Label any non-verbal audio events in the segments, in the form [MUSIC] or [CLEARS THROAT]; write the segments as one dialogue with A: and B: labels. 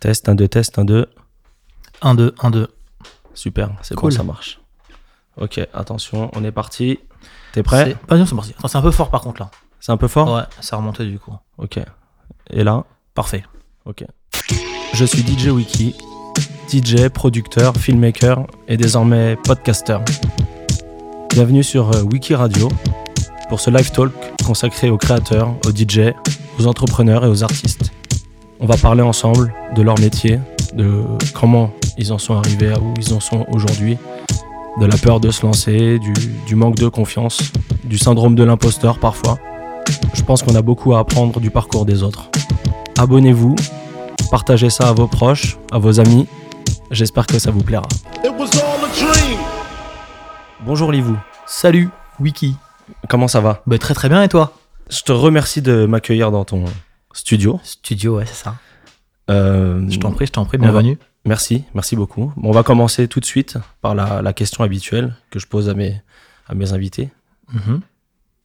A: Test, 1, 2, test, 1, 2.
B: 1, 2, 1, 2.
A: Super, c'est
B: Cool.
A: bon, ça marche. Ok, attention, on est parti. T'es prêt
B: C'est- Ah non, c'est parti. Attends, c'est un peu fort par contre là.
A: C'est un peu fort
B: Ouais, ça remontait du coup.
A: Ok. Et là
B: Parfait.
A: Ok. Je suis DJ Wiki, DJ, producteur, filmmaker et désormais podcasteur. Bienvenue sur euh, Wiki Radio pour ce live talk consacré aux créateurs, aux DJ, aux entrepreneurs et aux artistes. On va parler ensemble de leur métier, de comment ils en sont arrivés à où ils en sont aujourd'hui, de la peur de se lancer, du, du manque de confiance, du syndrome de l'imposteur parfois. Je pense qu'on a beaucoup à apprendre du parcours des autres. Abonnez-vous, partagez ça à vos proches, à vos amis. J'espère que ça vous plaira.
C: It was all a dream.
A: Bonjour Livou,
B: Salut, Wiki.
A: comment ça va
B: Bah, très très bien et toi
A: Je te remercie de m'accueillir dans ton studio.
B: Studio, ouais, c'est ça.
A: Euh,
B: Je t'en prie, je t'en prie,
A: On va-
B: bienvenue.
A: Merci, merci beaucoup. Bon, on va commencer tout de suite par la, la question habituelle que je pose à mes, à mes invités.
B: Mhm.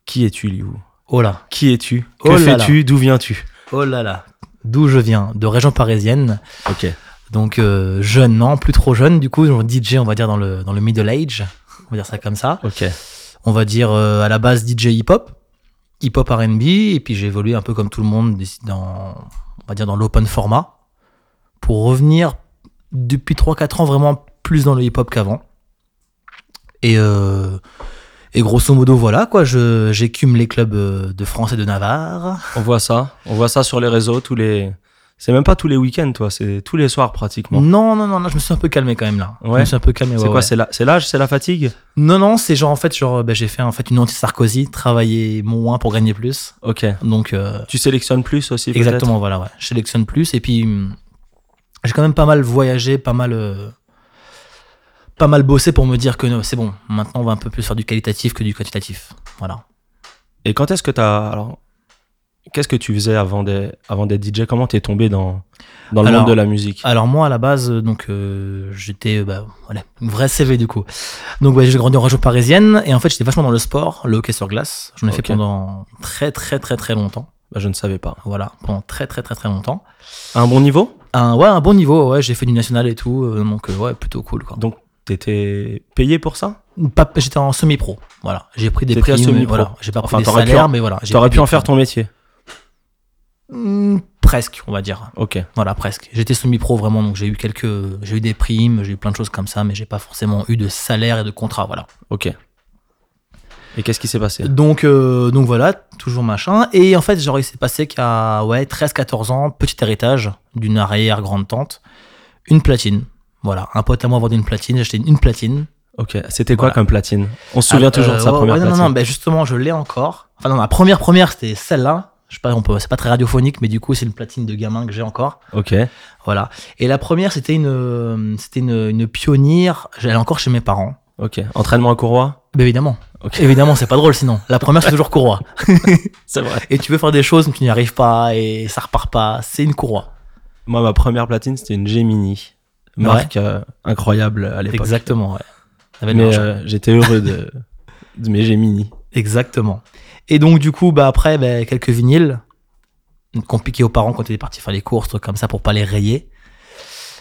A: Qui es-tu Livou
B: Oh là,
A: Qui es-tu Que
B: Oh là là.
A: fais-tu D'où viens-tu
B: oh là là. D'où je viens De région parisienne.
A: Ok,
B: Donc euh, jeune, non, plus trop jeune du coup, genre DJ on va dire dans le, dans le middle age, on va dire ça comme ça.
A: ok,
B: On va dire euh, à la base DJ hip-hop, hip-hop R&B, et puis j'ai évolué un peu comme tout le monde des- dans, on va dire dans l'open format, pour revenir depuis 3-4 ans vraiment plus dans le hip-hop qu'avant. Et, euh, et grosso modo voilà quoi, je- j'écume les clubs euh, de France et de Navarre.
A: on voit ça. On voit ça sur les réseaux tous les... C'est même pas tous les week-ends, toi, c'est tous les soirs pratiquement.
B: Non, non, non, non, je me suis un peu calmé quand même là. Je me
A: Ouais.
B: suis un peu calmé.
A: c'est
B: ouais,
A: quoi
B: Mm. ouais.
A: C'est la- c'est l'âge, c'est la fatigue
B: Non, non, c'est genre en fait, genre bah, j'ai fait en fait une anti-Sarkozy, travailler moins pour gagner plus.
A: Ok.
B: Donc euh,
A: Tu sélectionnes plus aussi peut-être
B: exactement, voilà, ouais. Je sélectionne plus et puis hum, j'ai quand même pas mal voyagé, pas mal, euh, pas mal bossé pour me dire que non, c'est bon. Maintenant, on va un peu plus faire du qualitatif que du quantitatif. Voilà.
A: Et quand est-ce que t'as alors qu'est-ce que tu faisais avant des avant d'être DJ Comment t'es tombé dans dans le
B: Alors, ah.
A: monde de la musique
B: Alors moi, à la base, euh, donc euh, j'étais, euh, bah, voilà, une vraie CV du coup. Donc ouais, j'ai grandi en région parisienne et en fait, j'étais vachement dans le sport, le hockey sur glace. J'en ai fait
A: Ok.
B: pendant très, très, très, très longtemps.
A: Bah, Je ne savais pas.
B: Voilà, pendant très, très, très, très longtemps.
A: À un bon niveau
B: un, ouais, un bon niveau, ouais, j'ai fait du national et tout, euh, donc euh, ouais, plutôt cool quoi.
A: Donc t'étais payé pour ça
B: Pas- J'étais en semi-pro, voilà, j'ai pris des
A: T'étais à
B: primes,
A: semi-pro.
B: voilà, j'ai pas pris
A: Enfin,
B: des
A: t'aurais pu
B: salaires,
A: en-
B: mais voilà. j'ai
A: T'aurais
B: pris
A: pu
B: des
A: en faire
B: primes.
A: ton métier.
B: Hmm, Presque, on va dire,
A: Ok.
B: voilà, presque. J'étais semi-pro vraiment, donc j'ai eu quelques, j'ai eu des primes, j'ai eu plein de choses comme ça, mais j'ai pas forcément eu de salaire et de contrat, voilà.
A: Ok. Et qu'est-ce qui s'est passé
B: Donc, euh, donc voilà, toujours machin. Et en fait, genre, il s'est passé qu'à ouais, 13-14 ans, petit héritage d'une arrière-grande-tante, une platine. Voilà, un pote à moi vendait une platine, j'ai acheté une platine.
A: Ok. C'était quoi
B: Voilà.
A: comme platine On se souvient
B: Ah,
A: toujours de
B: euh,
A: sa
B: ouais,
A: première
B: ouais, non,
A: platine.
B: Non, non, ben justement, je l'ai encore. Enfin, non, la première première, c'était celle-là. Je sais pas, on peut, c'est pas très radiophonique, mais du coup, c'est une platine de gamin que j'ai encore.
A: Ok.
B: Voilà. Et la première, c'était une, euh, c'était une, une pionnière. J'allais encore chez mes parents.
A: Ok. Entraînement à courroie
B: Ben évidemment.
A: Ok.
B: Évidemment, c'est pas drôle sinon. La
A: [LAUGHS]
B: première, c'est toujours courrois.
A: C'est vrai.
B: Et tu veux faire des choses, mais tu n'y arrives pas et ça repart pas. C'est une courroie.
A: Moi, ma première platine, c'était une Gemini. Marque euh, incroyable à l'époque.
B: Exactement, ouais. Ça va de
A: Mais
B: l'argent.
A: euh, j'étais heureux de, de mes [LAUGHS] Gemini.
B: Exactement. Et donc, du coup, bah, après, bah, quelques vinyles, compliqué aux parents quand ils étaient partis faire les courses, trucs comme ça, pour pas les rayer.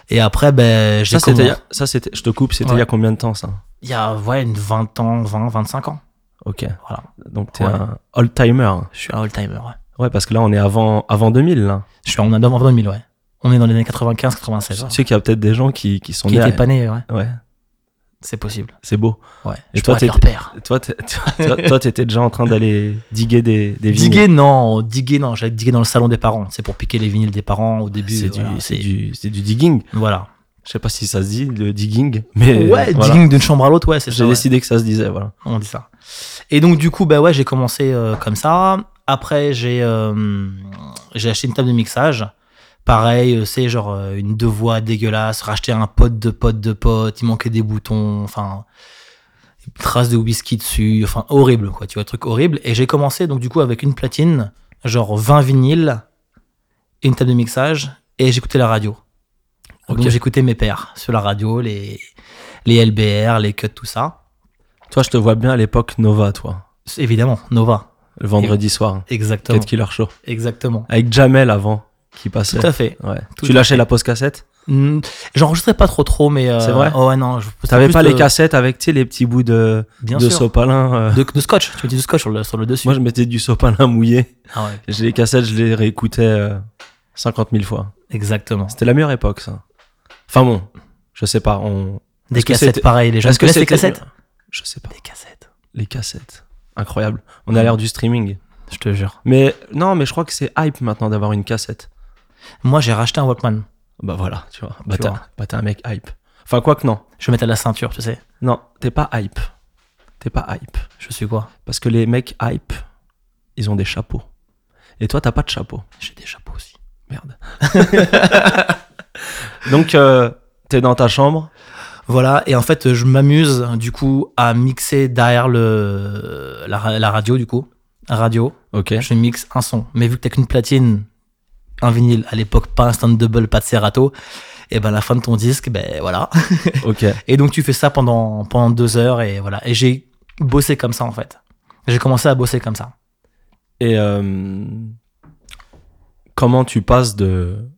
B: Et après, ben
A: Ça,
B: j'ai
A: c'était, il y
B: commencé-
A: a- ça, c'était, je te coupe, c'était
B: Ouais.
A: il y a combien de temps ça
B: il y a ouais, une 20 ans, 20, 25 ans.
A: Ok.
B: Voilà.
A: Donc t'es
B: Ouais.
A: un old-timer.
B: Je suis un all-timer. Ouais.
A: Ouais, parce que là, on est avant, avant 2000. Là.
B: Je suis en novembre 2000, ouais. On est dans les années 95, 96.
A: Je sais qu'il y a peut-être des gens qui, qui sont
B: Qui
A: nés. à-
B: étaient pas nés, ouais.
A: Ouais,
B: C'est possible.
A: c'est beau.
B: Ouais.
A: Et
B: je
A: toi,
B: pourrais être
A: t'es-
B: leur père.
A: Toi, t'es- [LAUGHS] toi, toi, t'étais déjà en train d'aller diguer des, des vignes.
B: Diguer, non. Diguer, non. J'allais diguer dans le salon des parents. C'est pour piquer les vinyles des parents au début.
A: C'est,
B: voilà,
A: du, c'est, du, c'est du digging.
B: Voilà.
A: Je sais pas si ça se dit, le digging. Mais voilà.
B: ouais, digging d'une chambre à l'autre, ouais, c'est ça.
A: J'ai
B: ouais.
A: décidé que ça se disait, voilà.
B: on dit ça. Et donc du coup, bah ouais, j'ai commencé euh, comme ça. Après, j'ai euh, j'ai acheté une table de mixage. Pareil, euh, c'est genre euh, une deux voix dégueulasse, racheter un pote de pote de pote, il manquait des boutons, enfin une trace de whisky dessus, enfin horrible quoi, tu vois, truc horrible. Et j'ai commencé donc du coup avec une platine, genre 20 vinyles, et une table de mixage, et j'écoutais la radio.
A: Ok.
B: Donc j'écoutais mes pères sur la radio, les, les LBR, les cuts, tout ça.
A: Toi, je te vois bien à l'époque Nova, toi.
B: Évidemment, Nova.
A: Le vendredi soir.
B: Exactement.
A: Cat Killer Show.
B: Exactement.
A: Avec Jamel avant. qui passait.
B: Tout à fait.
A: Ouais.
B: Tout
A: tu
B: à
A: lâchais la pause cassette
B: Mm, J'enregistrais pas trop trop, mais. euh,
A: C'est vrai
B: oh ouais, non. je- c'était
A: T'avais
B: plus
A: pas les
B: de-
A: cassettes avec tu sais, les petits bouts de,
B: Bien
A: de
B: sûr.
A: sopalin euh.
B: De, de scotch. Tu mettais du scotch sur le, sur le dessus.
A: Moi, je mettais du sopalin mouillé.
B: Ah ouais,
A: J'ai les cassettes, je les réécoutais euh, 50 000 fois.
B: exactement.
A: C'était la meilleure époque, ça. Enfin bon, je sais pas. On...
B: Des
A: Est-ce que
B: cassettes,
A: c'était-
B: pareil. Les gens
A: Est-ce que
B: connaissent les
A: c'était-
B: cassettes
A: Je sais pas.
B: Des cassettes.
A: Les cassettes. Incroyable. On a l'air du streaming.
B: Je te jure.
A: Mais non, mais je crois que c'est hype maintenant d'avoir une cassette.
B: Moi, j'ai racheté un Walkman.
A: Bah voilà, tu vois. Bah
B: Tu
A: t'as-
B: vois.
A: bah t'es un mec hype. Enfin, quoi que non.
B: Je le mettais à la ceinture, tu sais.
A: Non, t'es pas hype. T'es pas hype.
B: Je suis quoi
A: Parce que les mecs hype, ils ont des chapeaux. Et toi, t'as pas de chapeau.
B: J'ai des chapeaux aussi.
A: Merde. [LAUGHS] Donc, euh, t'es dans ta chambre.
B: Voilà, et en fait, je m'amuse du coup à mixer derrière le, la, ra- la radio, du coup. Radio,
A: Ok.
B: je mixe un son. Mais vu que t'as qu'une platine, un vinyle, à l'époque, pas un stand double, pas de serrato, et ben la fin de ton disque, ben voilà.
A: [LAUGHS] Ok.
B: Et donc tu fais ça pendant, pendant deux heures, et voilà. Et j'ai bossé comme ça en fait. J'ai commencé à bosser comme ça.
A: Et euh, comment tu passes de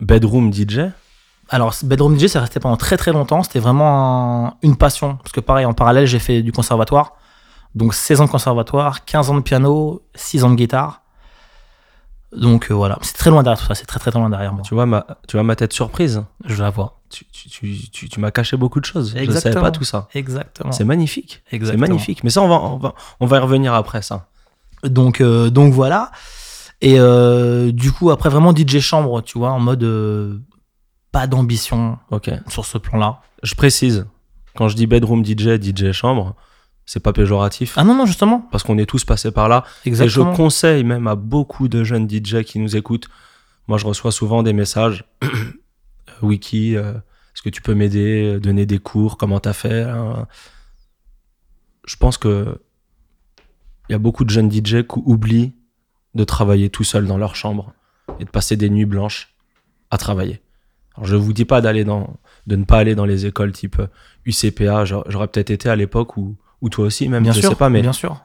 A: bedroom DJ
B: Alors, ce Bedroom DJ, c'est resté pendant très très longtemps. C'était vraiment un- une passion. Parce que pareil, en parallèle, j'ai fait du conservatoire. Donc 16 ans de conservatoire, 15 ans de piano, 6 ans de guitare. Donc euh, voilà, c'est très loin derrière tout ça, c'est très très loin derrière moi.
A: Tu vois ma, tu vois ma tête surprise.
B: Je la vois.
A: Tu, tu, tu, tu, tu m'as caché beaucoup de choses. Je savais
B: Exactement.
A: pas tout ça.
B: Exactement.
A: C'est magnifique. C'est
B: Exactement.
A: magnifique. Mais ça, on va, on va, on va y revenir après ça.
B: Donc, euh, donc voilà. Et euh, du coup, après vraiment DJ chambre, tu vois, en mode euh, pas d'ambition
A: Ok.
B: sur ce plan-là.
A: Je précise, quand je dis bedroom DJ, DJ chambre, c'est pas péjoratif.
B: Ah non, non, justement.
A: Parce qu'on est tous passés par là.
B: Exactement.
A: Et je conseille même à beaucoup de jeunes DJ qui nous écoutent. Moi, je reçois souvent des messages. [CLEARS THROAT] Wiki, euh, est-ce que tu peux m'aider euh, Donner des cours Comment t'as fait hein Je pense que il y a beaucoup de jeunes DJ qui oublient de travailler tout seul dans leur chambre et de passer des nuits blanches à travailler. Alors, je vous dis pas d'aller dans, de ne pas aller dans les écoles type euh, UCPA. J'aurais j'aurais peut-être été à l'époque ou ou toi aussi même.
B: bien
A: je
B: sûr.
A: sais pas, mais
B: Bien sûr.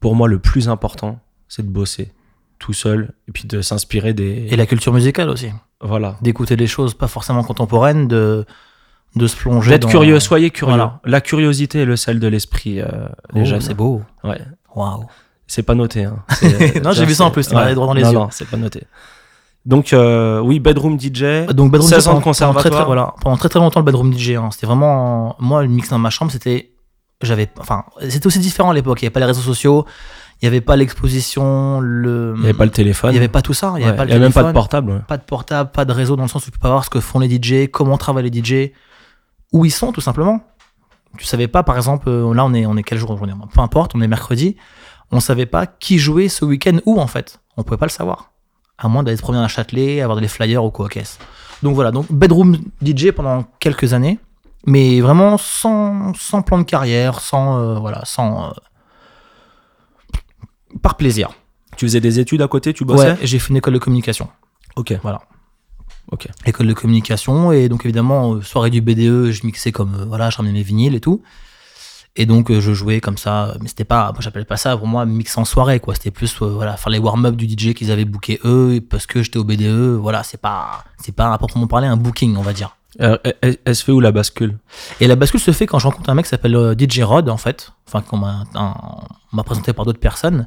A: pour moi, le plus important, c'est de bosser tout seul et puis de s'inspirer des.
B: Et la culture musicale aussi.
A: Voilà.
B: D'écouter des choses pas forcément contemporaines, de, de se plonger.
A: D'être
B: dans-
A: curieux, soyez curieux.
B: Voilà.
A: La curiosité est le sel de l'esprit, euh,
B: Oh,
A: les jeunes.
B: c'est beau.
A: Ouais.
B: Wawaouh.
A: C'est pas noté.
B: [LAUGHS]
A: hein. C'est-
B: Non, j'ai
A: ça,
B: vu ça en
A: c'est-
B: plus, tu m'as regardé droit dans les
A: non,
B: yeux.
A: Non, c'est pas noté. Donc, euh, oui, bedroom DJ.
B: Ah, Donc, bedroom
A: 16
B: DJ,
A: ans de
B: pendant- pendant très, très,
A: conservatoire.
B: voilà, pendant très très longtemps, le bedroom DJ, hein, c'était vraiment. Moi, le mix dans ma chambre, c'était. J'avais. Enfin, c'était aussi différent à l'époque. Il n'y avait pas les réseaux sociaux, il n'y avait pas l'exposition, le.
A: Il n'y avait pas le téléphone.
B: Il n'y avait pas tout ça. Il n'y
A: Ouais,
B: avait pas le
A: il y avait même pas de
B: téléphone,
A: portable. ouais.
B: pas de portable, pas de réseau dans le sens où tu peux pas voir ce que font les DJ, comment travaillent les DJ, où ils sont tout simplement. Tu savais pas, par exemple, euh, là on est, on est quel jour aujourd'hui Peu importe, on est mercredi. On savait pas qui jouait ce week-end où en fait. On pouvait pas le savoir. À moins d'aller se promener à Châtelet, avoir des flyers ou quoi, qu'est-ce. Donc voilà, donc bedroom DJ pendant quelques années, mais vraiment sans, sans plan de carrière, sans. euh, voilà, sans. euh, par plaisir.
A: Tu faisais des études à côté, tu bossais
B: Ouais, j'ai fait une école de communication.
A: Ok.
B: Voilà.
A: Ok.
B: École de communication et donc évidemment euh, soirée du BDE, je mixais comme euh, voilà, je ramenais mes vinyles et tout. Et donc euh, je jouais comme ça, euh, mais c'était pas, moi j'appelais pas ça pour moi mix en soirée quoi. C'était plus euh, voilà faire les warm-up du DJ qu'ils avaient booké eux et parce que j'étais au BDE. Voilà, c'est pas, c'est pas à proprement parler un booking on va dire.
A: Euh, elle- elle se fait où la bascule
B: Et la bascule se fait quand je rencontre un mec qui s'appelle euh, DJ Rod, en fait, enfin, qu'on m'a un- on m'a présenté par d'autres personnes,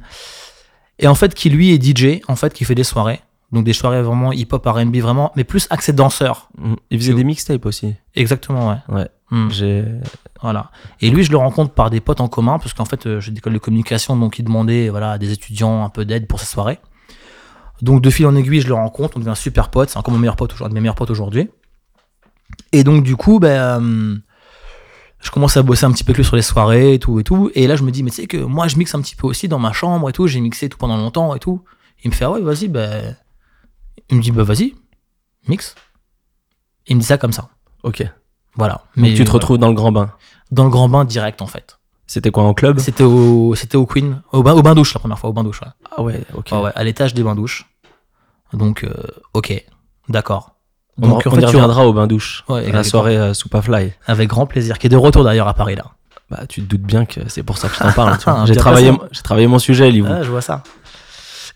B: et en fait, qui lui est DJ, en fait, qui fait des soirées, donc des soirées vraiment hip-hop, RB, vraiment, mais plus axé danseur.
A: Mm. Il faisait
B: C'est où
A: des mixtapes aussi.
B: Exactement, ouais.
A: Ouais.
B: Hmm,
A: J'ai.
B: voilà. Et lui, je le rencontre par des potes en commun, parce qu'en fait, euh, j'ai des écoles de communication, donc il demandait voilà, à des étudiants un peu d'aide pour ces soirées. Donc, de fil en aiguille, je le rencontre, on devient super pote, c'est encore mon meilleur pote, aujourd'hui- un de mes meilleurs potes aujourd'hui. Et donc, du coup, ben, euh, je commence à bosser un petit peu avec lui sur les soirées et tout et tout. Et là, je me dis, mais tu sais que moi, je mixe un petit peu aussi dans ma chambre et tout, j'ai mixé tout pendant longtemps et tout. Il me fait, ah ouais, vas-y, ben. Il me dit, bah vas-y, mixe. Il me dit ça comme ça.
A: Ok. Donc
B: Voilà.
A: tu te
B: voilà.
A: retrouves dans le grand bain.
B: dans le grand bain direct, en fait.
A: C'était quoi en club
B: Ah, C'était au, c'était au Queen, au bain, au bain douche la première fois, au bain douche. Ouais.
A: Ah ouais, ok.
B: Ouais, ouais, à l'étage des bains douches. Donc, euh, ok, d'accord.
A: On,
B: Donc,
A: on
B: en fait,
A: y
B: tu-
A: reviendra au bain douche.
B: Ouais,
A: la
B: exactement.
A: soirée euh, Soupa Fly.
B: avec grand plaisir, qui est de retour d'ailleurs à Paris là.
A: Bah, tu te doutes bien que c'est pour ça que je t'en parle. tu vois.
B: [LAUGHS] Ah,
A: J'ai
B: bien Euh,
A: travaillé,
B: placé.
A: j'ai travaillé mon sujet, Livou.
B: Ah, je vois ça.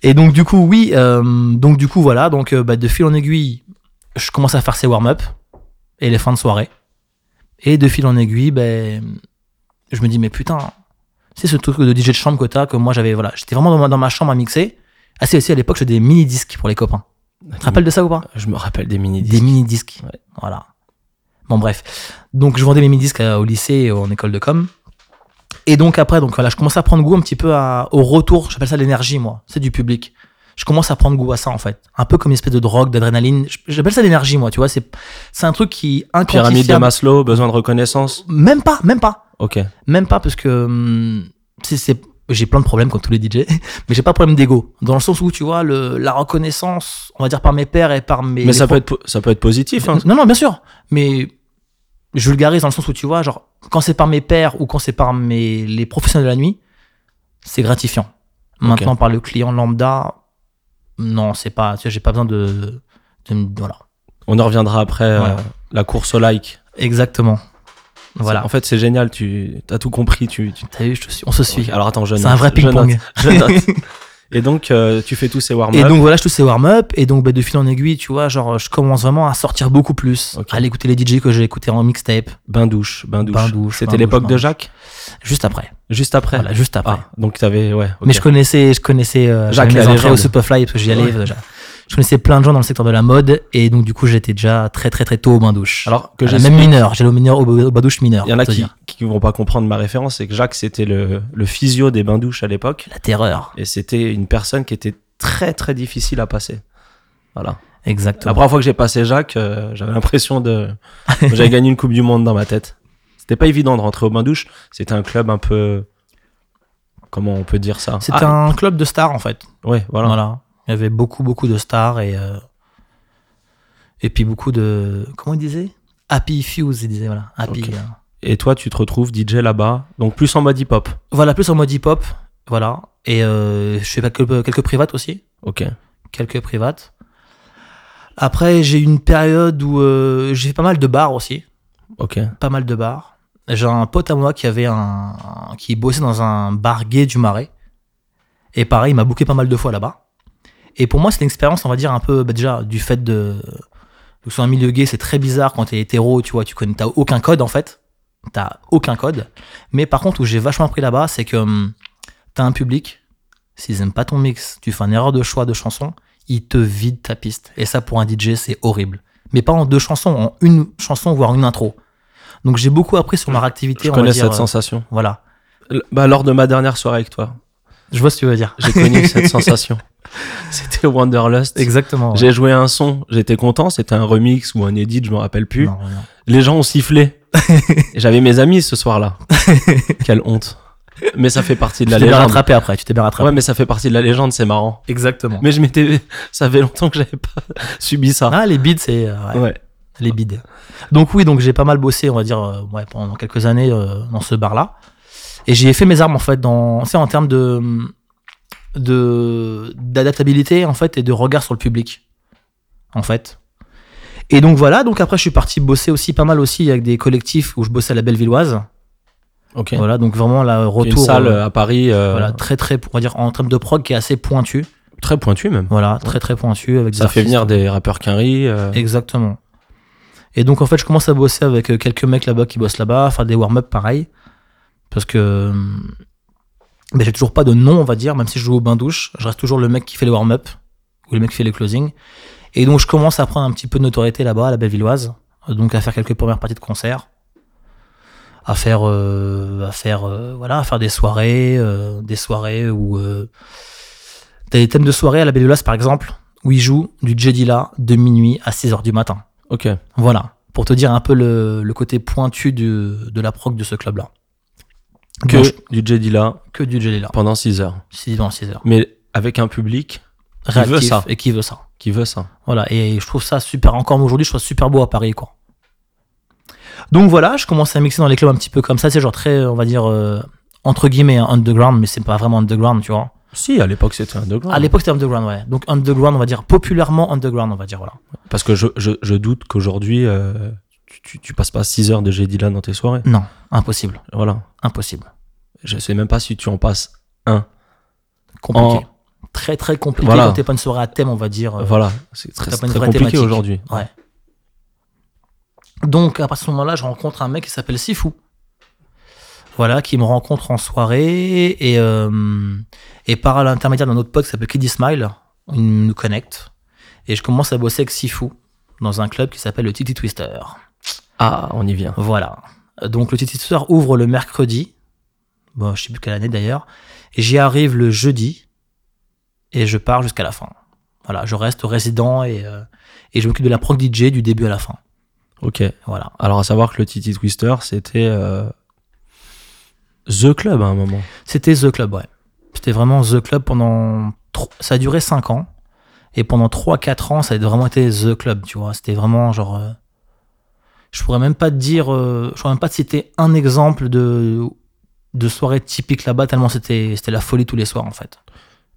B: Et donc du coup, oui, euh, donc du coup, voilà, donc euh, bah, de fil en aiguille, je commence à faire ces warm-up et les fins de soirée. Et de fil en aiguille, ben, je me dis, mais putain, c'est ce truc de DJ de chambre que t'as, que moi j'avais, voilà, j'étais vraiment dans ma, dans ma chambre à mixer. Ah si, aussi à l'époque, je faisais des mini-disques pour les copains. Tu te rappelles de ça ou pas
A: Bah, Je me rappelle des mini
B: Des mini-disques. Voilà. Bon, bref. Donc, je vendais mes mini-disques euh, au lycée et en école de com. Et donc, après, donc voilà, je commence à prendre goût un petit peu à- au retour. J'appelle ça l'énergie, moi. C'est du public. Je commence à prendre goût à ça, en fait. Un peu comme une espèce de drogue, d'adrénaline. Je- J'appelle ça l'énergie, moi, tu vois. C'est c'est un truc qui.
A: Pyramide de
B: inquantifiable.
A: Maslow, besoin de reconnaissance.
B: Même pas, même pas.
A: Ok.
B: Même pas parce que hum, c'est- c'est- j'ai plein de problèmes comme tous les DJ, [LAUGHS] mais j'ai pas de problème d'ego. Dans le sens où tu vois le, la reconnaissance, on va dire par mes pères et par mes.
A: Mais
B: les
A: ça
B: pro- Mhm.
A: peut, être, po- ça peut être positif. hein.
B: Non non bien sûr, mais je vulgarise dans le sens où tu vois genre quand c'est par mes pères ou quand c'est par mes les professionnels de la nuit, c'est gratifiant. Maintenant par le client lambda, non c'est pas, tu vois j'ai pas besoin de, de me- voilà
A: On en reviendra après euh,
B: Voilà.
A: la course au like.
B: exactement. Voilà.
A: En fait, c'est génial. Tu as tout compris. Tu, tu-
B: T'as vu, je te suis- on se suit.
A: Alors attends, je
B: c'est
A: note,
B: un vrai
A: je note.
B: ping-pong. [LAUGHS]
A: Et donc, euh, tu fais tous ces warm-up.
B: Et donc voilà, je touche ces warm-up et donc bah, de fil en aiguille, tu vois, genre je commence vraiment à sortir beaucoup plus,
A: Ok.
B: à aller écouter les DJ que j'ai écouté en mixtape
A: bain douche, bain douche.
B: Bain douche, bain
A: C'était
B: douche,
A: l'époque
B: bain
A: de
B: douche.
A: Jacques.
B: juste après.
A: Juste après.
B: Voilà, juste après.
A: Ah, donc t'avais ouais. ok.
B: Mais je connaissais, je connaissais euh,
A: Jacques,
B: j'avais
A: la
B: mes entrées
A: légende.
B: au Superfly parce que j'y allais
A: Ouais.
B: déjà. Je connaissais plein de gens dans le secteur de la mode et donc du coup j'étais déjà très très très tôt au bain douche.
A: Alors que
B: À la
A: j'ai
B: Ah, même mineur, j'allais au mineur au bain douche mineur.
A: Il y en a
B: Ah, pour te
A: qui,
B: dire.
A: qui vont pas comprendre ma référence, c'est que Jacques c'était le, le physio des bains douches à l'époque
B: la terreur,
A: et c'était une personne qui était très très difficile à passer. Voilà. La
B: exactement.
A: première fois que j'ai passé Jacques, euh, j'avais l'impression de
B: [LAUGHS]
A: j'avais gagné une coupe du monde dans ma tête. C'était pas évident de rentrer au bain douche, c'était un club un peu comment on peut dire ça
B: C'était
A: Ah,
B: un club de stars en fait.
A: ouais, voilà.
B: Voilà. Il y avait beaucoup, beaucoup de stars et, euh, et puis beaucoup de. Comment il disait Happy Fuse, il disait, voilà. Happy.
A: Ok.
B: euh.
A: Et toi tu te retrouves DJ là-bas, donc plus en mode hip-hop.
B: Voilà, plus en mode hip-hop. Voilà. Et euh, je fais quelques, quelques privates aussi.
A: OK.
B: Quelques privates. Après, j'ai eu une période où euh, j'ai fait pas mal de bars aussi.
A: OK.
B: Pas mal de bars. J'ai un pote à moi qui avait un. qui bossait dans un bar gay du Marais. Et pareil, il m'a booké pas mal de fois là-bas. Et pour moi, c'est une expérience, on va dire, un peu, bah, déjà, du fait de. que ce soit un milieu gay, c'est très bizarre quand t'es hétéro, tu vois, tu connais, t'as aucun code en fait. T'as aucun code. Mais par contre, où j'ai vachement appris là-bas, c'est que hum, t'as un public, s'ils aiment pas ton mix, tu fais une erreur de choix de chanson, ils te vident ta piste. Et ça, pour un DJ, c'est horrible. Mais pas en deux chansons, en une chanson, voire une intro. Donc j'ai beaucoup appris sur leur activité.
A: Je
B: on va
A: connais
B: dire,
A: cette
B: euh,
A: sensation.
B: Voilà.
A: L- Bah lors de ma dernière soirée avec toi,
B: Je vois ce que tu veux dire.
A: J'ai connu
B: [LAUGHS]
A: cette sensation. C'était Wanderlust.
B: Exactement. ouais.
A: J'ai joué un son, j'étais content, c'était un remix ou un edit, je m'en rappelle plus.
B: Non, non.
A: Les gens ont
B: [LAUGHS]
A: sifflé. Et J'avais mes amis ce soir-là. Quelle honte. Mais ça fait partie de la
B: tu t'es bien
A: légende.
B: rattrapé après, tu t'es bien rattrapé.
A: Ouais, mais ça fait partie de la légende, c'est marrant.
B: Exactement.
A: Mais je m'étais, ça fait longtemps que j'avais pas [LAUGHS] subi ça.
B: Ah, les bides, c'est. euh, ouais,
A: Ouais.
B: Les bides. Donc, oui, donc j'ai pas mal bossé, on va dire, euh, ouais, pendant quelques années euh, dans ce bar-là. Et j'y ai fait mes armes, en fait, dans, tu sais, en termes de. de- d'adaptabilité, en fait, et de regard sur le public. En fait. Et donc, voilà. Donc, après, je suis parti bosser aussi pas mal aussi avec des collectifs où je bossais à la Bellevilloise.
A: Ok.
B: Voilà. Donc, vraiment, là,
A: Une
B: retour.
A: salle
B: euh,
A: à Paris, euh,
B: voilà, très, très, on va dire, en termes de prog qui est assez pointu.
A: très pointue même.
B: Voilà, très très pointu avec des
A: Ça fait
B: artistes.
A: venir des rappeurs qu'un riz, euh,
B: Exactement. Et donc en fait, je commence à bosser avec euh, quelques mecs là-bas qui bossent là-bas, faire des warm-up pareil, parce que euh, ben, j'ai toujours pas de nom, on va dire, même si je joue au bain douche, je reste toujours le mec qui fait les warm-up ou le mec qui fait les closing. Et donc je commence à prendre un petit peu de notoriété là-bas à la Bellevilloise, euh, donc à faire quelques premières parties de concert, à faire, euh, à faire, euh, voilà, à faire des soirées, euh, des soirées où euh, t'as des thèmes de soirée à la Bellevilloise par exemple où il joue du Jedila de minuit à 6h du matin.
A: Ok.
B: Voilà, pour te dire un peu le, le côté pointu du- de la prog de ce club-là.
A: Que
B: Donc,
A: du Jedi là
B: que du Jedila,
A: pendant 6 heures.
B: 6 h 6 heures.
A: Mais avec un public
B: Réactif
A: veut ça.
B: et qui veut ça.
A: qui veut ça.
B: Voilà, et je trouve ça super, encore aujourd'hui, je trouve ça super beau à Paris, quoi. Donc voilà, je commence à mixer dans les clubs un petit peu comme ça, c'est genre très, on va dire, euh, entre guillemets, hein, underground, mais c'est pas vraiment underground, tu vois.
A: Si, à l'époque, c'était un degré.
B: À l'époque, c'était underground, ouais. Donc underground, on va dire, populairement underground, on va dire, voilà.
A: Parce que je, je, je doute qu'aujourd'hui, euh, tu, tu, tu passes pas 6 heures de Jedi là dans tes soirées.
B: Non, impossible,
A: Voilà.
B: impossible.
A: Je sais même pas si tu en passes.
B: Compliqué. très très compliqué
A: Voilà.
B: quand t'es pas une soirée à thème, on va dire. euh,
A: Voilà, c'est très,
B: t'as pas une
A: très
B: vraie
A: compliqué
B: thématique.
A: aujourd'hui.
B: Ouais. Donc, à partir de ce moment-là, je rencontre un mec qui s'appelle Sifou. Voilà, qui me rencontre en soirée et, euh, et par l'intermédiaire d'un autre pote qui s'appelle Kiddy Smile, il nous connecte. Et je commence à bosser avec Sifou dans un club qui s'appelle le Titi Twister.
A: Ah, on y vient.
B: Voilà. Donc, le Titi Twister ouvre le mercredi. Bon, je sais plus quelle année d'ailleurs. Et J'y arrive le jeudi et je pars jusqu'à la fin. Voilà, je reste résident et, euh, et je m'occupe de la prog DJ du début à la fin.
A: Ok.
B: Voilà.
A: Alors, à savoir que le Titi Twister, c'était euh, The Club à un moment.
B: C'était The Club, ouais. C'était vraiment The Club pendant. tro- Ça a duré 5 ans. Et pendant 3-4 ans, ça a vraiment été The Club, tu vois. C'était vraiment genre. euh, Je pourrais même pas te dire. euh, Je pourrais même pas te citer un exemple de, de soirée typique là-bas, tellement c'était c'était la folie tous les soirs, en fait.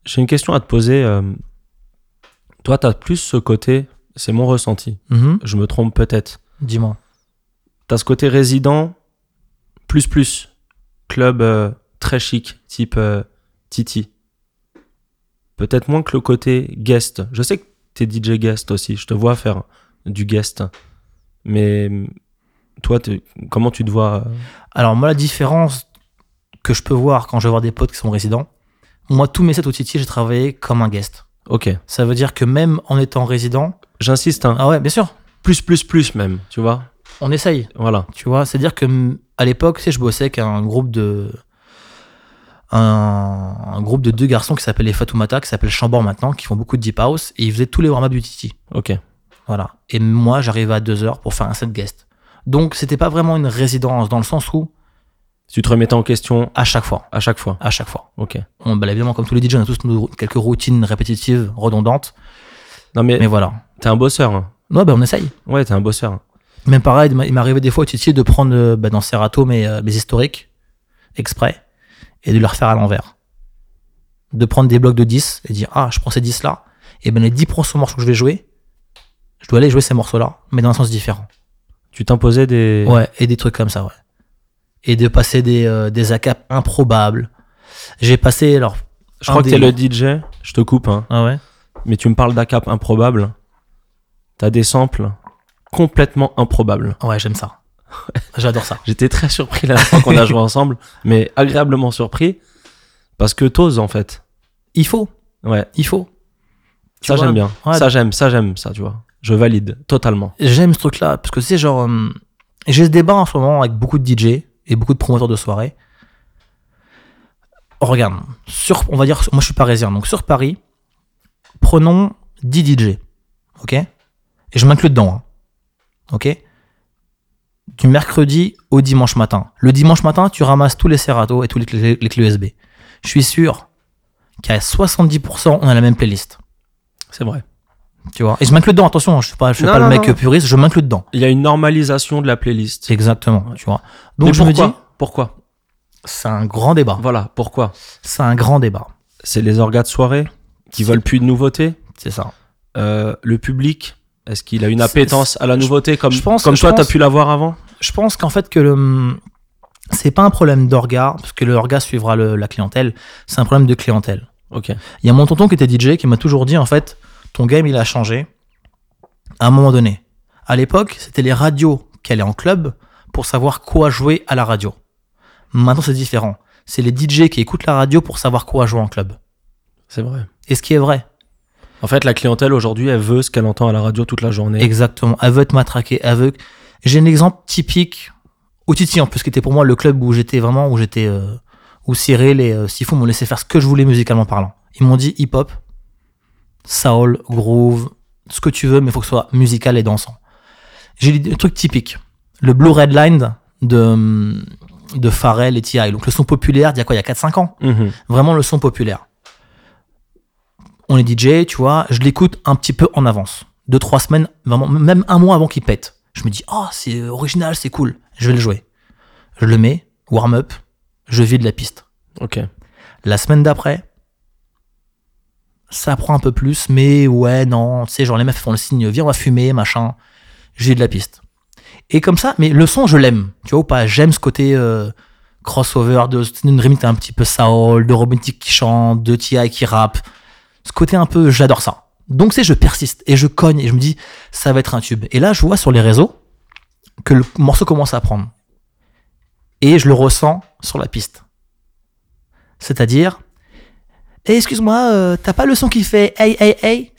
A: J'ai une question à te poser. euh, Toi, t'as plus ce côté, c'est mon ressenti,
B: Mhm.
A: je me trompe peut-être.
B: Dis-moi.
A: T'as ce côté résident, plus plus, club euh, très chic, type euh, Titi. Peut-être moins que le côté guest. Je sais que t'es DJ guest aussi, je te vois faire du guest. Mais euh, toi, t'es- comment tu te vois euh,
B: Alors, moi, la différence que je peux voir quand je vais voir des potes qui sont résidents, moi, tous mes sets au Titi, j'ai travaillé comme un guest.
A: Ok,
B: Ça veut dire que même en étant résident.
A: j'insiste, hein.
B: Ah ouais, bien sûr,
A: plus plus plus même, tu vois
B: on essaye.
A: Voilà,
B: Tu vois, c'est-à-dire que mm, à l'époque, tu sais, je bossais avec un groupe de un, un groupe de deux garçons qui s'appellent les Fatoumata, qui s'appellent Chambord maintenant, qui font beaucoup de deep house et ils faisaient tous les warm-up du Titi.
A: ok.
B: Voilà. Et moi, j'arrivais à 2 heures pour faire un set guest. Donc, c'était pas vraiment une résidence dans le sens où
A: Tu te remettais en question
B: à chaque fois,
A: à chaque fois,
B: à chaque fois.
A: ok.
B: On, bah, évidemment, comme tous les DJ, on a tous nos- quelques routines répétitives, redondantes.
A: Non mais,
B: Mais voilà.
A: t'es un bosseur, hein.
B: Ouais, bah, on essaye.
A: ouais, t'es un bosseur.
B: Même pareil, il m'a- il m'arrivait des fois au Titi de prendre euh, bah, dans Serato mes, euh, mes historiques exprès et de les refaire à l'envers. De prendre des blocs de 10 et dire Ah, je prends ces 10 là, et ben les 10 prochains morceaux que je vais jouer, je dois aller jouer ces morceaux là, mais dans un sens différent.
A: Tu t'imposais des...
B: Ouais, et des trucs comme ça, ouais. Et de passer des, euh, des ACAP improbables. J'ai passé, alors.
A: Je crois
B: un
A: que t'es
B: des-
A: le DJ, je te coupe, hein,
B: Ah ouais
A: mais tu me parles d'ACAP improbable. T'as des samples complètement improbables.
B: Ouais, j'aime ça. J'adore ça.
A: J'étais très surpris la fois qu'on a joué
B: [LAUGHS]
A: ensemble, mais agréablement surpris, parce que t'oses en fait.
B: Il faut,
A: Ouais,
B: il faut. Tu
A: ça
B: vois,
A: j'aime bien.
B: ouais.
A: Ça j'aime, ça j'aime, ça tu vois. Je valide totalement.
B: j'aime ce truc là parce que c'est genre hum, j'ai ce débat en ce moment avec beaucoup de DJ et beaucoup de promoteurs de soirées Oh, regarde sur on va dire moi je suis parisien donc sur Paris prenons 10 DJ ok et je m'inclus dedans hein. ok du mercredi au dimanche matin le dimanche matin tu ramasses tous les serratos et tous les clés, les clés USB je suis sûr qu'à 70% on a la même playlist
A: C'est vrai.
B: tu vois et je m'inclus dedans attention hein, je suis pas je suis
A: Non,
B: pas
A: non,
B: le mec
A: non.
B: puriste je m'inclus dedans
A: Il y a une normalisation de la playlist.
B: c'est Exactement, tu vois. Donc
A: Mais
B: je me dis,
A: pourquoi Pourquoi
B: c'est un grand débat.
A: Voilà, pourquoi
B: C'est un grand débat.
A: C'est les orgas de soirée qui veulent plus de nouveautés
B: C'est ça.
A: Euh, le public Est-ce qu'il a une
B: C'est-
A: appétence à la nouveauté comme,
B: je pense-
A: comme
B: je
A: toi,
B: pense-
A: t'as pu l'avoir avant
B: Je pense qu'en fait que le c'est pas un problème d'orga, parce que le orga suivra le- la clientèle. C'est un problème de clientèle.
A: Ok.
B: Il y a mon tonton qui était DJ qui m'a toujours dit en fait, ton game il a changé à un moment donné. À l'époque, c'était les radios qui allaient en club pour savoir quoi jouer à la radio. Maintenant, c'est différent. C'est les DJ qui écoutent la radio pour savoir quoi jouer en club.
A: C'est vrai.
B: Et ce qui est vrai,
A: En fait, la clientèle aujourd'hui, elle veut ce qu'elle entend à la radio toute la journée.
B: Exactement, aveugle, matraqué, aveugle. J'ai un exemple typique au Titi en plus, qui était pour moi le club où j'étais vraiment, où j'étais, euh, où Cyril et euh, Sifou m'ont laissé faire ce que je voulais musicalement parlant. Ils m'ont dit hip-hop, soul, groove, ce que tu veux, mais il faut que ce soit musical et dansant. J'ai dit un truc typique, le Blue Red Line de, hum, de Pharrell et T.I. Donc le son populaire d'il y a quoi, il y a 4-5 ans
A: Mhm.
B: vraiment le son populaire. On est DJ, tu vois, je l'écoute un petit peu en avance. Deux, trois semaines, vraiment, même un mois avant qu'il pète. Je me dis, oh, c'est original, c'est cool, je vais le jouer. Je le mets, warm-up, je vide la piste.
A: Ok.
B: La semaine d'après, ça prend un peu plus, mais ouais, non, tu sais, genre les meufs font le signe, viens, on va fumer, machin. J'ai de la piste. Et comme ça, mais le son, je l'aime, tu vois, ou pas, j'aime ce côté euh, crossover de une remix un petit peu Saul, de Romantic qui chante, de T.I. qui rappe. ce côté un peu, j'adore ça. Donc c'est, je persiste et je cogne et je me dis, ça va être un tube. Et là, je vois sur les réseaux que le morceau commence à prendre. Et je le ressens sur la piste. C'est-à-dire, Eh, excuse-moi, euh, t'as pas le son qui fait hey hey hey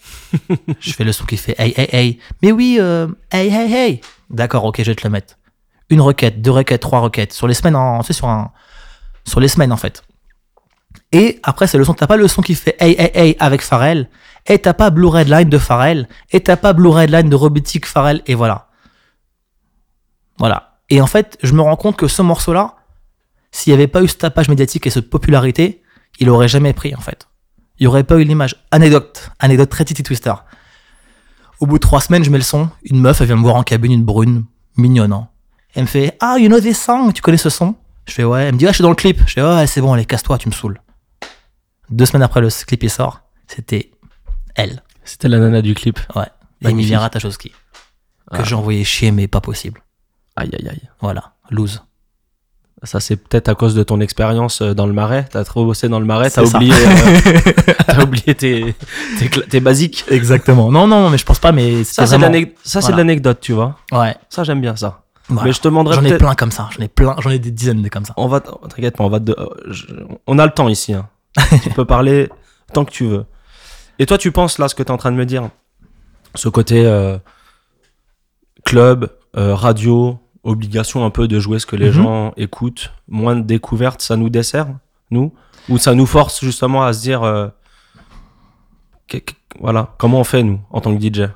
B: Je fais le son qui fait hey hey hey. Mais oui, euh, hey hey hey. D'accord, ok, je vais te le mettre. Une requête, deux requêtes, trois requêtes sur les semaines, en, tu sais, sur un, sur les semaines en fait. Et après, c'est le son. T'as pas le son qui fait hey hey hey avec Pharrell. Et t'as pas Blue Red Line de Pharrell. Et t'as pas Blue Red Line de Robotic Pharrell. Et voilà. Voilà. Et en fait, je me rends compte que ce morceau-là, s'il n'y avait pas eu ce tapage médiatique et cette popularité, il aurait jamais pris en fait. Il n'y aurait pas eu l'image. Anecdote, anecdote très Titi Twister. Au bout de trois semaines, je mets le son. Une meuf, elle vient me voir en cabine, une brune, mignonne. hein. Elle me fait Ah, you know this song Tu connais ce son Je fais Ouais. Elle me dit Ah, je suis dans le clip. Je fais Ouais, c'est bon, allez, casse-toi, tu me saoules. Deux semaines après, le clip il sort. C'était elle.
A: C'était la nana du clip.
B: Ouais.
A: Magnifique.
B: Emilia Ratajkowski. Que
A: Ah.
B: j'ai envoyé chier, mais pas possible.
A: Aïe, aïe, aïe.
B: Voilà. Lose.
A: Ça, c'est peut-être à cause de ton expérience euh, dans le marais. T'as trop bossé dans le marais, t'as
B: C'est ça.
A: oublié, euh, t'as oublié tes, tes, cla- tes basiques.
B: Exactement. Non, non, mais je pense pas,
A: Ça,
B: mais c'était
A: c'est de
B: vraiment...
A: l'anec- ça, c'est de
B: voilà.
A: l'anecdote, tu vois.
B: Ouais.
A: Ça, j'aime bien ça.
B: voilà.
A: Mais je te demanderais
B: J'en ai
A: peut-être.
B: plein comme ça. J'en ai plein. J'en ai des dizaines de comme ça.
A: On va, t- t'inquiète pas, on va. te- euh, je- On a le temps ici. hein. tu peux parler tant que tu veux. Et toi, tu penses là ce que t'es en train de me dire, ce côté euh, club, euh, radio, obligation un peu de jouer ce que les
B: Mhm.
A: gens écoutent, moins de découvertes, ça nous dessert, nous, ou ça nous force justement à se dire, euh, qu'est- qu'est- voilà, comment on fait nous en tant que DJ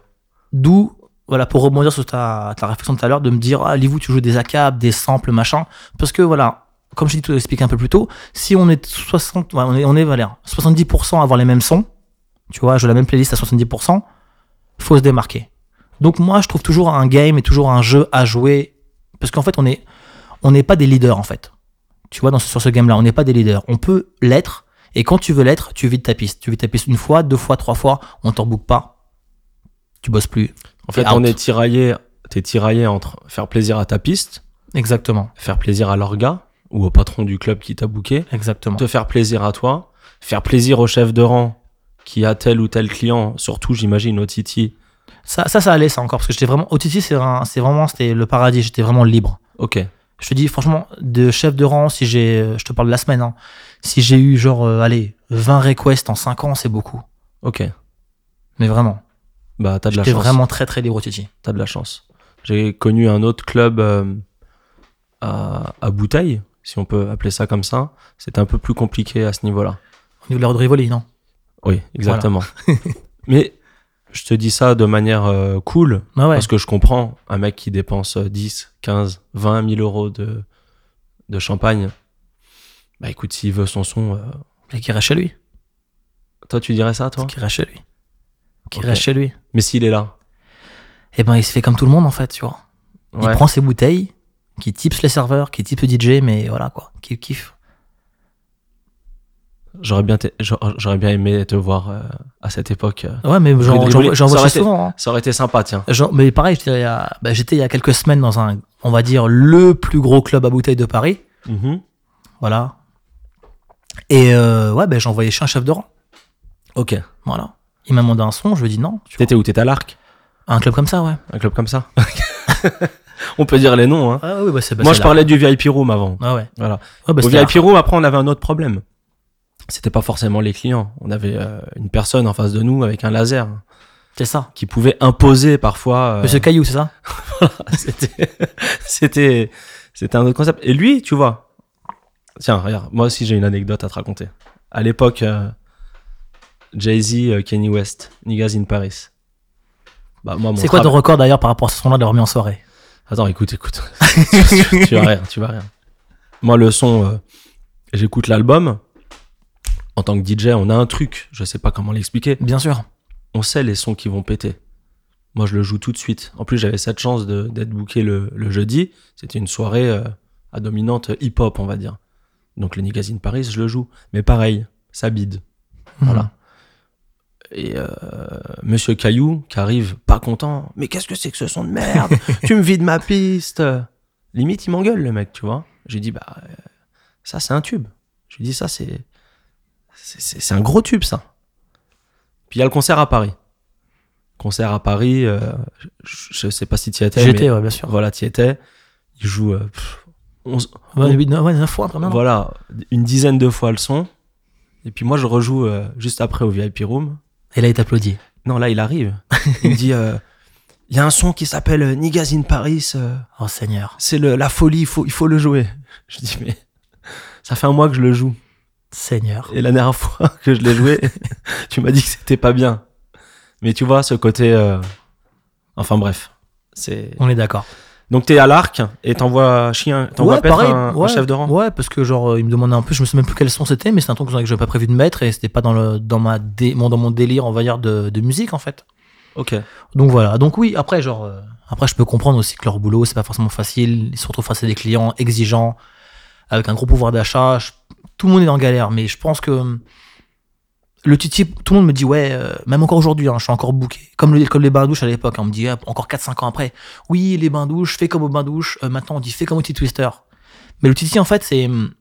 B: D'où, voilà, pour rebondir sur ta, ta réflexion de tout à l'heure, de me dire, ah, Livou, tu joues des ACAB, des samples, machin. Parce que, voilà, comme je t'ai tout expliqué un peu plus tôt, si on est 60, ouais, on est, on est voilà, 70% à avoir les mêmes sons, tu vois, je la même playlist à 70%, faut se démarquer. Donc, moi, je trouve toujours un game et toujours un jeu à jouer. Parce qu'en fait, on est, on n'est pas des leaders, en fait. Tu vois, dans ce- sur ce game-là, on n'est pas des leaders. On peut l'être. Et quand tu veux l'être, tu vides ta piste. Tu vides ta piste une fois, deux fois, trois fois. On t'en boucle pas. Tu bosses plus.
A: En fait,
B: T'es
A: on
B: out.
A: est tiraillé, t'es tiraillé entre faire plaisir à ta piste,
B: Exactement,
A: faire plaisir à l'orga ou au patron du club qui t'a booké,
B: exactement.
A: te faire plaisir à toi, faire plaisir au chef de rang qui a tel ou tel client, surtout j'imagine au Titi.
B: Ça, ça, ça allait, ça encore, parce que j'étais vraiment. OTT, c'est un- c'est vraiment, c'était le paradis, j'étais vraiment libre.
A: Ok,
B: Je te dis, franchement, de chef de rang, si j'ai. euh, Je te parle de la semaine, hein, si j'ai eu, genre, euh, allez, 20 requests en 5 ans, c'est beaucoup.
A: ok.
B: Mais vraiment.
A: Bah t'as de la
B: J'étais
A: chance.
B: vraiment très, très libre, OTT.
A: T'as de la chance. J'ai connu un autre club euh, à, à Bouteille, si on peut appeler ça comme ça. C'était un peu plus compliqué à ce niveau-là.
B: Au niveau de la rue de Rivoli, non
A: Oui,
B: [LAUGHS]
A: exactement. Mais je te dis ça de manière euh, cool,
B: Ouais, Bah ouais.
A: Parce que je comprends un mec qui dépense euh, 10, 15, 20 000 euros de, de champagne. Bah écoute, s'il veut son son, euh,
B: Et qui reste chez lui.
A: toi tu dirais ça, toi
B: Qui reste chez lui. Qui
A: Ok.
B: reste chez lui.
A: Mais s'il est là,
B: Eh ben, il se fait comme tout le monde, en fait, tu vois.
A: Ouais.
B: Il prend ses bouteilles, qui tips les serveurs, qui tips le DJ, mais voilà, quoi. Qui kiffe.
A: j'aurais bien, t- j'aurais j'aurais bien aimé te voir euh, à cette époque. euh.
B: Ouais, mais
A: Rue de
B: j'en
A: Rivoli,
B: j'en- j'en
A: ça
B: vois
A: aurait
B: ça
A: été-
B: souvent. hein.
A: Ça aurait été sympa, tiens.
B: Genre, mais pareil, j'étais il, y a, bah, j'étais il y a quelques semaines dans un, on va dire, le plus gros club à bouteilles de Paris. Voilà. Et euh, ouais, ben j'ai envoyé chez un chef de rang.
A: Ok.
B: Voilà. Il m'a demandé un son, je lui ai dit non. tu vois.
A: T'étais où T'étais à l'Arc
B: Un club comme ça, ouais.
A: Un club comme
B: [LAUGHS]
A: ça On peut dire les noms, hein.
B: Ah, oui, bah, c'est, bah,
A: Moi
B: c'est
A: je
B: là.
A: parlais du VIP Room avant.
B: Ah ouais.
A: Voilà.
B: Ouais, bah,
A: Au
B: c'était là.
A: VIP Room, après, on avait un autre problème. C'était pas forcément les clients. On avait euh, une personne en face de nous avec un laser.
B: C'est ça.
A: qui pouvait imposer parfois. euh,
B: Monsieur Caillou, c'est ça
A: [LAUGHS] c'était, c'était, c'était un autre concept. Et lui, tu vois. Tiens, regarde, moi aussi j'ai une anecdote à te raconter. À l'époque, euh, Jay-Z, euh, Kanye West, Niggas in Paris. Bah, moi, mon
B: C'est quoi
A: rap-
B: ton record d'ailleurs par rapport à ce son-là d'avoir mis en soirée
A: Attends, écoute, écoute. [LAUGHS]
B: [LAUGHS]
A: tu vas rien, tu vas rien. Moi, le son, euh, j'écoute l'album. En tant que DJ, on a un truc. Je sais pas comment l'expliquer.
B: Bien sûr.
A: on sait les sons qui vont péter. Moi, je le joue tout de suite. En plus, j'avais cette chance de- d'être booké le, le jeudi. C'était une soirée euh, à dominante hip-hop, on va dire. Donc, le Nigazine Paris, je le joue. Mais pareil, ça bide.
B: Mhm. Mmh.
A: Voilà. Et euh, Monsieur Caillou, qui arrive pas content. Mais qu'est-ce que c'est que ce son de merde Tu me vides ma piste Limite, il m'engueule, le mec, tu vois. J'ai dit, bah, euh, ça, c'est un tube. J'ai dit, ça, c'est. c'est- C'est c'est un gros tube, ça. Puis il y a le concert à Paris. Concert à Paris, euh, je je sais pas si tu y étais. mais-
B: J'étais, ouais, bien sûr.
A: Voilà, tu étais. Il joue euh, pff, onze-
B: Ouais, huit, neuf- ouais, neuf fois, quand même.
A: voilà, une dizaine de fois le son. Et puis moi, je rejoue euh, juste après au VIP Room.
B: Et là, il t'applaudit.
A: Non, là, il arrive. Il me dit euh, il y a un son qui s'appelle euh, Niggas in Paris. euh,
B: Oh, Seigneur.
A: c'est le- la folie, il faut, il faut le jouer. Je dis mais ça fait un mois que je le joue.
B: Seigneur.
A: Et la dernière [LAUGHS] fois que je l'ai joué, [LAUGHS] tu m'as dit que c'était pas bien. Mais tu vois, ce côté. euh, Enfin bref. C'est...
B: On est d'accord.
A: Donc t'es à l'arc et t'envoies chien, t'envoies
B: Ouais,
A: pareil,
B: pareil.
A: un, un
B: ouais,
A: chef de rang.
B: Ouais, parce que genre, euh, il me demandait un peu, je me sais même plus quel son c'était, mais c'est un truc que j'avais pas prévu de mettre et c'était pas dans, le, dans, ma dé- mon, dans mon délire, on va dire, de, de musique en fait.
A: Ok.
B: Donc voilà. Donc oui, après, genre, euh, après, je peux comprendre aussi que leur boulot, c'est pas forcément facile. Ils se retrouvent face à des clients exigeants, avec un gros pouvoir d'achat. Je- Tout le monde est en galère, mais je pense que hum, le titi, tout le monde me dit, ouais, euh, même encore aujourd'hui, hein, je suis encore bouqué. Comme, le, comme les bains-douches à l'époque, hein, on me dit, ah, encore 4-5 ans après, oui, les bains-douches, fais comme aux bains-douches. Euh, maintenant, on dit, fais comme au petit twister. Mais le titi, en fait, c'est. hum,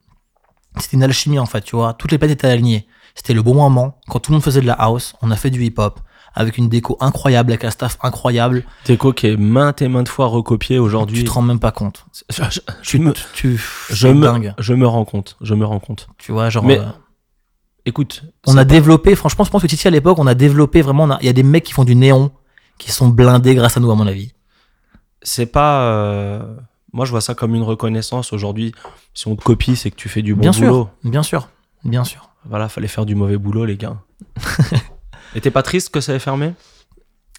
B: C'était une alchimie, en fait, tu vois. Toutes les planètes étaient alignées. C'était le bon moment. Quand tout le monde faisait de la house, on a fait du hip-hop. Avec une déco incroyable, avec un staff incroyable.
A: Déco qui est maintes et maintes fois recopié
B: Tu
A: aujourd'hui.
B: te rends même pas compte.
A: Je, je-
B: Tu
A: me-
B: tu- tu-
A: je
B: c'est
A: me,
B: dingue.
A: je me rends compte. Je me rends compte.
B: Tu vois, genre.
A: Mais-
B: euh,
A: Écoute,
B: on
A: c'est-
B: a développé, franchement, je pense que Titi à l'époque, on a développé vraiment. on a- Il y a des mecs qui font du néon qui sont blindés grâce à nous, à mon avis.
A: c'est pas. euh, moi, je vois ça comme une reconnaissance aujourd'hui. Si on te copie, c'est que tu fais du bon
B: bien
A: boulot.
B: sûr. Bien sûr. Bien sûr.
A: Voilà, fallait faire du mauvais boulot, les gars. et t'es pas triste que ça ait fermé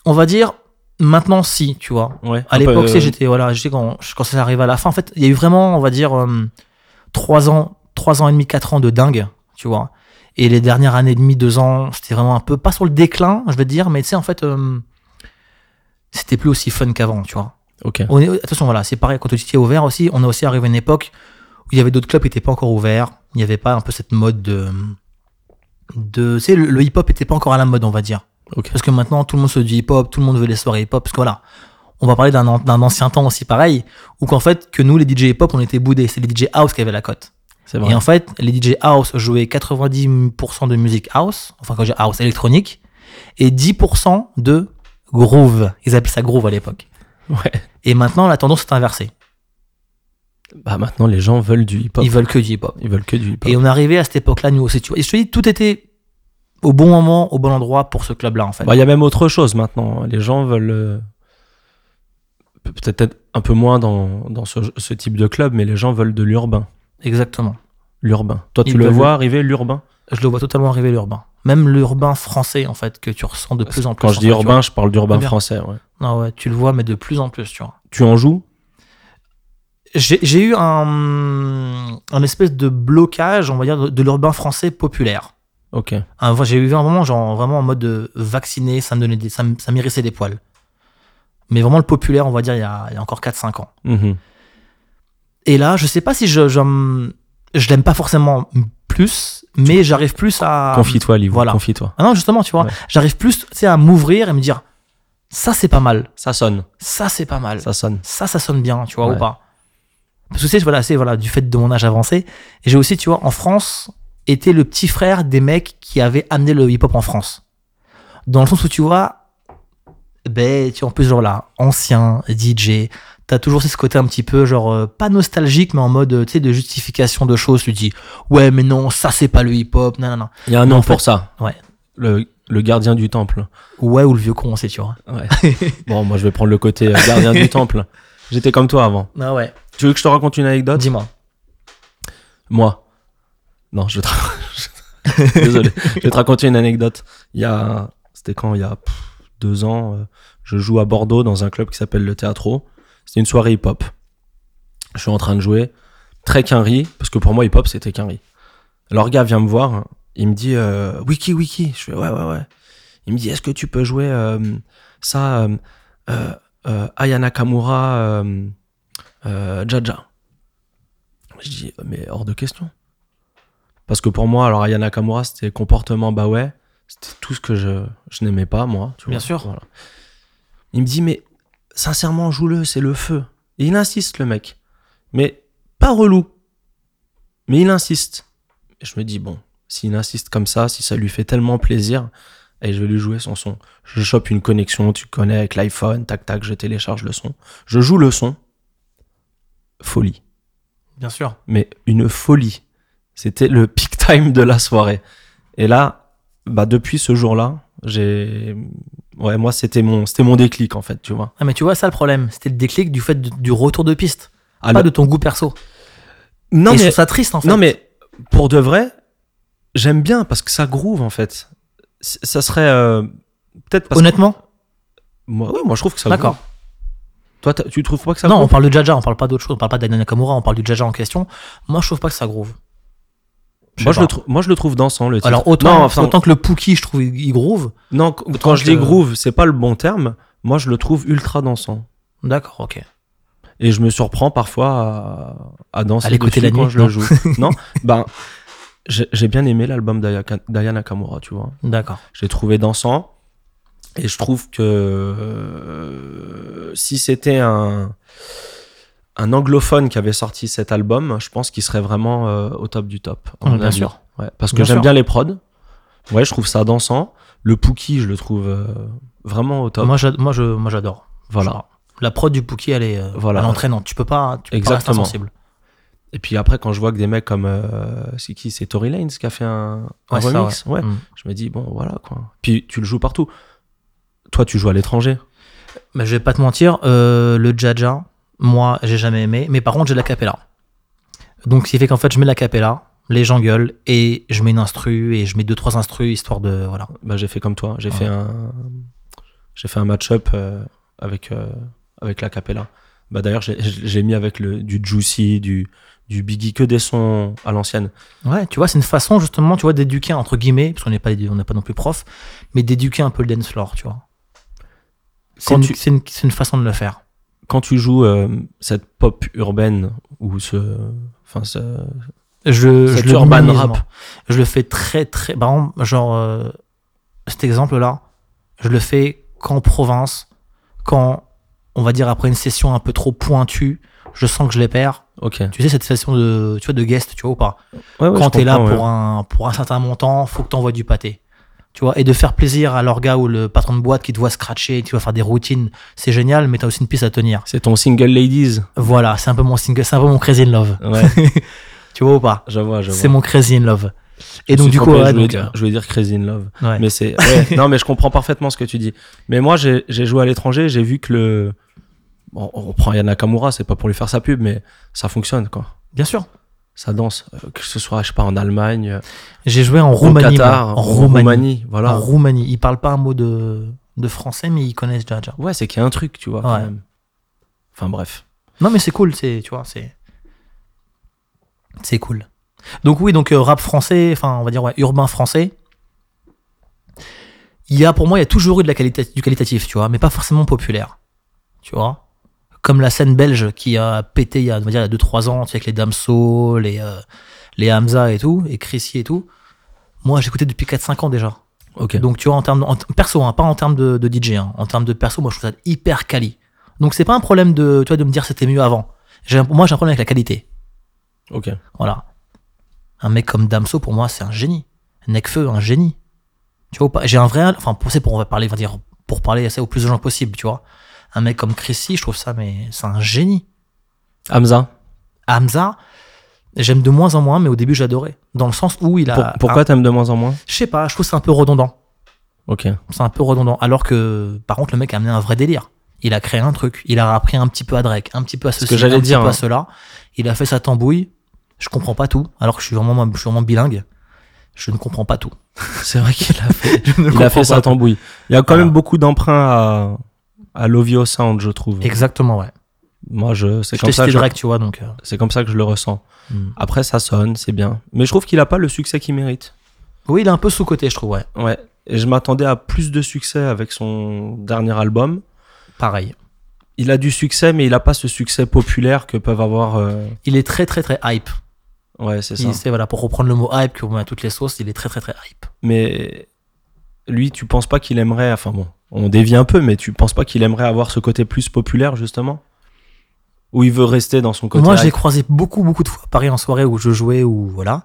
B: On va dire, maintenant, si, tu vois.
A: Ouais.
B: À
A: Un peu,
B: l'époque, tu sais,
A: euh,
B: j'étais voilà, j'étais quand quand ça arrive à la fin. En fait, il y a eu vraiment, on va dire, euh, trois ans, trois ans et demi, quatre ans de dingue, tu vois. Et les dernières années et demie, deux ans, c'était vraiment un peu pas sur le déclin, je vais te dire, mais tu sais, en fait, euh, c'était plus aussi fun qu'avant, tu vois.
A: Ok.
B: On est- attention, voilà, c'est pareil, quand Otiti est ouvert aussi, on a aussi arrivé à une époque où il y avait d'autres clubs qui n'étaient pas encore ouverts. Il n'y avait pas un peu cette mode de. de tu sais, le, le hip-hop n'était pas encore à la mode, on va dire.
A: Ok.
B: Parce que maintenant, tout le monde se dit hip-hop, tout le monde veut les soirées hip-hop, parce que voilà. On va parler d'un an- d'un ancien temps aussi pareil, où qu'en fait, que nous, les DJ hip-hop, on était boudés. C'est les DJ house qui avaient la cote.
A: C'est
B: Et
A: vrai.
B: en fait, les DJ house jouaient 90% de musique house, enfin quand j'ai house électronique, et 10% de groove. Ils appelaient ça groove à l'époque.
A: Ouais.
B: Et maintenant, la tendance est inversée.
A: Bah maintenant, les gens veulent du hip-hop.
B: Ils veulent que du hip-hop.
A: Ils veulent que du hip-hop.
B: Et on est arrivé à cette époque-là, nous aussi, tu vois. Et je te dis, tout était au bon moment, au bon endroit pour ce club-là, en fait.
A: Bah, Il y a même autre chose maintenant. Les gens veulent euh, peut- peut-être être un peu moins dans, dans ce, ce type de club, mais les gens veulent de l'urbain.
B: Exactement.
A: L'urbain. Toi, tu
B: Ils
A: le
B: veulent-
A: vois arriver, l'urbain
B: Je le vois totalement arriver, l'urbain. Même l'urbain français, en fait, que tu ressens de plus en plus.
A: Quand je
B: en
A: dis
B: fait, tu vois.
A: urbain, je parle d'urbain
B: Bien.
A: français. ouais.
B: Non, ouais, tu le vois, mais de plus en plus, tu vois.
A: Tu en joues
B: J'ai j'ai eu un, un espèce de blocage, on va dire, de, de l'urbain français populaire.
A: Ok.
B: Un vrai- J'ai eu un moment, genre, vraiment en mode euh, vacciné, ça me donnait des, ça, me- ça m'hérissait des poils. Mais vraiment le populaire, on va dire, il y a, il y a encore 4-5 ans.
A: Mhm.
B: Et là, je sais pas si je je, je l'aime pas forcément plus, mais j'arrive plus à
A: Confie-toi, Livou.
B: Ah, voilà.
A: Confie-toi.
B: Ah non, justement, tu vois,
A: Ouais.
B: j'arrive plus, tu sais, à m'ouvrir et me dire ça c'est pas mal,
A: Ça sonne.
B: ça c'est pas mal,
A: Ça
B: ça,
A: sonne.
B: ça sonne bien, tu vois
A: Ouais.
B: ou pas. Parce que tu sais, voilà, c'est voilà du fait de mon âge avancé, j'ai aussi, tu vois, en France, été le petit frère des mecs qui avaient amené le hip-hop en France. Dans le sens où tu vois, ben, tu vois, en plus, genre là, ancien, DJ, t'as toujours tu sais, ce côté un petit peu, genre, euh, pas nostalgique, mais en mode, euh, tu sais, de justification de choses. Tu dis, ouais, mais non, ça, c'est pas le hip-hop, non, non, non.
A: Il y a un
B: Mais en
A: nom
B: fait-
A: pour ça.
B: Ouais.
A: Le, le gardien du temple.
B: Ouais, ou le vieux con, c'est, tu vois.
A: Ouais. [LAUGHS] bon, moi, je vais prendre le côté euh, gardien du temple. J'étais comme toi avant.
B: Ah ouais.
A: Tu veux que je te raconte une anecdote
B: Dis-moi.
A: Moi. Non, je vais te raconter- [LAUGHS] Désolé. Je vais te raconter une anecdote. Il y a. C'était quand Il y a pff, deux ans. euh, Je joue à Bordeaux dans un club qui s'appelle le Théâtro. C'était une soirée hip-hop. Je suis en train de jouer. Très quinri, parce que pour moi, hip-hop, c'était quinri. Alors, le gars vient me voir. hein, Il me dit euh, Wiki, Wiki. Je fais Ouais, ouais, ouais. Il me dit Est-ce que tu peux jouer euh, ça euh, euh, euh, Ayana Kamura, euh, euh, Jaja Je dis Mais hors de question. Parce que pour moi, alors Aya Nakamura, c'était comportement bah ouais, c'était tout ce que je, je n'aimais pas, moi. tu vois.
B: Bien sûr.
A: Voilà. Il me dit, mais sincèrement, joue-le, c'est le feu. Et il insiste, le mec. Mais pas relou. Mais il insiste. Et je me dis, bon, s'il insiste comme ça, si ça lui fait tellement plaisir, et je vais lui jouer son son. Je chope une connexion, tu connais, avec l'iPhone, tac tac, je télécharge le son. Je joue le son. Folie.
B: Bien sûr.
A: Mais une folie. C'était le peak time de la soirée. Et là, bah depuis ce jour-là, j'ai. Ouais, moi, c'était mon, c'était mon déclic, en fait, tu vois.
B: Ah, mais tu vois, ça le problème. C'était le déclic du fait de- du retour de piste,
A: Ah,
B: pas
A: le-
B: de ton goût perso.
A: Non,
B: et je
A: mais
B: trouve ça triste en fait.
A: Non, mais pour de vrai, j'aime bien parce que ça groove en fait. C- Ça serait euh, peut-être parce
B: Honnêtement,
A: que moi, ouais, moi je trouve que ça.
B: d'accord.
A: groove. Toi, t'as- tu trouves pas que ça
B: Non, on
A: groove
B: parle de Jaja, on parle pas d'autre chose, on parle pas d'Adnan Nakamura, on parle du Jaja en question. Moi, je trouve pas que ça groove. Je sais
A: moi je,
B: pas.
A: le trou- moi je le trouve dansant le titre.
B: Alors autant,
A: non, enfin,
B: autant que le Pookie, je trouve, il groove.
A: non, qu- quand je
B: que-
A: dis groove, c'est pas le bon terme. Moi je le trouve ultra dansant
B: D'accord, ok.
A: et je me surprends parfois à, à danser
B: À l'écouter
A: dessus
B: la
A: quand
B: nuit,
A: je le
B: non [LAUGHS]
A: joue. non, ben j'ai j'ai bien aimé l'album d'Aya d'Aya Nakamura, tu vois.
B: D'accord.
A: J'ai trouvé dansant. Et je trouve que euh, si c'était un, un anglophone qui avait sorti cet album, je pense qu'il serait vraiment euh, au top du top. à
B: Ah,
A: mon
B: bien
A: avis.
B: sûr.
A: Ouais, parce que
B: Bien
A: j'aime
B: sûr.
A: bien les prods. Ouais, je trouve ça dansant. Le Pookie, je le trouve euh, vraiment au top.
B: Moi, j'ad- moi, je, moi, j'adore.
A: voilà.
B: La prod du Pookie, elle est, euh,
A: Voilà.
B: elle est entraînante. Tu peux pas, tu peux pas rester
A: Exactement.
B: insensible.
A: Et puis après, quand je vois que des mecs comme. euh, c'est qui C'est Tory Lanez qui a fait un, un
B: Ouais, ça,
A: remix. ouais.
B: Mm.
A: Je me dis, bon, voilà quoi. Puis tu le joues partout. Toi, tu joues à l'étranger.
B: Mais je vais pas te mentir, euh, le Jaja, moi, j'ai jamais aimé. Mais par contre, j'ai de la capella. Donc, ce qui fait qu'en fait, je mets de la capella, les gens gueulent, et je mets une instru, et je mets deux, trois instrus, histoire de. Voilà.
A: Bah, j'ai fait comme toi. J'ai
B: Ouais.
A: fait un, j'ai fait un match-up euh, avec euh, avec la Capella. Bah d'ailleurs, j'ai- j'ai mis avec le du Juicy, du du Biggie, que des sons à l'ancienne.
B: Ouais, tu vois, c'est une façon, justement, tu vois, d'éduquer, entre guillemets, parce qu'on n'est pas, on n'est pas non plus prof, mais d'éduquer un peu le dance floor, tu vois. C'est
A: Quand
B: une,
A: tu-
B: c'est une- c'est une façon de le faire.
A: Quand tu joues euh, cette pop urbaine ou ce, enfin ce-
B: Je,
A: Cet
B: je le
A: urban
B: minimise,
A: rap.
B: moi. Je le fais très très. Par exemple, genre euh, cet exemple-là, je le fais qu'en province, quand on va dire après une session un peu trop pointue, je sens que je les perds.
A: ok.
B: Tu sais cette session de tu vois de guest, tu vois ou pas
A: Ouais, ouais, je
B: Quand t'es là
A: comprends, ouais.
B: pour un pour un certain montant, faut que t'envoies du pâté. Tu vois, et de faire plaisir à l'orga ou le patron de boîte qui te voit scratcher, tu vas faire des routines, c'est génial, mais t'as aussi une piste à tenir.
A: C'est ton single ladies.
B: Voilà, c'est un peu mon single, c'est un peu mon crazy in love.
A: Ouais,
B: Tu vois ou pas
A: [LAUGHS] je vois, je vois.
B: C'est mon crazy in love.
A: Je
B: Et donc
A: suis
B: du coup,
A: trompé,
B: ouais,
A: je voulais
B: donc, euh,
A: dire, je voulais dire Crazy in Love.
B: ouais.
A: Mais c'est
B: [LAUGHS]
A: ouais, non mais je comprends parfaitement ce que tu dis. Mais moi j'ai j'ai joué à l'étranger, j'ai vu que le bon, on prend Yana Nakamura, c'est pas pour lui faire sa pub mais ça fonctionne quoi.
B: Bien sûr.
A: Ça danse Euh, que ce soit je sais pas en Allemagne, euh,
B: J'ai joué en
A: au
B: Roumanie.
A: Qatar,
B: moi.
A: en
B: en Roumanie.
A: Roumanie, voilà.
B: En Roumanie. Ils parlent pas un mot de, de français, mais ils connaissent Jaja.
A: Ouais, c'est qu'il y a un truc, tu vois quand
B: Ouais.
A: même. Enfin bref.
B: Non, mais c'est cool, c'est, tu vois, c'est. C'est cool. Donc, oui, donc euh, rap français, enfin, on va dire, ouais, urbain français. Il y a, pour moi, il y a toujours eu de la qualité, du qualitatif, tu vois, mais pas forcément populaire. Tu vois Comme la scène belge qui a pété il y a, on va dire, 2-3 ans, tu sais, avec les Damso, les, euh, les Hamza et tout, et Chrissy et tout. Moi, j'écoutais depuis 4-5 ans déjà.
A: OK.
B: Donc tu vois, en termes de- en t- perso, hein, pas en termes de, de DJ, hein. en termes de perso, moi je trouve ça hyper quali. Donc c'est pas un problème de, tu vois, de me dire c'était mieux avant. J'ai un- Moi j'ai un problème avec la qualité.
A: OK.
B: Voilà. Un mec comme Damso, pour moi, c'est un génie. Necfeu, un génie. Tu vois ou pas J'ai un vrai. Enfin, pour, c'est pour, on va parler, on va dire, pour parler ça au plus de gens possible, tu vois. Un mec comme Chrissy, je trouve ça, mais c'est un génie.
A: Hamza,
B: Hamza, j'aime de moins en moins, mais au début j'adorais. Dans le sens où il a.
A: pour- pourquoi t'aimes de moins en moins
B: un- Je sais pas, je trouve c'est un peu redondant. [LAUGHS]
A: OK.
B: C'est un peu redondant. Alors que, par contre, le mec a amené un vrai délire. Il a créé un truc. Il a appris un petit peu à Drake, un petit peu à
A: que
B: ceci,
A: j'allais
B: un petit
A: dire,
B: peu
A: hein.
B: à cela. Il a fait sa tambouille. Je comprends pas tout. Alors que je suis vraiment, je suis vraiment bilingue. Je ne comprends pas tout.
A: C'est vrai qu'il a fait
B: Je ne
A: [LAUGHS] il a
B: comprends
A: fait sa
B: pas
A: tambouille. Il y a quand
B: Voilà.
A: même beaucoup d'emprunts à à l'Ovio Sound, je trouve.
B: tout. Exactement, ouais.
A: Moi je c'est
B: Je t'ai
A: comme ça
B: cité
A: que je- Mm.
B: Drake, tu vois, donc. euh,
A: c'est comme ça que je le ressens.
B: hmm.
A: Après, ça sonne, c'est bien. Mais je trouve qu'il a pas le succès qu'il mérite.
B: Oui, il est un peu sous-côté, je trouve, ouais.
A: Ouais. Et je m'attendais à plus de succès avec son dernier album.
B: Pareil.
A: Il a du succès, mais il a pas ce succès populaire que peuvent avoir. euh,
B: Il est très, très, très hype.
A: Ouais, c'est ça.
B: Il- C'est, voilà, pour reprendre le mot hype que vous met à toutes les sauces, il est très, très, très hype.
A: Mais lui, tu penses pas qu'il aimerait. Enfin bon, on dévie un peu, mais tu penses pas qu'il aimerait avoir ce côté plus populaire, justement Ou il veut rester dans son côté.
B: Moi, je l'ai
A: hype
B: croisé beaucoup, beaucoup de fois à Paris en soirée où je jouais ou voilà.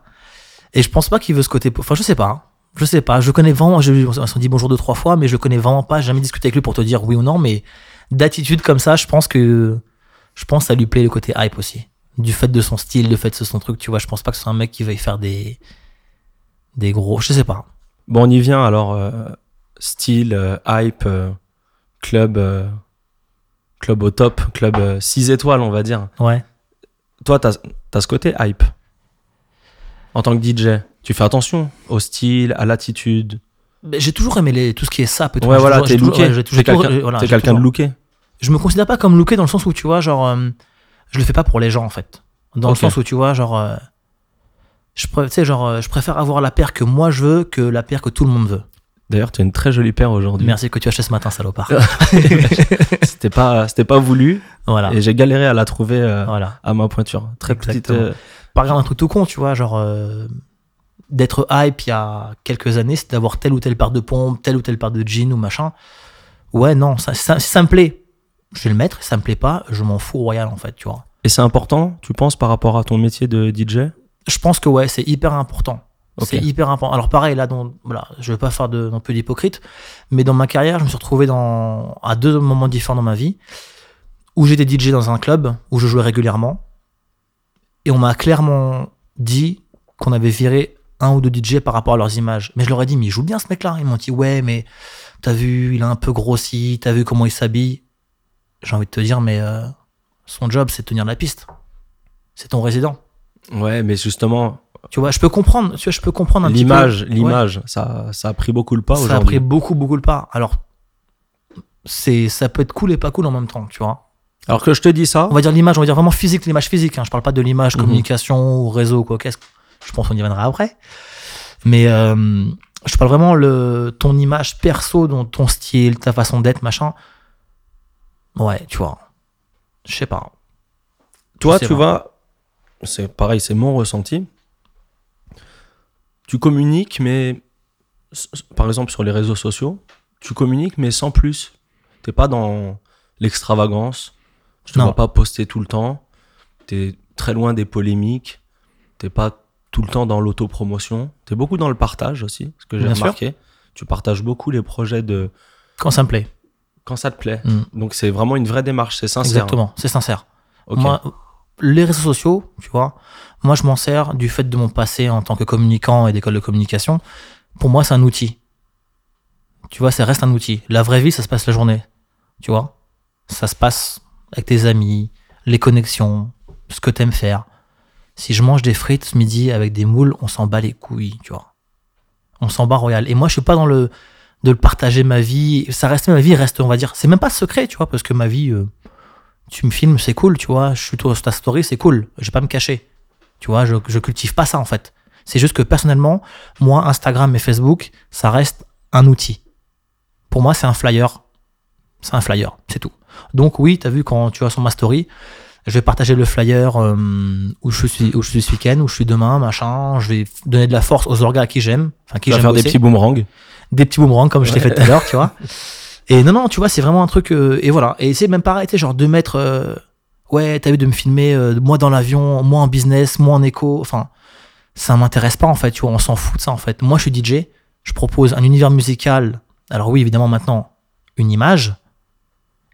B: Et je pense pas qu'il veut ce côté. po- Enfin, je sais pas. hein. Je sais pas, je connais vraiment, je, on s'en dit bonjour deux, trois fois, mais je connais vraiment pas, j'ai jamais discuté avec lui pour te dire oui ou non, mais d'attitude comme ça, je pense que, je pense que ça lui plaît le côté hype aussi. Du fait de son style, du fait de son truc, tu vois, je pense pas que ce soit un mec qui veuille faire des, des gros, je sais pas.
A: Bon, on y vient alors. euh, style, euh, hype, euh, club, euh, club au top, club 6 étoiles, on va dire.
B: Ouais.
A: Toi, t'as as ce côté hype. En tant que DJ, tu fais attention au style, à l'attitude.
B: Mais J'ai toujours aimé les, tout ce qui est sap et tout.
A: Ouais,
B: J'ai
A: voilà,
B: toujours-
A: t'es
B: j'ai toujours-
A: looké.
B: ouais, j'ai
A: T'es
B: toujours-
A: quelqu'un
B: euh, voilà,
A: t'es
B: j'ai
A: quelqu'un de
B: toujours-
A: looké.
B: je me considère pas comme looké dans le sens où tu vois genre euh, je le fais pas pour les gens en fait dans
A: Ok.
B: le sens où tu vois genre euh, je pré- tu sais genre euh, je préfère avoir la paire que moi je veux que la paire que tout le monde veut
A: D'ailleurs, tu as une très jolie paire aujourd'hui.
B: merci que tu as acheté ce matin salopard
A: Euh, C'était pas, c'était pas voulu
B: voilà
A: et j'ai galéré à la trouver euh,
B: voilà
A: à ma pointure. Très petite.
B: Exactement.
A: euh,
B: par exemple un truc tout con tu vois genre euh, d'être hype il y a quelques années c'est d'avoir telle ou telle paire de pompes telle ou telle paire de jeans ou machin ouais non ça, ça, si ça me plaît je vais le mettre si ça me plaît pas je m'en fous royal en fait tu vois
A: Et c'est important, tu penses, par rapport à ton métier de DJ
B: Je pense que ouais, c'est hyper important.
A: Ok.
B: C'est hyper important. Alors pareil, là, dans, voilà, je veux pas faire de, non plus d'hypocrite, mais dans ma carrière, je me suis retrouvé dans, à deux moments différents dans ma vie, où j'étais DJ dans un club, où je jouais régulièrement, et on m'a clairement dit qu'on avait viré un ou deux DJ par rapport à leurs images. Mais je leur ai dit, mais il joue bien ce mec-là. Ils m'ont dit, ouais, mais t'as vu, il a un peu grossi, t'as vu comment il s'habille. J'ai envie de te dire, mais euh, son job, c'est de tenir la piste. C'est ton résident.
A: Ouais, mais justement,
B: Tu vois, je peux comprendre, tu vois, je peux comprendre un petit peu.
A: l'image,
B: Ouais,
A: l'image, ça, ça a pris beaucoup le pas
B: ça a pris
A: aujourd'hui.
B: beaucoup, beaucoup le pas. Alors, c'est, ça peut être cool et pas cool en même temps, tu vois.
A: Alors que je te dis ça,
B: On va dire l'image, on va dire vraiment physique, l'image physique. Hein. Je parle pas de l'image
A: Mhm.
B: communication ou réseau, quoi. Qu'est-ce que- je pense qu'on y viendra après. Mais euh, je parle vraiment le ton image perso, dont ton style, ta façon d'être, machin. Ouais, tu vois. Je sais pas.
A: toi,
B: c'est
A: tu
B: vrai.
A: vas, c'est pareil, c'est mon ressenti. Tu communiques, mais s- s- par exemple sur les réseaux sociaux, tu communiques, mais sans plus. T'es pas dans l'extravagance. Tu te
B: Non.
A: vois pas poster tout le temps. T'es très loin des polémiques. T'es pas tout le temps dans l'autopromotion. T'es beaucoup dans le partage aussi, ce que j'ai
B: Bien sûr.
A: remarqué. Tu partages beaucoup les projets de
B: Quand ça me plaît.
A: quand ça te plaît.
B: Mm.
A: Donc c'est vraiment une vraie démarche, c'est sincère. hein.
B: Exactement, c'est sincère.
A: Ok.
B: Moi, les réseaux sociaux, tu vois, moi je m'en sers du fait de mon passé en tant que communicant et d'école de communication. Pour moi, c'est un outil. Tu vois, ça reste un outil. La vraie vie, ça se passe la journée. Tu vois Ça se passe avec tes amis, les connexions, ce que t'aimes faire. Si je mange des frites ce midi avec des moules, on s'en bat les couilles, tu vois. On s'en bat royal. Et moi, je suis pas dans le de le partager ma vie. Ça reste ma vie, reste, on va dire. C'est même pas secret, tu vois, parce que ma vie, euh, tu me filmes, c'est cool, tu vois. Je suis sur ta story, c'est cool. Je vais pas me cacher. Tu vois, je, je cultive pas ça en fait. C'est juste que personnellement, moi, Instagram et Facebook, ça reste un outil. Pour moi, c'est un flyer. C'est un flyer, c'est tout. Donc oui, t'as vu quand tu vas sur ma story, je vais partager le flyer euh, où je suis où je suis ce week-end, où je suis demain, machin. Je vais donner de la force aux orgas à qui j'aime, enfin qui
A: Tu vas
B: j'aime
A: faire des
B: bosser
A: petits boomerangs.
B: des petits boomerangs comme je t'ai fait tout à l'heure,
A: [LAUGHS]
B: tu vois. Et non, non, tu vois, c'est vraiment un truc. euh, et voilà. Et c'est même pareil, tu sais, genre de mettre. euh, ouais, t'as vu de me filmer, euh, moi dans l'avion, moi en business, moi en écho. Enfin, ça m'intéresse pas en fait, tu vois, on s'en fout de ça en fait. Moi, je suis DJ, je propose un univers musical. Alors, oui, évidemment, maintenant, une image.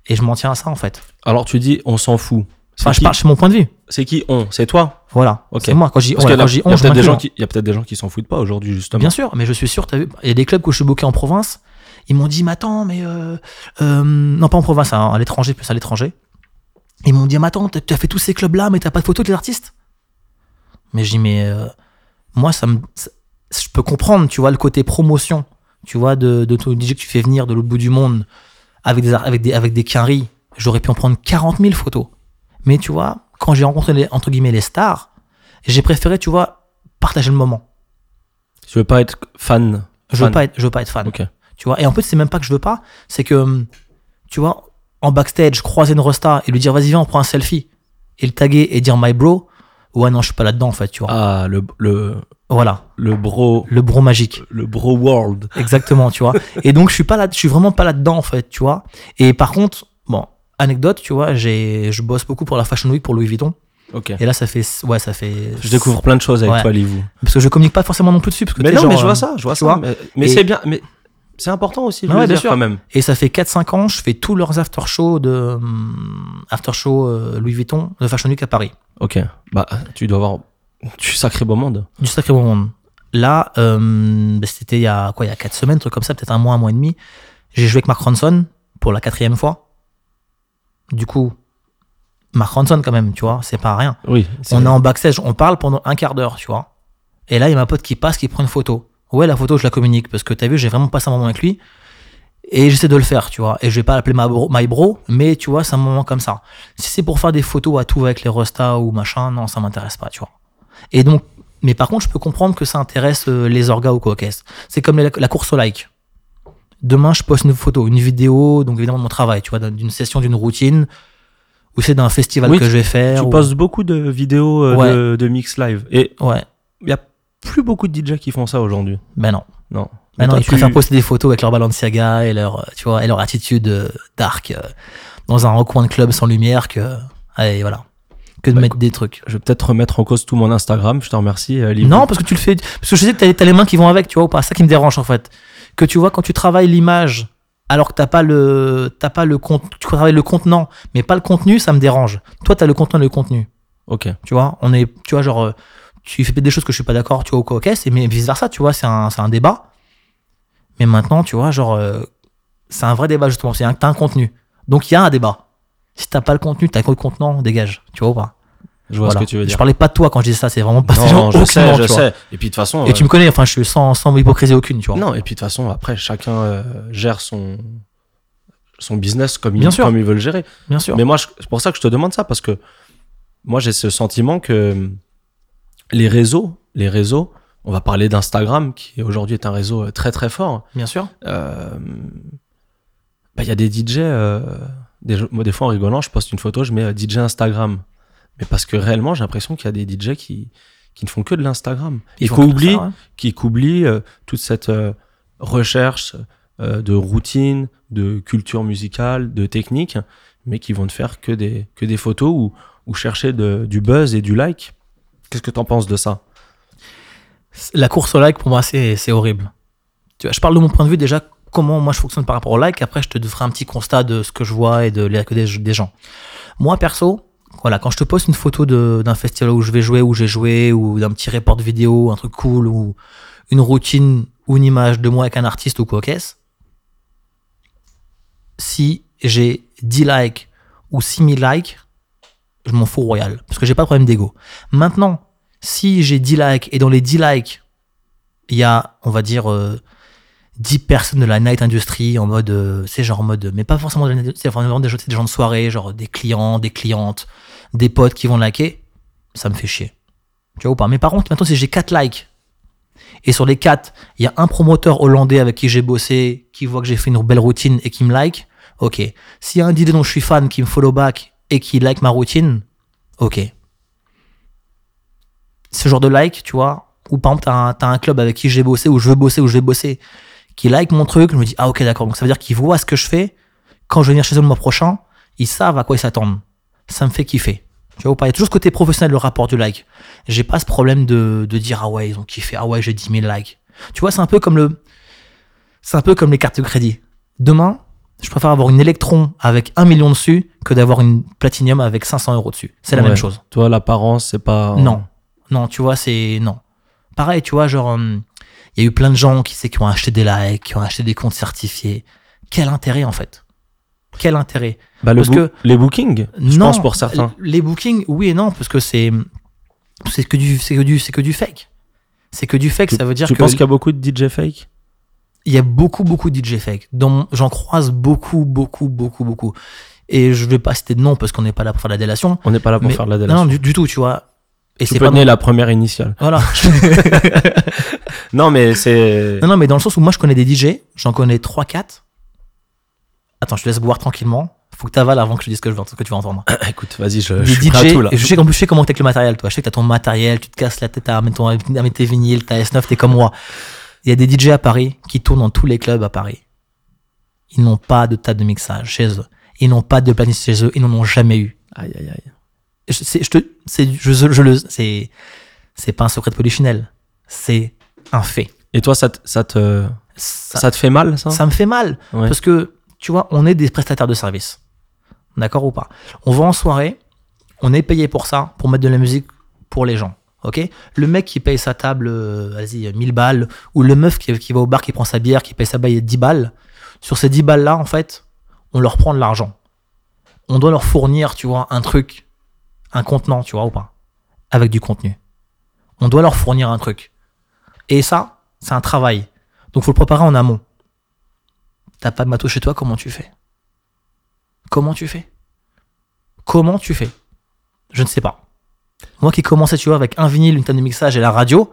B: Et je m'en tiens à ça en fait.
A: Alors tu dis, on s'en fout. C'est
B: Enfin, je
A: qui,
B: parle, c'est mon point de vue.
A: c'est qui on C'est toi
B: Voilà.
A: Ok.
B: C'est moi. Quand je dis on,
A: Parce qu'il y a-
B: quand je dis
A: il y
B: on,
A: a
B: je
A: peut-être des
B: m'inclus,
A: gens
B: hein.
A: qui- il y a peut-être des gens qui s'en foutent pas aujourd'hui, justement.
B: Bien sûr, mais je suis sûr, t'as vu, il y a des clubs que je suis booké en province, ils m'ont dit, mais attends, mais. euh, euh, non, pas en province, hein, à l'étranger, plus à l'étranger. Ils m'ont dit, mais attends, t'as- tu as fait tous ces clubs-là, mais t'as pas de photos de les artistes Mais je dis, mais. euh, moi, ça me. ça- je peux comprendre, tu vois, le côté promotion, tu vois, de, de ton DJ que tu fais venir de l'autre bout du monde avec des, ar- avec des, avec des quinries. J'aurais pu en prendre 40 000 photos. Mais tu vois, quand j'ai rencontré, les, entre guillemets, les stars, j'ai préféré, tu vois, partager le moment.
A: Tu veux pas être fan.
B: Je veux
A: Fan.
B: pas être, je veux pas être fan.
A: Ok.
B: Tu vois. Et en plus, c'est même pas que je veux pas, c'est que, hum, tu vois, en backstage, croiser une rosta et lui dire, vas-y, viens, on prend un selfie. Et le taguer et dire my bro. Ouais, non, je suis pas là-dedans, en fait, tu vois.
A: Ah, le, le,
B: Voilà.
A: le bro.
B: Le
A: [LAUGHS]
B: bro magique.
A: Le bro world.
B: Exactement, tu vois. Et donc, je suis pas là, je suis vraiment pas là-dedans, en fait, tu vois. Et par contre, bon, anecdote, tu vois, j'ai, je bosse beaucoup pour la Fashion Week pour Louis Vuitton.
A: Ok.
B: Et là, ça fait. Ouais, ça fait.
A: Je découvre plein de choses avec
B: Ouais.
A: toi, Livou.
B: Parce que je communique pas forcément non plus dessus. Parce que
A: Mais
B: t'es
A: non,
B: genre,
A: mais je
B: euh,
A: vois ça, je vois
B: tu
A: ça.
B: vois.
A: mais mais
B: Et-
A: c'est bien, mais c'est important aussi de
B: Ah ouais,
A: le
B: bien
A: dire
B: sûr.
A: quand même.
B: Et ça fait 4-5 ans, je fais tous leurs after show de. hum, after show euh, Louis Vuitton de Fashion Week à Paris.
A: Ok, bah tu dois avoir du sacré beau monde.
B: Du sacré bon monde. Là, euh, bah, c'était il y a quoi, il y a 4 semaines, un truc comme ça, peut-être un mois, un mois et demi. J'ai joué avec Mark Ronson pour la quatrième fois. Du coup, Mark Ronson quand même, tu vois, c'est pas rien.
A: Oui. c'est-
B: On est en backstage, on parle pendant un quart d'heure, tu vois. Et là, il y a ma pote qui passe, qui prend une photo. Ouais, la photo, je la communique parce que t'as vu, j'ai vraiment passé un moment avec lui. Et j'essaie de le faire, tu vois. Et je vais pas l'appeler ma bro, my bro, mais tu vois, c'est un moment comme ça. Si c'est pour faire des photos à tout avec les Rostas ou machin, non, ça m'intéresse pas, tu vois. Et donc, mais par contre, je peux comprendre que ça intéresse euh, les orgas ou quoi que ce C'est comme la, la course au like. Demain, je poste une photo, une vidéo, donc évidemment de mon travail, tu vois, d'une session, d'une routine, ou c'est d'un festival
A: Oui,
B: que je vais faire.
A: Tu
B: ou-
A: postes beaucoup de vidéos euh,
B: Ouais.
A: de, de mix live et
B: Ouais,
A: il y a plus beaucoup de DJ qui font ça aujourd'hui.
B: ben non.
A: Non.
B: Ah non,
A: Toi,
B: ils
A: tu-
B: préfèrent poster des photos avec leur Balenciaga et leur, euh, tu vois, et leur attitude euh, dark euh, dans un recoin de club sans lumière que, euh, allez, voilà, que de
A: Bah,
B: mettre des trucs.
A: Je vais peut-être remettre en cause tout mon Instagram. Je te remercie, euh, Livou.
B: Non, parce que tu le fais, parce que je sais que t'as- t'as les mains qui vont avec, tu vois, ou pas. C'est ça qui me dérange en fait. Que tu vois, quand tu travailles l'image, alors que t'as pas le, t'as pas le compte, tu travailles le contenant, mais pas le contenu, ça me dérange. Toi, t'as le contenant, et le contenu.
A: Ok.
B: Tu vois, on est, tu vois, genre, euh, tu fais des choses que je suis pas d'accord, tu vois, ou quoi, ok, c'est- mais vice versa, tu vois, c'est un, c'est un débat. Mais maintenant, tu vois, genre, euh, c'est un vrai débat, justement, c'est un, t'as un contenu. Donc, il y a un débat. Si t'as pas le contenu, t'as que le contenant, dégage, tu vois, ou pas.
A: Je vois
B: Voilà.
A: ce que tu veux
B: Je
A: dire.
B: parlais pas de toi quand je dis ça, c'est vraiment pas
A: Non,
B: [LAUGHS] c'est genre
A: non, je sais,
B: aucunement,
A: je
B: tu vois.
A: sais. Et puis de toute façon.
B: Et tu
A: euh,
B: me connais, enfin, je suis sans, sans hypocrisie aucune, tu vois.
A: Non, et puis de toute façon, après, chacun euh, gère son son business comme il,
B: Bien sûr.
A: comme il veut le gérer.
B: Bien sûr.
A: Mais moi, je- c'est pour ça que je te demande ça, parce que moi, j'ai ce sentiment que les réseaux, les réseaux, on va parler d'Instagram, qui aujourd'hui est un réseau euh, très très fort.
B: Bien sûr.
A: Euh, bah, Il y a des DJ, euh, des, moi, des fois en rigolant, je poste une photo, je mets euh, DJ Instagram. Mais parce que réellement, j'ai l'impression qu'il y a des DJ qui, qui ne font que de l'Instagram. Et
B: Ils
A: qu'on
B: vont faire
A: oublie
B: ça, ouais.
A: qui oublie euh, toute cette euh, recherche euh, de routine, de culture musicale, de technique, mais qui vont ne faire que des, que des photos ou, ou chercher de- du buzz et du like. Qu'est-ce que t'en penses de ça
B: la course au like pour moi c'est c'est horrible. Tu vois, je parle de mon point de vue déjà comment moi je fonctionne par rapport au like. Après je te ferai un petit constat de ce que je vois et de les des, des gens. Moi perso, voilà quand je te poste une photo de- d'un festival où je vais jouer, où j'ai joué, ou d'un petit report vidéo, un truc cool, ou une routine ou une image de moi avec un artiste ou quoi qu'est-ce. Si j'ai 10 likes ou 6000 likes, je m'en fous royal parce que j'ai pas de problème d'ego. Maintenant, si j'ai 10 likes et dans les 10 likes, il y a, on va dire, euh, 10 personnes de la night industry en mode, euh, c'est genre en mode, mais pas forcément de la night- c'est vraiment des, gens- c'est des gens de soirée, genre des clients, des clientes, des potes qui vont liker, ça me fait chier. Tu vois ou pas Mais par contre, maintenant, si j'ai 4 likes et sur les 4, il y a un promoteur hollandais avec qui j'ai bossé, qui voit que j'ai fait une belle routine et qui me like, ok. S'il y a un DJ dont je suis fan qui me follow back et qui like ma routine, ok ce genre de like, tu vois, ou par exemple, t'as un, t'as un club avec qui j'ai bossé, ou je veux bosser, ou je vais bosser, qui like mon truc, je me dis, ah ok, d'accord, donc ça veut dire qu'ils voient ce que je fais, quand je vais venir chez eux le mois prochain, ils savent à quoi ils s'attendent. Ça me fait kiffer. Tu vois ou pas Il y a toujours ce côté professionnel, le rapport du like. J'ai pas ce problème de, de dire, ah ouais, ils ont kiffé, ah ouais, j'ai 10 000 likes. Tu vois, c'est un peu comme le. C'est un peu comme les cartes de crédit. Demain, je préfère avoir une Electron avec 1 million dessus que d'avoir une Platinum avec 500 euros dessus. C'est la
A: Ouais.
B: même chose.
A: Toi, l'apparence, c'est pas.
B: Non, non, tu vois, c'est non. Pareil, tu vois, genre, hum, il y a eu plein de gens qui, c'est, qui ont acheté des likes, qui ont acheté des comptes certifiés. Quel intérêt, en fait Quel intérêt
A: Bah, le
B: Parce
A: bou-
B: que-
A: Les bookings, je
B: Non,
A: pense pour certains.
B: Les bookings, oui et non, parce que c'est c'est que du c'est que du c'est que du fake. C'est que du fake, ça veut dire
A: tu
B: que
A: penses qu'il y a beaucoup de DJ fake
B: il y a beaucoup, beaucoup de DJ fake. dont J'en croise beaucoup, beaucoup, beaucoup, beaucoup. Et je vais pas citer de nom parce qu'on n'est pas là pour faire de la délation.
A: On n'est pas là pour
B: Mais-
A: faire de la
B: Non,
A: délation.
B: non, du, du tout, tu vois. Et
A: tu
B: c'est
A: peux
B: pas
A: donner
B: mon-
A: la première initiale.
B: Voilà.
A: [LAUGHS] Non, mais c'est.
B: Non, non, mais dans le sens où moi je connais des DJ, j'en connais 3-4. Attends, je te laisse boire tranquillement. Faut que t'avales avant que je dise ce que, je veux- ce que tu vas entendre.
A: [COUGHS] Écoute, vas-y, je,
B: Des
A: Euh, je suis prêt à
B: DJ,
A: tout là.
B: et je sais qu'en plus, je sais comment t'es avec le matériel, toi. Je sais que t'as ton matériel, tu te casses la tête à mettre, ton- à mettre tes vinyles, ta S9, t'es comme moi. Il y a des DJ à Paris qui tournent dans tous les clubs à Paris. Ils n'ont pas de table de mixage chez eux. Ils n'ont pas de planiste chez eux. Ils n'en ont jamais eu.
A: Aïe, aïe, aïe.
B: je- c'est, je te, c'est, je, je le, c'est, c'est pas un secret de polichinelle. C'est un fait.
A: Et toi, ça te, ça te,
B: Ça,
A: ça, te fait mal, ça,
B: ça me fait mal.
A: Ouais.
B: Parce que, tu vois, on est des prestataires de services. D'accord ou pas On va en soirée, on est payé pour ça, pour mettre de la musique pour les gens. Ok Le mec qui paye sa table, euh, vas-y, euh, 1000 balles, ou le meuf qui, qui va au bar, qui prend sa bière, qui paye sa baille 10 balles, sur ces 10 balles-là, en fait, on leur prend de l'argent. On doit leur fournir, tu vois, un truc, un contenant, tu vois, ou pas Avec du contenu. On doit leur fournir un truc. Et ça, c'est un travail. Donc, faut le préparer en amont. T'as pas de matos chez toi, comment tu fais Comment tu fais Comment tu fais Je ne sais pas. Moi qui commençais, tu vois, avec un vinyle, une table de mixage et la radio,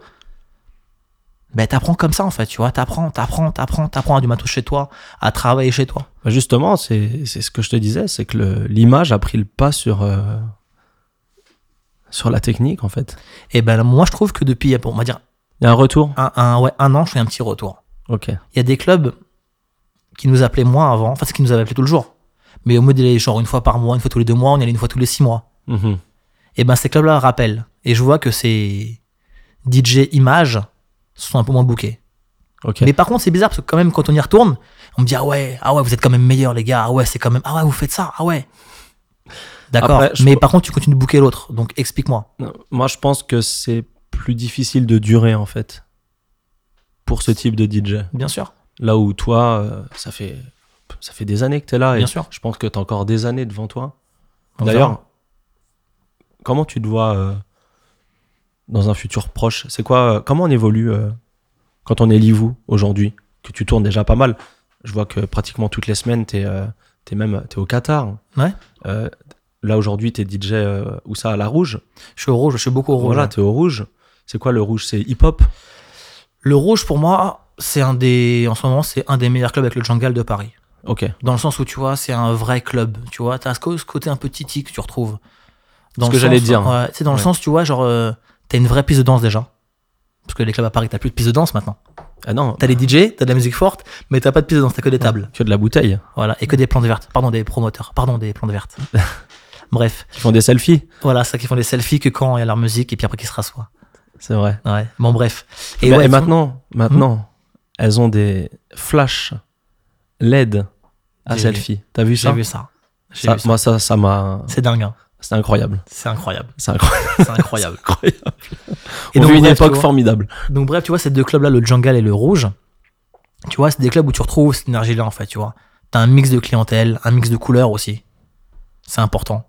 B: ben t'apprends comme ça en fait, tu vois, t'apprends, t'apprends, t'apprends, t'apprends à du matos chez toi, à travailler chez toi.
A: Bah, Justement, c'est c'est ce que je te disais, c'est que le- l'image a pris le pas sur, euh, sur la technique, en fait.
B: Et ben moi je trouve que depuis, on va dire,
A: Il y a un retour
B: un, un- ouais, un an, je fais un petit retour.
A: Ok.
B: il y a des clubs qui nous appelaient moins avant, enfin, c'est qui nous avaient appelés tout le jour. Mais au modèle, genre une fois par mois, une fois tous les deux mois, on y allait une fois tous les six mois.
A: Mhm.
B: Et ben, ces clubs-là rappellent. Et je vois que ces DJ images sont un peu moins bookés.
A: Ok.
B: Mais par contre, c'est bizarre parce que quand même, quand on y retourne, on me dit, ah ouais, ah ouais, vous êtes quand même meilleurs, les gars. Ah ouais, c'est quand même, ah ouais, vous faites ça. Ah ouais. D'accord.
A: Après, je
B: Mais
A: crois-
B: par contre, tu continues de booker l'autre. Donc, explique-moi.
A: Non, Moi, je pense que c'est plus difficile de durer, en fait, pour ce type de DJ.
B: Bien sûr.
A: Là où toi, euh, ça, fait, ça fait des années que tu es là. et
B: Bien sûr.
A: Je pense que tu as encore des années devant toi.
B: On
A: D'ailleurs, comment tu te vois euh, dans un futur proche C'est quoi euh, Comment on évolue euh, quand on est Livou aujourd'hui Que tu tournes déjà pas mal. Je vois que pratiquement toutes les semaines, tu es, même t'es au Qatar.
B: Ouais.
A: Euh, là, aujourd'hui, tu es DJ euh, où ça À la rouge.
B: Je suis au rouge, je suis beaucoup au rouge.
A: Voilà, tu es au rouge. C'est quoi le rouge C'est hip-hop
B: Le rouge, pour moi, c'est un des, en ce moment, c'est un des meilleurs clubs avec le Jungle de Paris.
A: Ok.
B: Dans le sens où, tu vois, c'est un vrai club. Tu vois, t'as ce co- ce côté un peu titi que tu retrouves. Dans
A: Ce
B: le
A: que j'allais
B: sens-
A: dire.
B: Ouais, tu sais, dans le
A: Ouais.
B: sens, tu vois, genre, euh, t'as une vraie piste de danse déjà. Parce que les clubs à Paris, t'as plus de piste de danse maintenant.
A: Ah non,
B: T'as les DJ, t'as de la musique forte, mais t'as pas de piste de danse, t'as que des tables.
A: que de la bouteille.
B: Voilà, et que des plantes vertes. Pardon, des promoteurs. Pardon, des
A: [LAUGHS]
B: plantes vertes. Bref,
A: Qui font des selfies.
B: voilà, ça qui font les selfies que quand il y a leur musique et puis après qu'ils se rassoient.
A: C'est vrai.
B: Ouais, bon, bref.
A: Bah, Et,
B: ouais, Hmm.
A: maintenant, maintenant, elles ont des flashs LED à
B: J'ai
A: selfie. T'as vu
B: j'ai
A: ça,
B: vu ça. J'ai
A: hein. Ça,
B: vu ça.
A: Moi, ça, ça m'a.
B: C'est dingue, hein.
A: C'est incroyable.
B: c'est incroyable.
A: C'est incroyable. [LAUGHS]
B: C'est incroyable.
A: incroyable.
B: Et
A: On
B: donc,
A: vit une
B: bref, tu
A: époque
B: vois. Ah,
A: formidable.
B: Donc bref, tu vois, ces deux clubs-là, le Jungle et le Rouge, tu vois, c'est des clubs où tu retrouves cette énergie-là, en fait, tu vois. T'as un mix de clientèle, un mix de couleurs aussi. C'est important.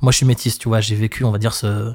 B: Moi, je suis métisse, tu vois, j'ai vécu, on va dire, ce,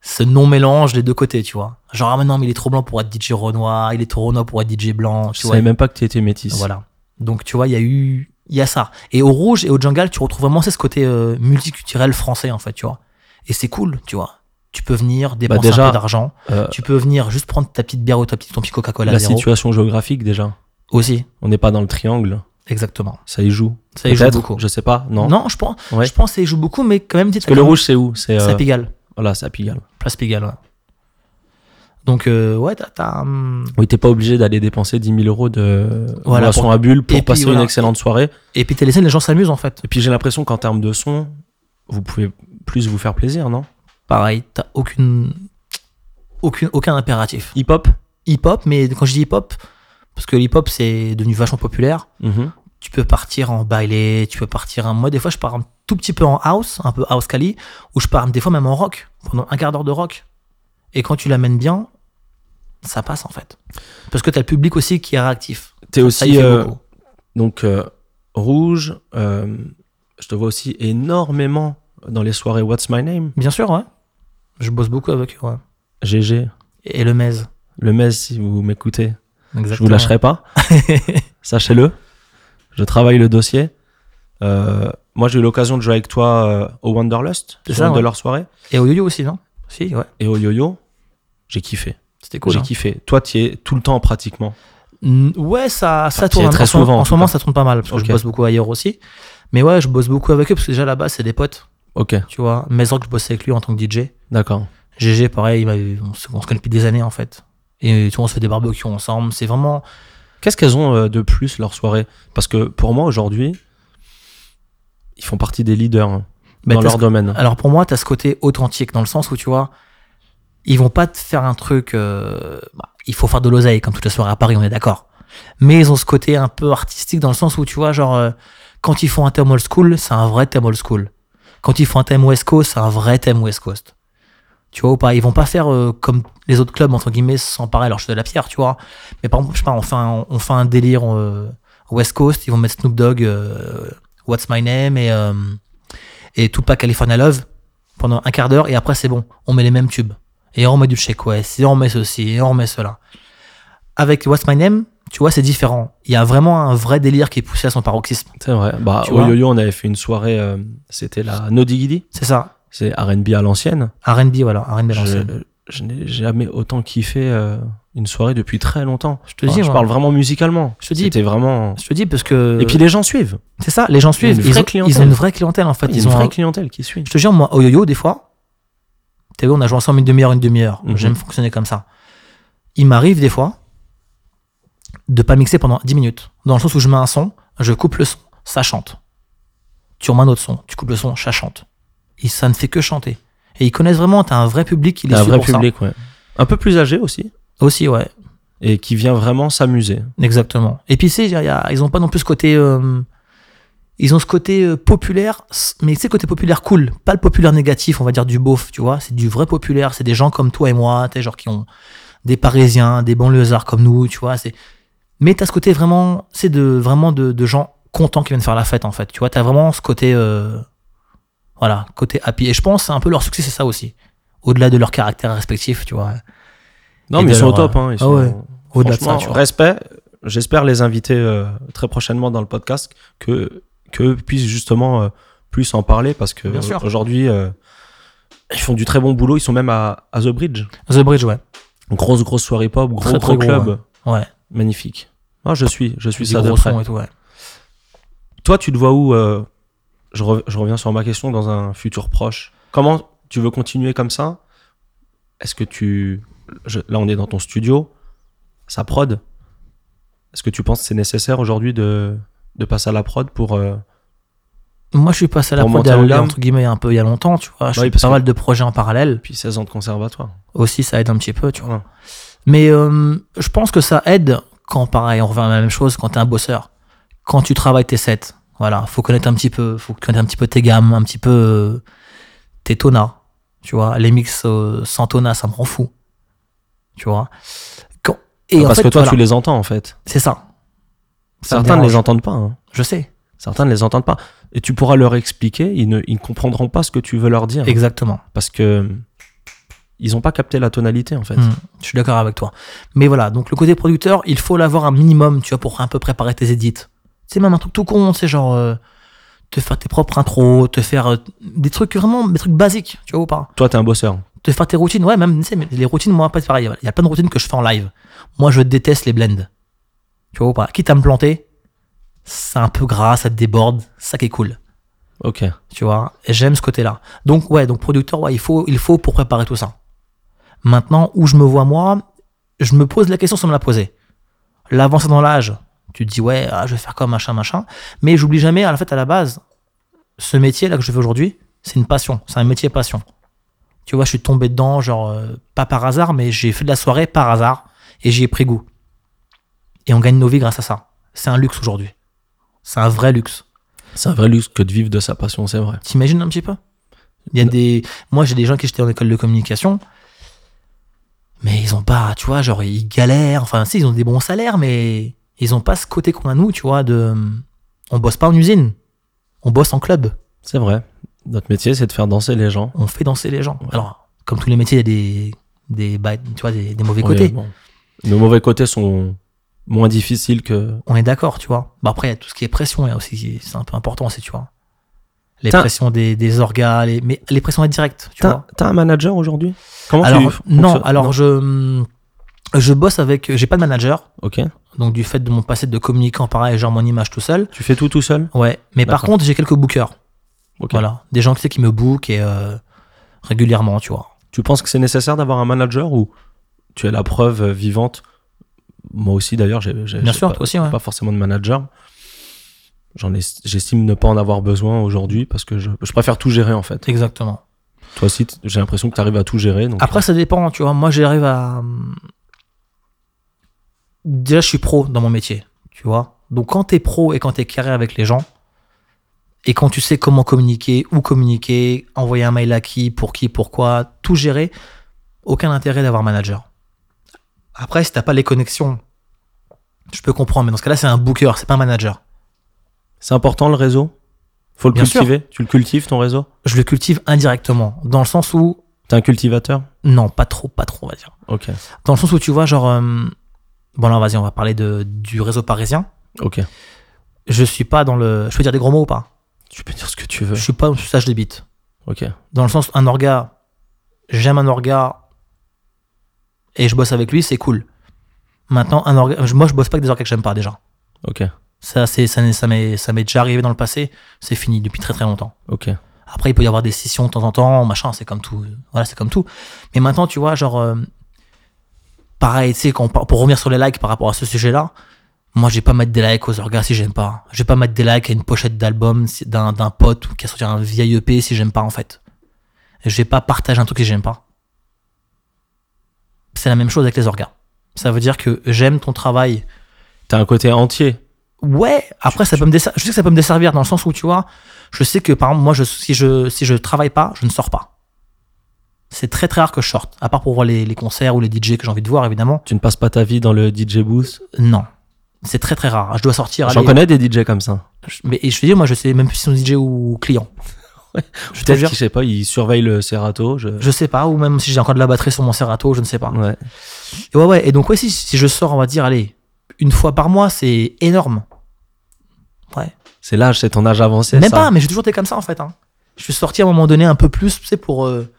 B: ce non-mélange des deux côtés, tu vois. Genre, ah, mais non, mais il est trop blanc pour être DJ Renoir, il est trop Renoir pour être DJ blanc,
A: Je
B: tu vois.
A: savais même pas que tu étais métisse.
B: Voilà. Donc, tu vois, il y a eu, il y a ça. Et au Rouge et au Jungle, tu retrouves vraiment c'est ce côté euh, multiculturel français, en fait, tu vois. Et c'est cool, tu vois. Tu peux venir dépenser
A: Bah, déjà,
B: un peu d'argent.
A: Euh,
B: Tu peux venir juste prendre ta petite bière ou ta petite, ton petit Coca-Cola
A: la
B: zéro.
A: situation géographique déjà.
B: Aussi,
A: On n'est pas dans le triangle.
B: exactement.
A: Ça y joue.
B: Ça y joue
A: Peut-être,
B: beaucoup.
A: Je sais pas. Non.
B: Non, je pense,
A: Ouais.
B: je pense que ça y joue beaucoup, mais quand même, tu sais,
A: Parce que
B: t'as
A: le
B: quand
A: rouge, c'est où C'est
B: même- c'est à
A: euh,
B: Pigalle,
A: voilà, c'est à Pigalle.
B: place Pigalle. ouais. Donc, euh, ouais, t'as. t'as, hum,
A: Oui, t'es pas obligé d'aller dépenser 10 000 euros de
B: Voilà,
A: boisson
B: pour-
A: à bulles pour
B: Et puis,
A: passer
B: voilà.
A: une excellente soirée.
B: Et puis, t'es laissé, les gens s'amusent en fait.
A: Et puis j'ai l'impression qu'en termes de son, vous pouvez plus vous faire plaisir, non
B: Pareil, t'as aucune, aucune, aucun impératif.
A: Hip-hop
B: Hip-hop, mais quand je dis hip-hop, parce que l'hip-hop c'est devenu vachement populaire,
A: Mhm.
B: tu peux partir en baile, tu peux partir en. Moi, des fois, je pars un tout petit peu en house, un peu house Cali, ou je pars des fois même en rock, pendant un quart d'heure de rock. Et quand tu l'amènes bien, ça passe en fait. Parce que t'as le public aussi qui est réactif.
A: T'es
B: Ça,
A: aussi
B: il fait
A: euh,
B: beaucoup.
A: donc euh, rouge. euh, je te vois aussi énormément dans les soirées What's My Name.
B: Bien sûr, ouais. Je bosse beaucoup avec eux, ouais.
A: GG,
B: Et le Mez.
A: le Mez, si vous m'écoutez, je
B: Exactement.
A: vous lâcherai pas.
B: [LAUGHS]
A: Sachez-le. Je travaille le dossier. Euh, moi, j'ai eu l'occasion de jouer avec toi euh, au Wanderlust,
B: C'est
A: sur
B: ça,
A: une
B: ouais.
A: de leur soirée,
B: Et au yo-yo aussi, non Si, ouais.
A: et au yo-yo. J'ai kiffé.
B: C'était cool.
A: j'ai
B: hein.
A: kiffé. Toi, tu es tout le temps pratiquement.
B: Mm, Ouais, ça, ça
A: Enfin,
B: tourne.
A: c'est
B: un-
A: très
B: en ce moment-
A: souvent, en
B: En
A: tout
B: ce moment,
A: cas.
B: ça tourne pas mal, parce que
A: Ok.
B: je bosse beaucoup ailleurs aussi. Mais ouais, je bosse beaucoup avec eux, parce que déjà là-bas, c'est des potes,
A: Ok,
B: tu vois. Mez Rock, je bossais avec lui en tant que DJ.
A: d'accord.
B: GG, pareil, il m'avait- on, se, on se connaît depuis des années en fait. Et tu vois, on se fait des barbecues ensemble. C'est vraiment.
A: Qu'est-ce qu'elles ont euh, de plus leur soirée Parce que pour moi aujourd'hui, ils font partie des leaders. hein.
B: Bah,
A: dans
B: t'as
A: leur
B: ce-
A: domaine.
B: Alors pour moi, t'as ce côté authentique dans le sens où tu vois, ils vont pas te faire un truc. euh, bah, il faut faire de l'oseille comme toute la soirée à Paris, on est d'accord. Mais ils ont ce côté un peu artistique dans le sens où tu vois, genre euh, quand ils font un thème old school, c'est un vrai thème old school. Quand ils font un thème West Coast, c'est un vrai thème West Coast. Tu vois ou pas Ils vont pas faire euh, comme les autres clubs entre guillemets s'emparer leur jeu de la pierre, tu vois. Mais par exemple, je sais pas, on fait un, on fait un délire euh, West Coast, ils vont mettre Snoop Dogg, euh, What's My Name et euh, et Tupac California Love pendant un quart d'heure et après c'est bon, on met les mêmes tubes. Et on met du Check West, et on met ceci, et on met cela. Avec What's My Name, tu vois, c'est différent. Il y a vraiment un vrai délire qui est poussé à son paroxysme.
A: C'est vrai. Bah,
B: Tu
A: au
B: vois
A: yo-yo, on avait fait une soirée, euh, c'était la No Diggity.
B: C'est ça.
A: C'est RB à l'ancienne.
B: R&B, voilà. R&B à
A: Je,
B: l'ancienne.
A: je n'ai jamais autant kiffé euh, une soirée depuis très longtemps.
B: Je te dis,
A: je
B: moi.
A: parle vraiment musicalement.
B: Je te dis.
A: C'était vraiment.
B: Je te dis parce que.
A: Et puis les gens suivent.
B: c'est ça, les gens suivent.
A: une
B: Ils
A: vraie
B: ont,
A: clientèle.
B: ils ont une vraie clientèle en fait.
A: Il y a
B: Ils
A: une
B: ont
A: vraie
B: un-
A: clientèle qui suit.
B: Je te jure, moi, au yo-yo, des fois, t'as vu, on a joué ensemble une demi-heure, une demi-heure.
A: Mhm.
B: J'aime fonctionner comme ça. Il m'arrive des fois de pas mixer pendant 10 minutes. Dans le sens où je mets un son, je coupe le son, ça chante. Tu remets un autre son, tu coupes le son, ça chante. Et ça ne fait que chanter. Et ils connaissent vraiment, t'as un vrai public qui les
A: T'as un
B: suit
A: vrai
B: pour ça.
A: public, ouais. Un peu plus âgé aussi.
B: Aussi, ouais.
A: Et qui vient vraiment s'amuser.
B: Exactement. Et puis, tu sais, il y a- ils ont pas non plus ce côté. euh, ils ont ce côté euh, populaire, s- mais c'est le côté populaire cool, pas le populaire négatif, on va dire du beauf, tu vois. C'est du vrai populaire, c'est des gens comme toi et moi, tu sais, genre qui ont des Parisiens, des banlieusards comme nous, tu vois. C'est. Mais t'as ce côté vraiment, c'est de vraiment de, de gens contents qui viennent faire la fête en fait, tu vois. T'as vraiment ce côté, euh, voilà, côté happy. Et je pense c'est un peu leur succès, c'est ça aussi. Au-delà de leur caractère respectif, tu vois.
A: Non,
B: Et
A: mais ils sont au
B: d'ailleurs,
A: top.
B: euh,
A: Hein. Ils
B: ah
A: sont-
B: ouais. Au-delà de ça,
A: franchement,
B: tu vois.
A: respect. J'espère les inviter euh, très prochainement dans le podcast que que puissent justement euh, plus en parler parce que
B: Bien sûr.
A: aujourd'hui euh, ils font du très bon boulot. Ils sont même à, à The Bridge.
B: The Bridge, ouais,
A: Grosse grosse soirée pop, gros
B: Très, très
A: gros
B: gros,
A: club,
B: ouais.
A: magnifique. Ah, je suis je suis
B: Des
A: ça de
B: gros
A: près.
B: sons et tout, ouais.
A: Toi, tu te vois où euh, je, rev- je reviens sur ma question dans un futur proche. Comment tu veux continuer comme ça Est-ce que tu. je- là, on est dans ton studio, ça prod. Est-ce que tu penses que c'est nécessaire aujourd'hui de, de passer à la prod pour. euh,
B: Moi, je suis passé à la
A: Pour
B: prod
A: monter en
B: il y a-
A: gamme.
B: entre guillemets un peu il y a longtemps, tu vois. Je
A: oui,
B: fais
A: parce
B: pas
A: que-
B: mal de projets en parallèle.
A: puis 16 ans de conservatoire.
B: Aussi, ça aide un petit peu, tu vois.
A: Ouais.
B: Mais euh, je pense que ça aide quand, pareil, on revient à la même chose, quand t'es un bosseur, quand tu travailles tes sets. Voilà, faut connaître un petit peu, faut connaître un petit peu tes gammes, un petit peu euh, tes tonas, tu vois. Les mix euh, sans tonas, ça me rend fou, tu vois. Quand- Et en
A: Ah, Parce
B: fait,
A: que toi,
B: voilà,
A: tu les entends en fait.
B: c'est ça. Ça
A: Certains
B: me
A: ne
B: dérange.
A: les entendent pas. hein.
B: Je sais,
A: Certains ne les entendent pas. Et tu pourras leur expliquer, ils ne, ils ne comprendront pas ce que tu veux leur dire.
B: exactement.
A: Parce que. Ils n'ont pas capté la tonalité en fait.
B: Mm, je suis d'accord avec toi. Mais voilà, donc le côté producteur, il faut l'avoir un minimum, tu vois, pour un peu préparer tes edits. C'est même un truc tout con, c'est genre euh, te faire tes propres intros, te faire euh, des trucs vraiment, des trucs basiques, tu vois ou pas.
A: Toi, t'es un bosseur.
B: Te faire tes routines, ouais, même, tu sais, mais les routines, moi, pas c'est pareil. Il y a plein de routines que je fais en live. Moi, je déteste les blends. Tu vois ou pas. Quitte à me planter, c'est un peu gras, ça te déborde, ça qui est cool
A: Ok.
B: tu vois et j'aime ce côté là donc ouais donc producteur ouais il faut il faut pour préparer tout ça maintenant où je me vois moi je me pose la question sans me la poser l'avancée dans l'âge tu te dis ouais ah, je vais faire comme machin machin mais j'oublie jamais à la fait à la base ce métier là que je fais aujourd'hui c'est une passion c'est un métier passion tu vois je suis tombé dedans genre euh, pas par hasard mais j'ai fait de la soirée par hasard et j'y ai pris goût et on gagne nos vies grâce à ça c'est un luxe aujourd'hui c'est un vrai luxe
A: C'est un vrai luxe que de vivre de sa passion, c'est vrai.
B: T'imagines un petit peu Il y a
A: Non.
B: des. Moi, j'ai des gens qui étaient en école de communication, mais ils ont pas, tu vois, genre, ils galèrent. Enfin, si, ils ont des bons salaires, mais ils ont pas ce côté qu'on a nous, tu vois, de. On bosse pas en usine, on bosse en club,
A: C'est vrai. Notre métier, c'est de faire danser les gens.
B: on fait danser les gens.
A: Ouais.
B: Alors, comme tous les métiers, il y a des. des bails- tu vois, des, des mauvais
A: Oui,
B: côtés.
A: bon. Nos mauvais côtés sont moins difficiles que.
B: On est d'accord, tu vois. Bah, après, il y a tout ce qui est pression, là aussi, c'est un peu important aussi, tu vois. Les
A: T'as-
B: pressions des, des orgas, les- mais les pressions indirectes, tu vois.
A: T'as t'as un manager aujourd'hui Comment
B: alors,
A: tu.
B: non,
A: fonctionnes
B: alors je mm, je bosse avec j'ai pas de manager
A: Ok.
B: donc du fait de mon passé de communicant pareil genre mon image tout seul
A: Tu fais tout tout seul
B: ouais mais par
A: D'accord.
B: contre j'ai quelques bookers
A: Ok.
B: voilà des gens qui, qui me bookent et euh, régulièrement tu vois
A: Tu penses que c'est nécessaire d'avoir un manager ou tu as la preuve euh, vivante Moi aussi, d'ailleurs, j'ai. j'ai-
B: bien
A: j'ai
B: sûr
A: pas-
B: toi aussi ouais.
A: pas forcément de manager. J'en ai- j'estime ne pas en avoir besoin aujourd'hui parce que je, je préfère tout gérer en fait.
B: Exactement.
A: Toi aussi, t- j'ai l'impression que tu arrives à tout gérer. Donc
B: Après, ça dépend, tu vois. Moi, j'arrive à. hum, Déjà, je suis pro dans mon métier, tu vois. Donc, quand t'es pro et quand t'es carré avec les gens, et quand tu sais comment communiquer, où communiquer, envoyer un mail à qui, pour qui, pourquoi, tout gérer, aucun intérêt d'avoir un manager. Après, si t'as pas les connexions, je peux comprendre, mais dans ce cas-là, c'est un booker, c'est pas un manager.
A: c'est important le réseau. Faut le
B: Bien sûr.
A: cultiver. Tu le cultives ton réseau.
B: Je le cultive indirectement, dans le sens où,
A: T'es un cultivateur.
B: non, pas trop, pas trop, on va dire.
A: Ok.
B: Dans le sens où tu vois, genre. euh, bon, là, vas-y, on va parler de, du réseau parisien.
A: Ok.
B: Je suis pas dans le. Je peux dire des gros mots ou pas
A: Tu peux dire ce que tu veux.
B: Je suis pas dans le sage des bites.
A: Ok.
B: Dans le sens, un orga, j'aime un orga et je bosse avec lui, c'est cool. Maintenant, un orga, moi, je bosse pas avec des orgas que j'aime pas déjà.
A: Ok.
B: Ça, c'est, ça, n'est- ça m'est, ça m'est déjà arrivé dans le passé. C'est fini depuis très très longtemps.
A: Ok.
B: Après, il peut y avoir des scissions de temps en temps, machin, c'est comme tout. Voilà, c'est comme tout. Mais maintenant, tu vois, genre, euh, pareil, tu sais, quand on par- pour revenir sur les likes par rapport à ce sujet-là, moi, je vais pas mettre des likes aux orgas si j'aime pas. Je vais pas mettre des likes à une pochette d'album si- d'un d'un pote ou qui a sorti un vieil EP si j'aime pas, en fait. Je vais pas partager un truc que j'aime pas. C'est la même chose avec les orgas. Ça veut dire que j'aime ton travail,
A: T'as un côté entier.
B: Ouais, après ça peut me dessar- je sais que ça peut me desservir dans le sens où tu vois, je sais que par exemple moi je si je si je travaille pas, je ne sors pas. C'est très très rare que je sorte, à part pour voir les, les concerts ou les DJ que j'ai envie de voir évidemment.
A: Tu ne passes pas ta vie dans le DJ booth.
B: Non. C'est très très rare. Je dois sortir
A: J'en
B: aller-
A: connais des DJ comme ça.
B: je- mais et je te dis moi je sais même plus si c'est DJ ou client. je te
A: Peut-être
B: jure,
A: qu'ils, je sais pas, ils surveillent le Serato. Je...
B: je sais pas ou même si j'ai encore de la batterie sur mon Serato, je ne sais pas.
A: Ouais.
B: Et ouais ouais, et donc ouais si, si je sors, on va dire allez, une fois par mois, c'est énorme. Ouais.
A: C'est l'âge, c'est ton âge avancé.
B: Même
A: ça.
B: pas, mais j'ai toujours été comme ça en fait. hein. Je suis sorti à un moment donné un peu plus, tu sais, pour. euh,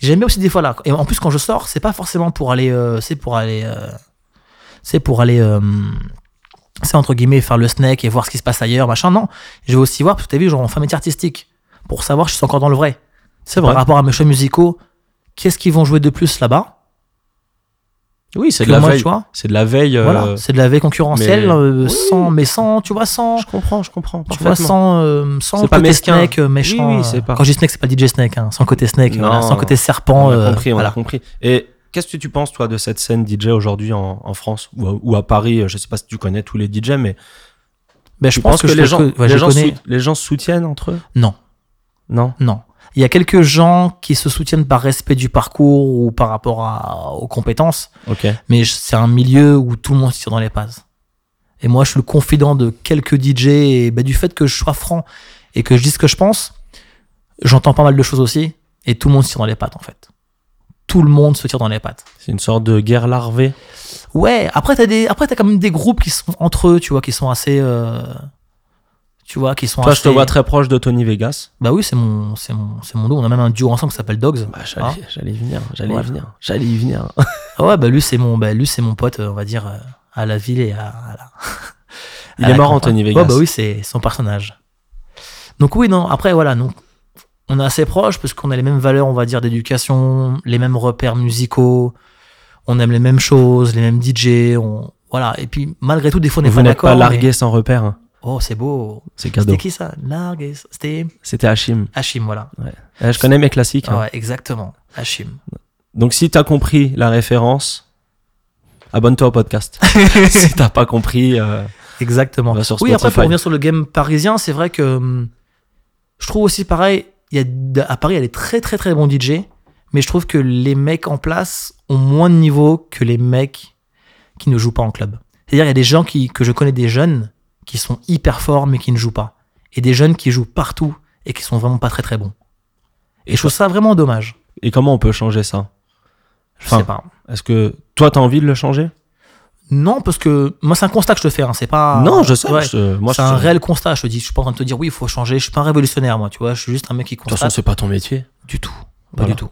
B: J'aime bien aussi des fois là. Et en plus, quand je sors, c'est pas forcément pour aller. euh, c'est pour aller. euh, c'est pour aller. euh, c'est entre guillemets faire le snack et voir ce qui se passe ailleurs, machin. Non, je vais aussi voir, parce que t'as vu, genre en fin de métier artistique, pour savoir si je suis encore dans le vrai.
A: C'est
B: Par
A: vrai.
B: rapport à mes choix musicaux, qu'est-ce qu'ils vont jouer de plus là-bas
A: Oui, c'est
B: que
A: de la
B: moi,
A: veille.
B: tu vois
A: C'est de la veille. euh,
B: Voilà, c'est de la veille concurrentielle,
A: mais-
B: euh,
A: Oui.
B: sans, mais sans, tu vois, sans.
A: Je comprends, je comprends.
B: Tu vois,
A: parfaitement.
B: sans, euh, sans
A: C'est
B: le
A: pas
B: côté
A: mesquin.
B: snake euh, méchant.
A: Oui, oui, c'est
B: euh,
A: pas-
B: Quand je dis snake, c'est pas DJ snake, hein, sans le côté snake,
A: Non.
B: voilà, sans le côté serpent.
A: On a
B: euh,
A: compris, on
B: voilà.
A: a compris. Et qu'est-ce que tu penses, toi, de cette scène DJ aujourd'hui en, en France ou à, ou à Paris Je sais pas si tu connais tous les DJ, mais
B: Ben, je
A: tu
B: pense
A: penses
B: que, je
A: les,
B: le
A: gens,
B: co- ouais, je
A: les,
B: le
A: gens
B: connais.
A: sou- les gens se soutiennent entre eux
B: Non,
A: Non
B: non. Il y a quelques gens qui se soutiennent par respect du parcours ou par rapport à, aux compétences,
A: Ok.
B: mais je- c'est un milieu où tout le monde se tire dans les pattes. Et moi, je suis le confident de quelques DJ et ben, du fait que je sois franc et que je dis ce que je pense, j'entends pas mal de choses aussi et tout le monde se tire dans les pattes en fait. Tout le monde se tire dans les pattes.
A: C'est une sorte de guerre larvée.
B: Ouais, après t'as des après t'as quand même des groupes qui sont entre eux, tu vois, qui sont assez euh, tu vois, qui sont
A: Toi, je te
B: assez
A: vois très proche de Tony Vegas.
B: Bah oui, c'est mon c'est mon c'est mon dos, on a même un duo ensemble qui s'appelle Dogs.
A: Bah,
B: Ah.
A: j'allais j'allais y venir, j'allais
B: Voilà.
A: y venir, j'allais y venir.
B: [LAUGHS] Ah ouais, bah lui c'est mon bah lui c'est mon pote, euh, on va dire euh, à la ville et à, à la
A: Il
B: à
A: est
B: la
A: mort,
B: campagne.
A: Anthony Vegas.
B: Ah, Ouais, bah oui, c'est son personnage. Donc oui, non, après voilà, donc on est assez proches parce qu'on a les mêmes valeurs, on va dire d'éducation, les mêmes repères musicaux, on aime les mêmes choses, les mêmes DJ, on voilà, et puis malgré tout des fois on est
A: Vous n'êtes
B: d'accord.
A: pas
B: mais-
A: largué sans repère. hein.
B: Oh, c'est beau.
A: C'est cadeau.
B: C'était qui ça Largues. C'était
A: C'était Hachim.
B: Hachim, voilà.
A: Eh, je connais mes classiques. hein.
B: Ah, Ouais, exactement. Hachim.
A: Donc si t'as compris la référence, abonne-toi au
B: [LAUGHS]
A: podcast. si t'as pas compris, euh,
B: [LAUGHS] Exactement.
A: va sur
B: Oui, après,
A: Spotify.
B: pour revenir sur le game parisien, c'est vrai que hum, je trouve aussi pareil, il y a, d- à Paris, il y a des très très très bons DJ, mais je trouve que les mecs en place ont moins de niveau que les mecs qui ne jouent pas en club. C'est-à-dire, il y a des gens qui, que je connais, des jeunes, qui sont hyper forts mais qui ne jouent pas. Et des jeunes qui jouent partout et qui sont vraiment pas très très bons. Et je trouve ça vraiment dommage.
A: et comment on peut changer ça
B: Je
A: Enfin,
B: sais pas.
A: Est-ce que toi t'as envie de le changer
B: Non, parce que moi, c'est un constat que je te fais. hein, c'est pas.
A: Non, je sais.
B: Ouais.
A: je- moi,
B: c'est
A: je-
B: un réel constat. Je te dis, je suis pas en train de te dire oui, il faut changer. Je suis pas un révolutionnaire, moi. Tu vois, je suis juste un mec qui
A: De toute façon,
B: constate.
A: c'est pas ton métier.
B: du tout. Pas
A: Voilà.
B: du tout.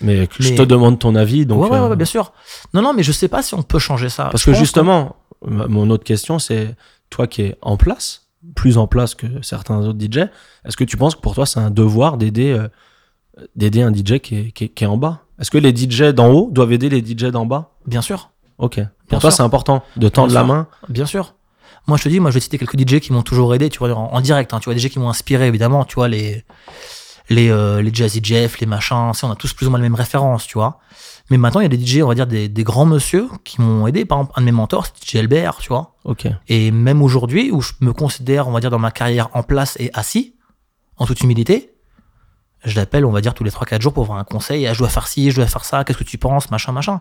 A: Mais, que je
B: Mais-
A: te demande ton avis. Donc,
B: ouais, ouais,
A: euh,
B: ouais, bien sûr. Non, non, mais je sais pas si on peut changer ça.
A: parce
B: Je
A: que
B: pense
A: justement, ma- mon autre question, c'est toi qui es en place, plus en place que certains autres DJ, est-ce que tu penses que pour toi c'est un devoir d'aider euh, d'aider un DJ qui est, qui est- qui est en bas Est-ce que les DJ d'en haut doivent aider les DJ d'en bas
B: que- Bien sûr.
A: Ok. Pour
B: Bien
A: toi,
B: sûr.
A: c'est important de tendre
B: Bien
A: la
B: sûr.
A: main
B: Bien sûr. Moi, je te dis, moi, je vais citer quelques DJ qui m'ont toujours aidé, tu vois, en, en direct. hein, tu vois, des DJ qui m'ont inspiré, évidemment. Tu vois, les, les, euh, les Jazzy Jeff, les machins. tu sais, on a tous plus ou moins les mêmes références, tu vois. Mais maintenant, il y a des DJ, on va dire, des, des grands monsieur qui m'ont aidé. Par exemple, un de mes mentors, c'est DJ Albert, tu vois.
A: Ok.
B: Et même aujourd'hui, où je me considère, on va dire, dans ma carrière en place et assis, en toute humilité, je l'appelle, on va dire, tous les 3-4 jours pour avoir un conseil. Ah, je dois faire ci, je dois faire ça, qu'est-ce que tu penses, machin, machin.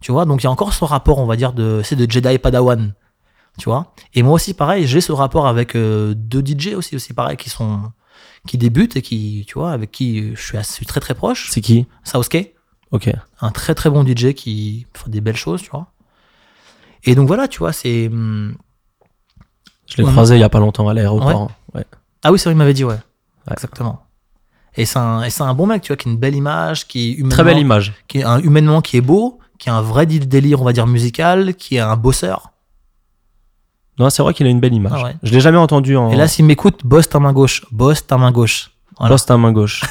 B: Tu vois, donc il y a encore ce rapport, on va dire, de, c'est de Jedi Padawan. Tu vois Et moi aussi, pareil, j'ai ce rapport avec euh, deux DJ aussi, aussi pareil, qui sont, qui débutent et qui, tu vois, avec qui je suis, assez- je suis très très proche.
A: C'est qui
B: Saosuke
A: Ok.
B: un très très bon DJ qui fait des belles choses, tu vois. Et donc voilà, tu vois, c'est. hum,
A: Je l'ai
B: Ouais.
A: croisé il y a pas longtemps à l'aéroport. Ouais.
B: Ah oui, c'est vrai, il m'avait dit, ouais.
A: Ouais.
B: Exactement. Et c'est un, et c'est un bon mec, tu vois, qui a une belle image, qui est humainement,
A: Très belle image.
B: qui est un, humainement qui est beau, qui a un vrai dé- délire, on va dire, musical, qui est un bosseur.
A: Non, c'est vrai qu'il a une belle image.
B: Ah ouais.
A: Je l'ai jamais entendu en
B: Et là, s'il m'écoute, bosse ta main gauche, bosse ta main gauche. Voilà.
A: bosse ta main
B: [LAUGHS]
A: gauche.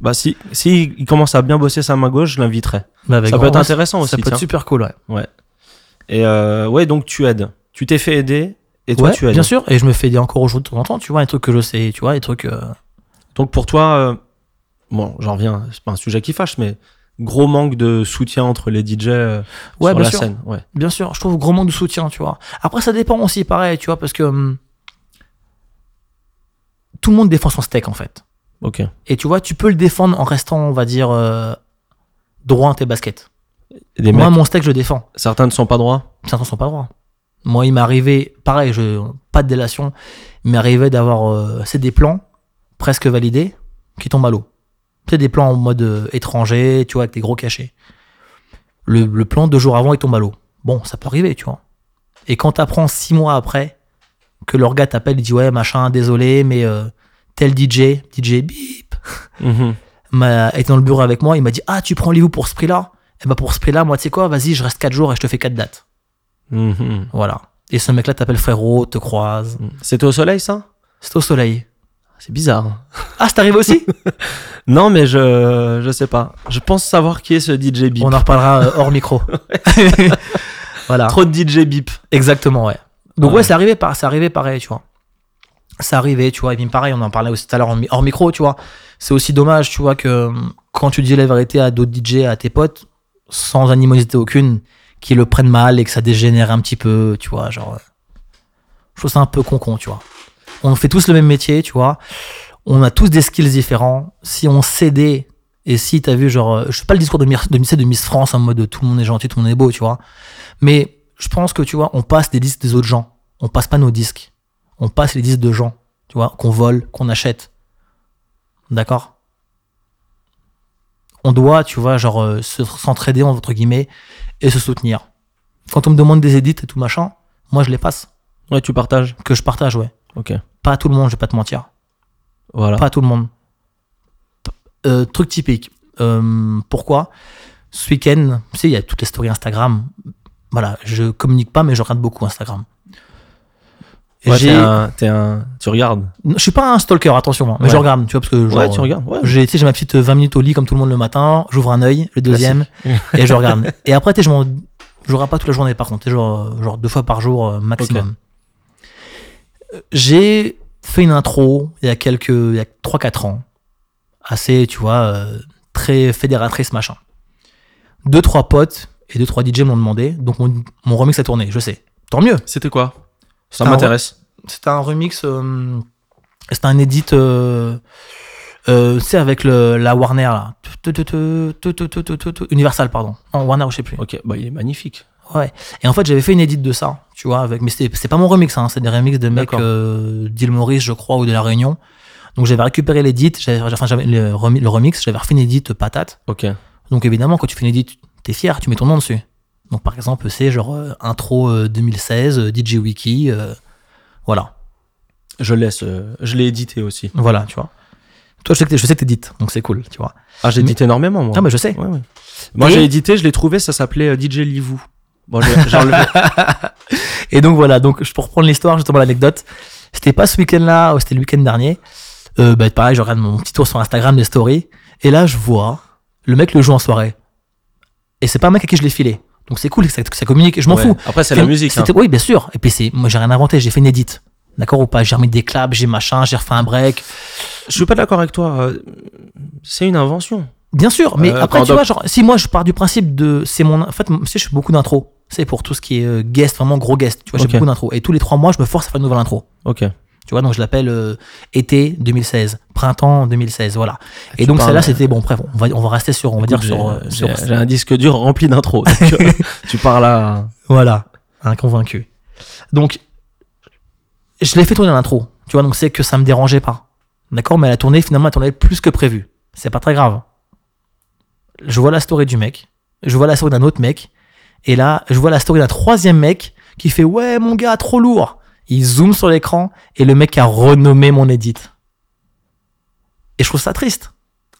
A: bah si, si il commence à bien bosser sa main gauche, je l'inviterai.
B: Bah, avec
A: Ça peut
B: grand-
A: être intéressant aussi.
B: Ça peut être
A: tiens.
B: super cool, ouais.
A: Et euh, ouais, donc tu aides. Tu t'es fait aider et toi
B: Ouais,
A: tu aides.
B: bien sûr, et je me fais aider encore aujourd'hui de temps en temps, tu vois, les trucs que je sais, tu vois, les trucs. euh,
A: Donc pour toi, euh, bon, j'en reviens, c'est pas un sujet qui fâche, mais gros manque de soutien entre les DJ euh,
B: Ouais,
A: sur
B: bien
A: la
B: sûr.
A: scène. Ouais.
B: Bien sûr, je trouve gros manque de soutien, tu vois. Après, ça dépend aussi, pareil, tu vois, parce que hum, tout le monde défend son steak, en fait.
A: Ok.
B: Et tu vois, tu peux le défendre en restant, on va dire, euh, droit à tes baskets.
A: Et des
B: Moi,
A: mecs,
B: mon steak, je le défends.
A: certains ne sont pas droits.
B: Certains sont pas droits. Moi, il m'est arrivé, pareil, je, pas de délation, il m'est arrivé d'avoir, euh, c'est des plans presque validés qui tombent à l'eau. C'est des plans en mode euh, étranger, tu vois, avec des gros cachets. Le, le plan deux jours avant, il tombe à l'eau. Bon, ça peut arriver, tu vois. Et quand t'apprends six mois après que leur gars t'appelle, il dit ouais, machin, désolé, mais euh, tel DJ, DJ bip,
A: Mhm.
B: m'a été dans le bureau avec moi, il m'a dit ah, tu prends les où pour ce prix-là Eh ben pour ce prix-là, moi, tu sais quoi, vas-y, je reste quatre jours et je te fais quatre dates.
A: Mhm.
B: Voilà. Et ce mec-là t'appelle frérot, te croise.
A: C'était au soleil ça
B: C'est au soleil.
A: C'est bizarre.
B: Ah, c'est arrivé aussi
A: Non, mais je je sais pas. Je pense savoir qui est ce DJ Bip.
B: On en reparlera euh, hors micro. [LAUGHS] voilà.
A: Trop de DJ Bip.
B: Exactement, ouais. Donc ouais,
A: Ouais.
B: c'est arrivé, par- c'est arrivé pareil, tu vois. C'est arrivé, tu vois. Et puis pareil, on en parlait aussi tout à l'heure en mi- hors micro, tu vois. C'est aussi dommage, tu vois, que hum, quand tu dis la vérité à d'autres DJ, à tes potes, sans animosité aucune, qu'ils le prennent mal et que ça dégénère un petit peu, tu vois, genre... euh, Je trouve ça un peu con-con, tu vois. On fait tous le même métier, tu vois. On a tous des skills différents. Si on cédait, et si t'as vu, genre... euh, Je fais pas le discours de, Mir- de, Miss- de Miss France en mode tout le monde est gentil, tout le monde est beau, tu vois. Mais je pense que tu vois, on passe les disques des autres gens. On passe pas nos disques. On passe les disques de gens, tu vois, qu'on vole, qu'on achète. D'accord On doit, tu vois, genre euh, se- s'entraider entre guillemets et se soutenir. Quand on me demande des édits et tout machin, moi je les passe,
A: Ouais, tu partages.
B: que je partage, ouais.
A: Ok.
B: Pas à tout le monde, je vais pas te mentir.
A: Voilà.
B: Pas à tout le monde. Euh, truc typique. Euh, pourquoi Ce week-end, tu sais, il y a toutes les stories Instagram. Voilà, je communique pas, mais je regarde beaucoup Instagram.
A: Ouais,
B: J'ai-
A: t'es un- t'es un- tu regardes.
B: Non, Je suis pas un stalker, attention, hein, mais
A: Ouais.
B: je regarde, tu vois, parce que genre, euh,
A: ouais, tu regardes. Ouais.
B: J'ai, tu sais, j'ai ma petite 20 minutes au lit comme tout le monde le matin, j'ouvre un œil, le deuxième, et je regarde. Et après, tu sais, je m'en. Je regarde pas toute la journée par contre, tu sais, genre, genre deux fois par jour euh, maximum. Euh, J'ai fait une intro il y a quelques. il y a 3-4 ans, assez, tu vois, euh, très fédératrice machin. Deux, trois potes et deux, trois DJ m'ont demandé, donc mon, mon remix a tourné, je sais. Tant mieux!
A: C'était quoi Ça
B: Ah,
A: m'intéresse.
B: C'était un remix. euh, c'était un edit. Euh, euh, tu sais, avec le, la Warner, là. Tu, tu, tu, tu, tu, tu, tu, tu, tu, Universal, pardon. Non, Warner, je sais plus.
A: Ok, bah il est magnifique.
B: Ouais. Et en fait, j'avais fait une edit de ça, tu vois. Avec, mais c'était- c'est pas mon remix, hein, c'est des remix de mecs
A: D'accord.
B: euh, d'Île Maurice, je crois, ou de La Réunion. Donc j'avais récupéré l'edit, j'avais- enfin, j'avais le, remi- le remix, j'avais refait une edit patate.
A: Ok.
B: Donc évidemment, quand tu fais une edit, t'es fier, tu mets ton nom dessus. Donc par exemple, c'est genre euh, intro euh, 2016, euh, DJ Wiki, euh, voilà.
A: Je laisse. euh, je l'ai édité aussi.
B: Voilà, tu vois. Toi, je sais que t'es- je sais que t'édites, donc c'est cool, tu vois.
A: Ah, j'édite énormément moi.
B: Ah, mais je sais.
A: Ouais, ouais. Moi
B: Et-
A: j'ai édité, je l'ai trouvé, ça s'appelait euh, DJ Livou. Bon, j'ai j'ai [LAUGHS] enlevé.
B: Et donc voilà, donc je- pour reprendre l'histoire, justement l'anecdote, c'était pas ce week-end-là, ouais, c'était le week-end dernier. Euh, bah, pareil, je regarde mon petit tour sur Instagram, des stories, et là, je vois le mec le joue en soirée. Et c'est pas un mec à qui je l'ai filé. Donc c'est cool, ça, ça communique, je m'en
A: Ouais.
B: fous.
A: Après, c'est
B: C'était-
A: la musique. hein.
B: c'était- Oui, bien sûr. Et puis c'est, moi j'ai rien inventé, j'ai fait une edit. D'accord ou pas J'ai remis des claps, j'ai machin, j'ai refait un break.
A: Je suis pas d'accord avec toi. euh, C'est une invention.
B: Bien sûr, mais
A: Euh,
B: après, tu
A: Pandoc.
B: vois, genre, si moi je pars du principe de. c'est mon, En fait, tu sais, je fais beaucoup d'intro. C'est pour tout ce qui est euh, guest, vraiment gros guest. Tu vois,
A: Ok.
B: j'ai beaucoup d'intro. Et tous les trois mois, je me force à faire une nouvelle intro.
A: Ok.
B: Tu vois, donc je l'appelle euh, été 2016, printemps 2016, voilà. Et
A: Ah, Tu
B: donc
A: parles-
B: celle-là, c'était bon, bref, on va, on va rester sur, on va dire
A: J'ai-
B: sur, euh, sur-
A: J'ai j'ai un disque dur rempli d'intro. [LAUGHS] tu parles à.
B: voilà, un convaincu. Donc, je l'ai fait tourner l'intro, tu vois, donc c'est que ça me dérangeait pas. D'accord, mais la tournée, finalement, elle tournait plus que prévu. C'est pas très grave. Je vois la story du mec, je vois la story d'un autre mec, et là, je vois la story d'un troisième mec qui fait Ouais, mon gars, trop lourd. Il zoome sur l'écran, et le mec a renommé mon edit. Et je trouve ça triste.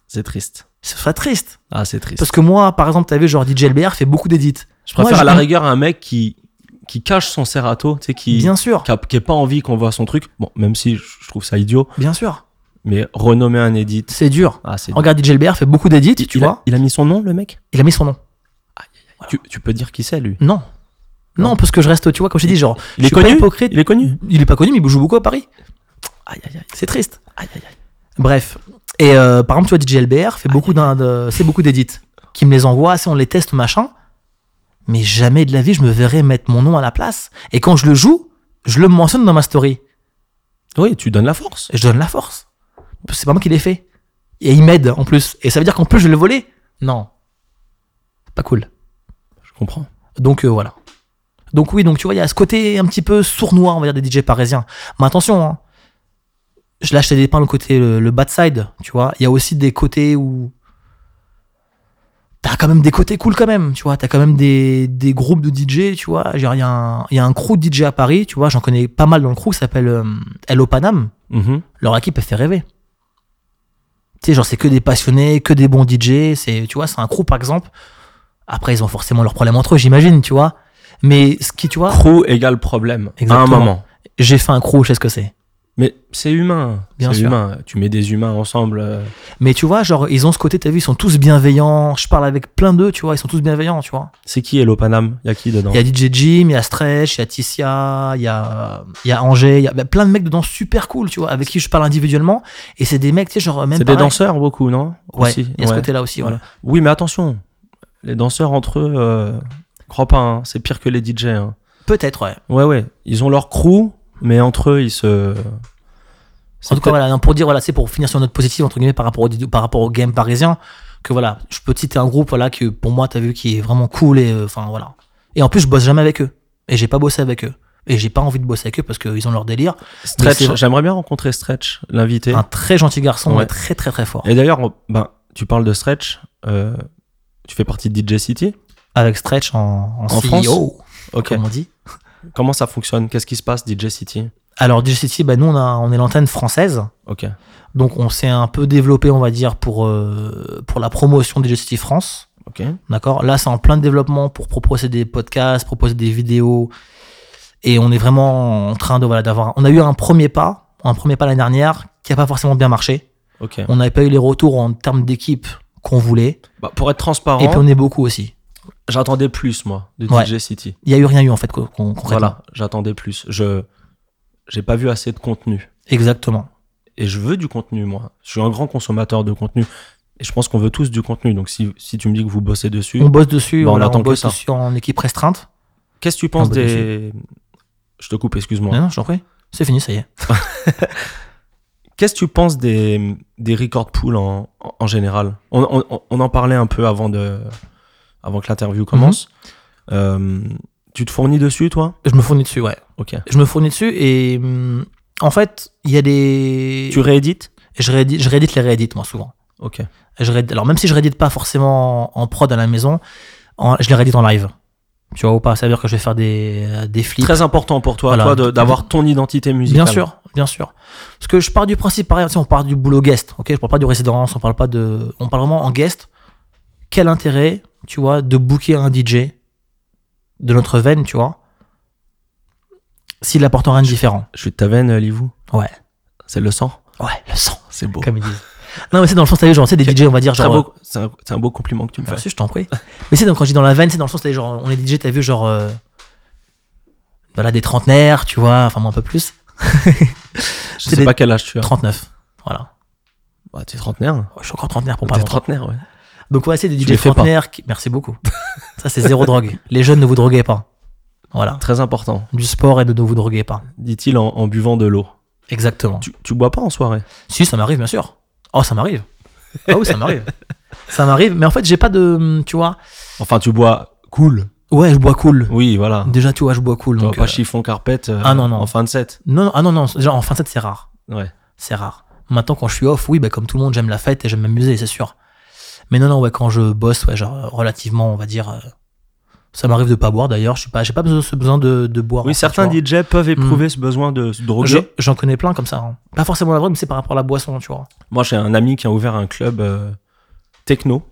A: C'est triste.
B: Je trouve ça triste.
A: Ah, c'est triste.
B: Parce que moi, par exemple, t'as vu, genre DJ LBR fait beaucoup d'édits.
A: Je préfère
B: Moi,
A: à la
B: je-
A: rigueur un mec qui, qui cache son serrato, tu sais, qui
B: Bien sûr,
A: qui a- qui a pas envie qu'on voit son truc. Bon, même si je je trouve ça idiot,
B: bien sûr.
A: mais renommer un edit.
B: C'est dur.
A: Ah, c'est.
B: Regarde, DJ Albert fait beaucoup d'édits,
A: Il-
B: tu
A: il a-
B: vois.
A: Il a mis son nom, le mec
B: Il a mis son nom.
A: tu, tu peux dire qui c'est, lui
B: Non. Non, parce que je reste, tu vois, comme je t'ai dit, genre.
A: Il est
B: je suis pas
A: connu
B: hypocrite.
A: Il est connu
B: Il est pas connu, mais il joue beaucoup à Paris.
A: Aïe, aïe, aïe.
B: C'est triste.
A: aïe, aïe, aïe.
B: Bref. Et euh, par exemple, tu vois, DJ LBR fait beaucoup d'un, de- c'est beaucoup d'édits qui me les envoie, si on les teste, machin. Mais jamais de la vie, je me verrais mettre mon nom à la place. Et quand je le joue, je le mentionne dans ma story.
A: Oui, tu donnes la force.
B: Je donne la force. C'est pas moi qui l'ai fait. Et il m'aide en plus. Et ça veut dire qu'en plus, je vais le voler Non. Pas cool.
A: Je comprends.
B: Donc euh, voilà. Donc oui, donc tu vois, il y a ce côté un petit peu sournois, on va dire, des DJ parisiens. Mais attention, hein. je lâche des pains le côté le, le bad side, tu vois. Il y a aussi des côtés où t'as quand même des côtés cool quand même, tu vois. T'as quand même des, des groupes de DJ, tu vois. Genre, Il y, a un- il y a un crew de DJ à Paris, tu vois. J'en connais pas mal dans le crew qui s'appelle euh, Hello Panam
A: Mhm.
B: leur équipe elle fait rêver. Tu sais, genre c'est que des passionnés, que des bons DJ, c'est tu vois, c'est un crew par exemple. Après ils ont forcément leurs problèmes entre eux, j'imagine, tu vois. Mais ce qui tu vois,
A: Crew égale problème. À un
B: Exactement.
A: moment.
B: j'ai fait un crew, je sais ce que c'est.
A: Mais c'est humain.
B: Bien
A: c'est
B: sûr.
A: humain. Tu mets des humains ensemble. euh,
B: Mais tu vois, genre ils ont ce côté, t'as vu, ils sont tous bienveillants. Je parle avec plein d'eux, tu vois, ils sont tous bienveillants, tu vois.
A: C'est qui Hello Panam Il y a qui dedans
B: Il y a DJ Jim, il y a Stretch, il y a Ticia, il y a il y a Angers, il y a bah, plein de mecs dedans super cool, tu vois, avec qui je parle individuellement et c'est des mecs, tu sais, genre
A: C'est
B: même
A: des
B: pareil.
A: danseurs beaucoup, non
B: Ouais,
A: Aussi.
B: il y a ce
A: Ouais.
B: côté-là aussi, voilà.
A: Oui, mais attention. Les danseurs entre eux, euh, crois pas, hein, c'est pire que les DJ. hein.
B: Peut-être, ouais.
A: Ouais, ouais. Ils ont leur crew, mais entre eux, ils se.
B: En tout cas, voilà, non, pour dire, voilà, c'est pour finir sur notre positif, entre guillemets, par rapport au, par rapport au game parisien, que voilà, je peux te citer un groupe, voilà, que pour moi, t'as vu, qui est vraiment cool et, euh, enfin, voilà. Et en plus, je bosse jamais avec eux. Et j'ai pas bossé avec eux. Et j'ai pas envie de bosser avec eux parce qu'ils ont leur délire. Mais
A: Stretch,
B: c'est- Ah.
A: j'aimerais bien rencontrer Stretch, l'invité.
B: Un très gentil garçon,
A: Ouais.
B: et très, très, très fort.
A: Et d'ailleurs, on- ben, tu parles de Stretch, euh, tu fais partie de DJ City.
B: Avec Stretch en, en,
A: En
B: CEO,
A: France Ok.
B: comme on dit.
A: Comment ça fonctionne Qu'est-ce qui se passe, DJ City
B: Alors, DJCity, bah, nous, on, a, on est l'antenne française.
A: Ok.
B: Donc, on s'est un peu développé, on va dire, pour, euh, pour la promotion de DJCity France.
A: Ok.
B: D'accord Là, c'est en plein développement pour proposer des podcasts, proposer des vidéos. Et on est vraiment en train de voilà d'avoir. On a eu un premier pas, un premier pas l'année dernière, qui n'a pas forcément bien marché.
A: Ok.
B: On n'avait pas eu les retours en termes d'équipe qu'on voulait.
A: Bah, pour être
B: Et puis
A: transparent,
B: on est beaucoup aussi.
A: j'attendais plus, moi, de
B: Ouais.
A: DJ City.
B: Il n'y a eu rien eu en fait con- con- concrètement.
A: Voilà, j'attendais plus. Je. J'ai pas vu assez de contenu.
B: Exactement.
A: et je veux du contenu, moi. Je suis un grand consommateur de contenu. Et je pense qu'on veut tous du contenu. Donc, si, si tu me dis que vous bossez dessus,
B: On bosse dessus.
A: Bah, on
B: voilà, on,
A: attend que
B: bosse
A: ça.
B: dessus en équipe restreinte.
A: qu'est-ce que tu penses
B: on bosse
A: des. Je te coupe, excuse-moi.
B: Non, non, je t'en prie. C'est fini, ça y est.
A: Qu'est-ce que tu penses des, des record pools en, en- en général on, on- on en parlait un peu avant, de, avant que
B: Mhm.
A: l'interview commence. Euh, tu te fournis dessus, toi
B: Je me fournis dessus, ouais.
A: Ok.
B: Je me fournis dessus et hum, en fait, il y a des.
A: Tu réédites
B: Je réédite, je réédite les réédites, moi, souvent.
A: Ok.
B: Je réd- Alors même si je réédite pas forcément en prod à la maison, en- je les réédite en live. Tu vois ou pas Ça veut dire que je vais faire des, euh, des flips.
A: Très important pour toi,
B: Voilà.
A: toi, de- d'avoir ton identité musicale.
B: bien sûr, bien sûr. Parce que je pars du principe, pareil, tu sais, on parle du boulot guest, ok Je parle pas du résidence, on parle pas de... On parle vraiment en guest. Quel intérêt, tu vois, de booker un DJ de notre veine, tu vois S'il apporte rien de différent.
A: Je suis de ta veine, euh, Livou.
B: Ouais.
A: C'est le sang.
B: Ouais, le sang,
A: C'est beau.
B: comme ils disent. Non, mais c'est dans le sens, t'as vu, genre, c'est des
A: Ok.
B: DJ, on va dire,
A: Très
B: genre.
A: beau- C'est un, c'est un beau compliment que tu me fais.
B: Merci, je t'en prie. [LAUGHS] Mais c'est donc quand je dis dans la veine, c'est dans le sens, t'as vu, genre, on est DJ, t'as vu, genre. euh, voilà, des trentenaires, tu vois, enfin, moi, un peu plus.
A: Je
B: c'est
A: sais
B: des-
A: pas quel âge tu as.
B: 39. Voilà.
A: Bah, t'es trentenaire.
B: Ouais, Je suis encore trentenaire hein. pour pas
A: T'es
B: longtemps.
A: trentenaire, ouais.
B: Donc, ouais, c'est des
A: Tu
B: DJ
A: les fais pas.
B: trentenaires qui. Merci beaucoup. [LAUGHS] Ça, c'est zéro drogue. Les jeunes, ne vous droguez pas. Voilà.
A: Très important,
B: Du sport et de ne vous droguez pas.
A: dit-il en, en buvant de l'eau.
B: Exactement.
A: Tu, tu bois pas en soirée
B: Si, ça m'arrive, bien sûr. Oh, ça m'arrive. Ah oui,
A: [LAUGHS]
B: ça m'arrive. ça m'arrive, mais en fait, j'ai pas de. Tu vois.
A: Enfin, tu bois cool.
B: Ouais, je bois cool.
A: Oui, voilà.
B: Déjà, tu vois, je bois cool.
A: Tu
B: Donc,
A: vois, pas
B: euh,
A: chiffon carpette euh,
B: ah non, non.
A: en fin de set.
B: non, non, ah non, non. Déjà, en fin de set, c'est rare.
A: Ouais.
B: C'est rare. Maintenant, quand je suis off, oui, bah, comme tout le monde, j'aime la fête et j'aime m'amuser, c'est sûr. Mais non, non, ouais, quand je bosse, ouais, genre, euh, relativement, on va dire. euh, ça m'arrive de pas boire d'ailleurs. Je suis pas, j'ai pas besoin, ce besoin de, de boire. en
A: Oui,
B: fait,
A: certains
B: tu vois.
A: DJ peuvent éprouver ce besoin de se droguer.
B: Hmm. Je- J'en connais plein comme ça. hein. Pas forcément la drogue, mais c'est par rapport à la boisson, tu vois.
A: Moi, j'ai un ami qui a ouvert un club euh, techno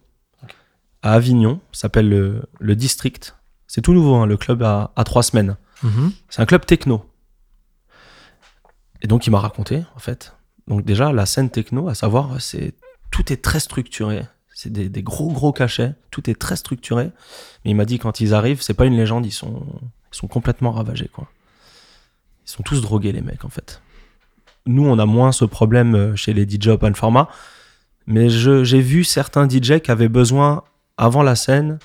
A: à Avignon. Ça s'appelle le, le District. C'est tout nouveau, hein, le club à, à trois semaines. C'est un club techno. Et donc, il m'a raconté, en fait. Donc, déjà, la scène techno, à savoir, c'est tout est très structuré. C'est des, des gros, gros cachets. Tout est très structuré. Mais il m'a dit, quand ils arrivent, c'est pas une légende. Ils sont, ils sont complètement ravagés, quoi. Ils sont tous drogués, les mecs, en fait. Nous, on a moins ce problème euh, chez les DJ open format. Mais je- j'ai vu certains DJ qui avaient besoin, avant la scène,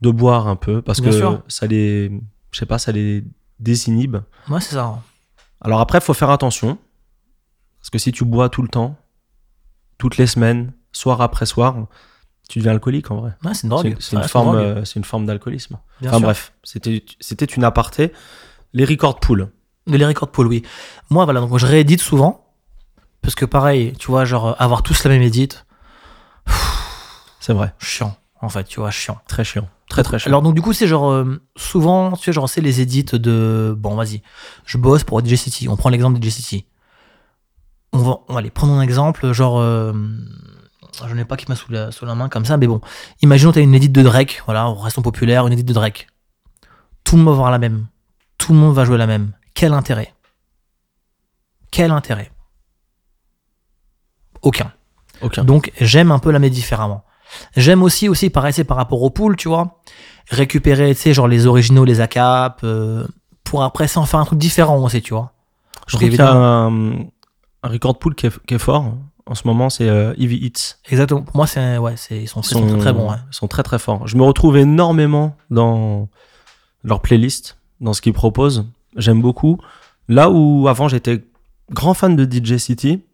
A: de boire un peu. Parce
B: Bien
A: que
B: sûr.
A: ça les. Je sais pas, ça les désinhibe.
B: Ouais, c'est ça. hein.
A: Alors après, faut faire attention. Parce que si tu bois tout le temps, toutes les semaines, soir après soir, tu deviens alcoolique en vrai.
B: Ouais, c'est une
A: C'est
B: drogue.
A: c'est
B: Ça
A: une,
B: reste
A: forme,
B: drogue,
A: euh, c'est une forme d'alcoolisme.
B: bien
A: Enfin
B: sûr.
A: bref, c'était c'était une aparté. Les record pool.
B: De les records Paul, oui. Moi, voilà, donc je réédite souvent. Parce que pareil, tu vois, genre, euh, avoir tous la même édite,
A: C'est vrai,
B: chiant, en fait, tu vois, chiant.
A: très chiant. Très très chiant.
B: Alors, donc, du coup, c'est genre, euh, souvent, tu sais, genre, c'est les édits de. Bon, vas-y, je bosse pour DJ City. On prend l'exemple de DJ City. On va, on va aller prendre un exemple, genre. euh, je n'ai pas qui m'a sous la, sous la main comme ça, mais bon. Imaginons, t'as une édite de Drake, voilà, restons populaire, une édite de Drake. Tout le monde va voir la même. Tout le monde va jouer la même. Quel intérêt Quel intérêt Aucun.
A: Aucun.
B: Donc j'aime un peu la mettre différemment. J'aime aussi aussi pareil c'est par rapport aux poules, tu vois, récupérer tu sais genre les originaux, les ACAP euh, pour après s'en faire un truc différent aussi, tu vois.
A: je trouve qu'il y a un, un record pool qui est, qui est fort. En ce moment, c'est euh, Heavy Hits.
B: Exactement. Pour moi c'est ouais, c'est ils sont, ils sont très, très bons. ouais.
A: ils sont très très forts. Je me retrouve énormément dans leur playlist, dans ce qu'ils proposent. J'aime beaucoup. Là où avant j'étais grand fan de DJ City,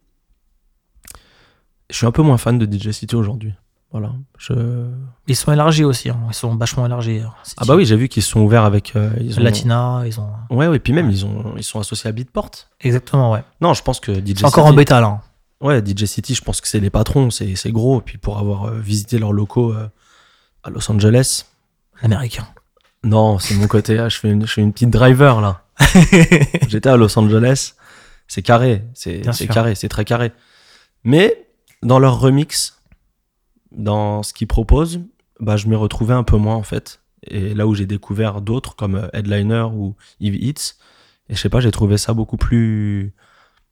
A: je suis un peu moins fan de DJ City aujourd'hui. Voilà. Je...
B: Ils sont élargis aussi, hein. ils sont vachement élargis. hein.
A: Ah bah oui, j'ai vu qu'ils se sont ouverts avec euh, ils ont...
B: Latina, ils ont
A: Ouais, ouais, puis même ils ont ils sont associés à Beatport.
B: exactement ouais.
A: Non, je pense que DJ
B: C'est encore en
A: City...
B: bêta là. hein.
A: Ouais, DJ City, je pense que c'est les patrons, c'est c'est gros. Puis pour avoir euh, visité leurs locaux euh, à Los Angeles,
B: L'américain.
A: Non, c'est mon côté. ah, je, fais une, je fais une petite driver là.
B: [LAUGHS]
A: J'étais à Los Angeles. C'est carré. C'est
B: Bien
A: c'est
B: sûr.
A: carré. C'est très carré. Mais dans leur remix, dans ce qu'ils proposent, bah, je m'y retrouvais un peu moins en fait. Et là où j'ai découvert d'autres comme euh, Headliner ou Eve Hits, et je sais pas, j'ai trouvé ça beaucoup plus.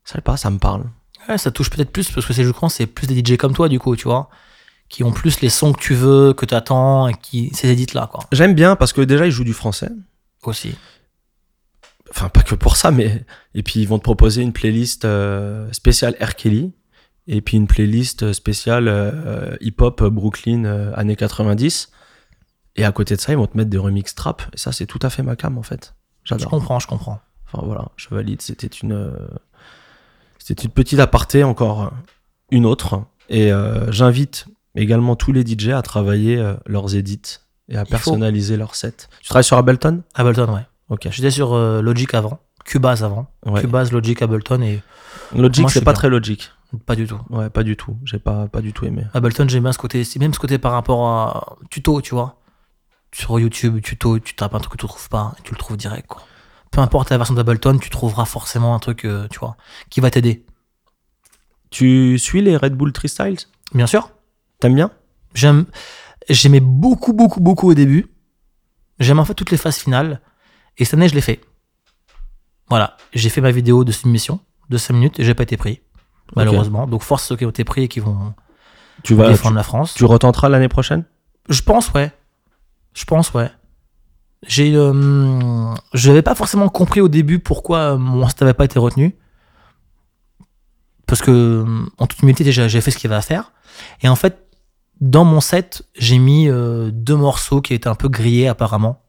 A: Je sais pas, ça me parle.
B: Ouais, ça touche peut-être plus parce que c'est je crois c'est plus des DJ comme toi du coup, tu vois, qui ont plus les sons que tu veux, que t'attends et qui ces édits là quoi
A: J'aime bien parce que déjà ils jouent du français.
B: aussi.
A: enfin pas que pour ça, mais et puis ils vont te proposer une playlist euh, spéciale R. Kelly et puis une playlist spéciale euh, hip-hop euh, Brooklyn euh, années 90. Et à côté de ça, ils vont te mettre des remix trap. Et ça, c'est tout à fait ma cam en fait.
B: Je
A: J'adore.
B: comprends, je comprends.
A: Enfin voilà, je valide. C'était une, euh, c'était une petite aparté encore euh, une autre. Et euh, j'invite également tous les DJ à travailler euh, leurs édits et à
B: faut.
A: personnaliser leurs sets. Tu travailles sur Ableton
B: Ableton, ouais.
A: Ok.
B: J'étais sur euh, Logic avant, Cubase avant,
A: Ouais.
B: Cubase, Logic, Ableton et
A: Logic,
B: Moi, je
A: c'est
B: suis
A: pas
B: bien.
A: très logique.
B: pas du tout.
A: Ouais, pas du tout. J'ai pas, pas du tout aimé.
B: Ableton, j'aime bien ce côté, c'est même ce côté par rapport à tuto, tu vois. Sur YouTube, tuto, tu tapes un truc que tu trouves pas et tu le trouves direct, quoi. Peu importe la version d'Ableton, tu trouveras forcément un truc, euh, tu vois, qui va t'aider.
A: Tu suis les Red Bull Tristyles
B: Bien sûr,
A: T'aimes bien
B: j'aime, j'aimais beaucoup, beaucoup, beaucoup au début. J'aime en fait toutes les phases finales. Et cette année, je l'ai fait. Voilà, j'ai fait ma vidéo de submission de 5 minutes et j'ai pas été pris. malheureusement. Donc force ceux qui ont été pris et qui vont
A: Tu vas, tu,
B: défendre la France.
A: tu retenteras l'année prochaine
B: Je pense, ouais. Je pense, ouais. J'ai, euh, je n'avais pas forcément compris au début pourquoi euh, mon site n'avait pas été retenu. Parce que, euh, en toute humilité, déjà, j'ai fait ce qu'il y avait à faire. Et en fait, dans mon set, j'ai mis euh, deux morceaux qui étaient un peu grillés apparemment.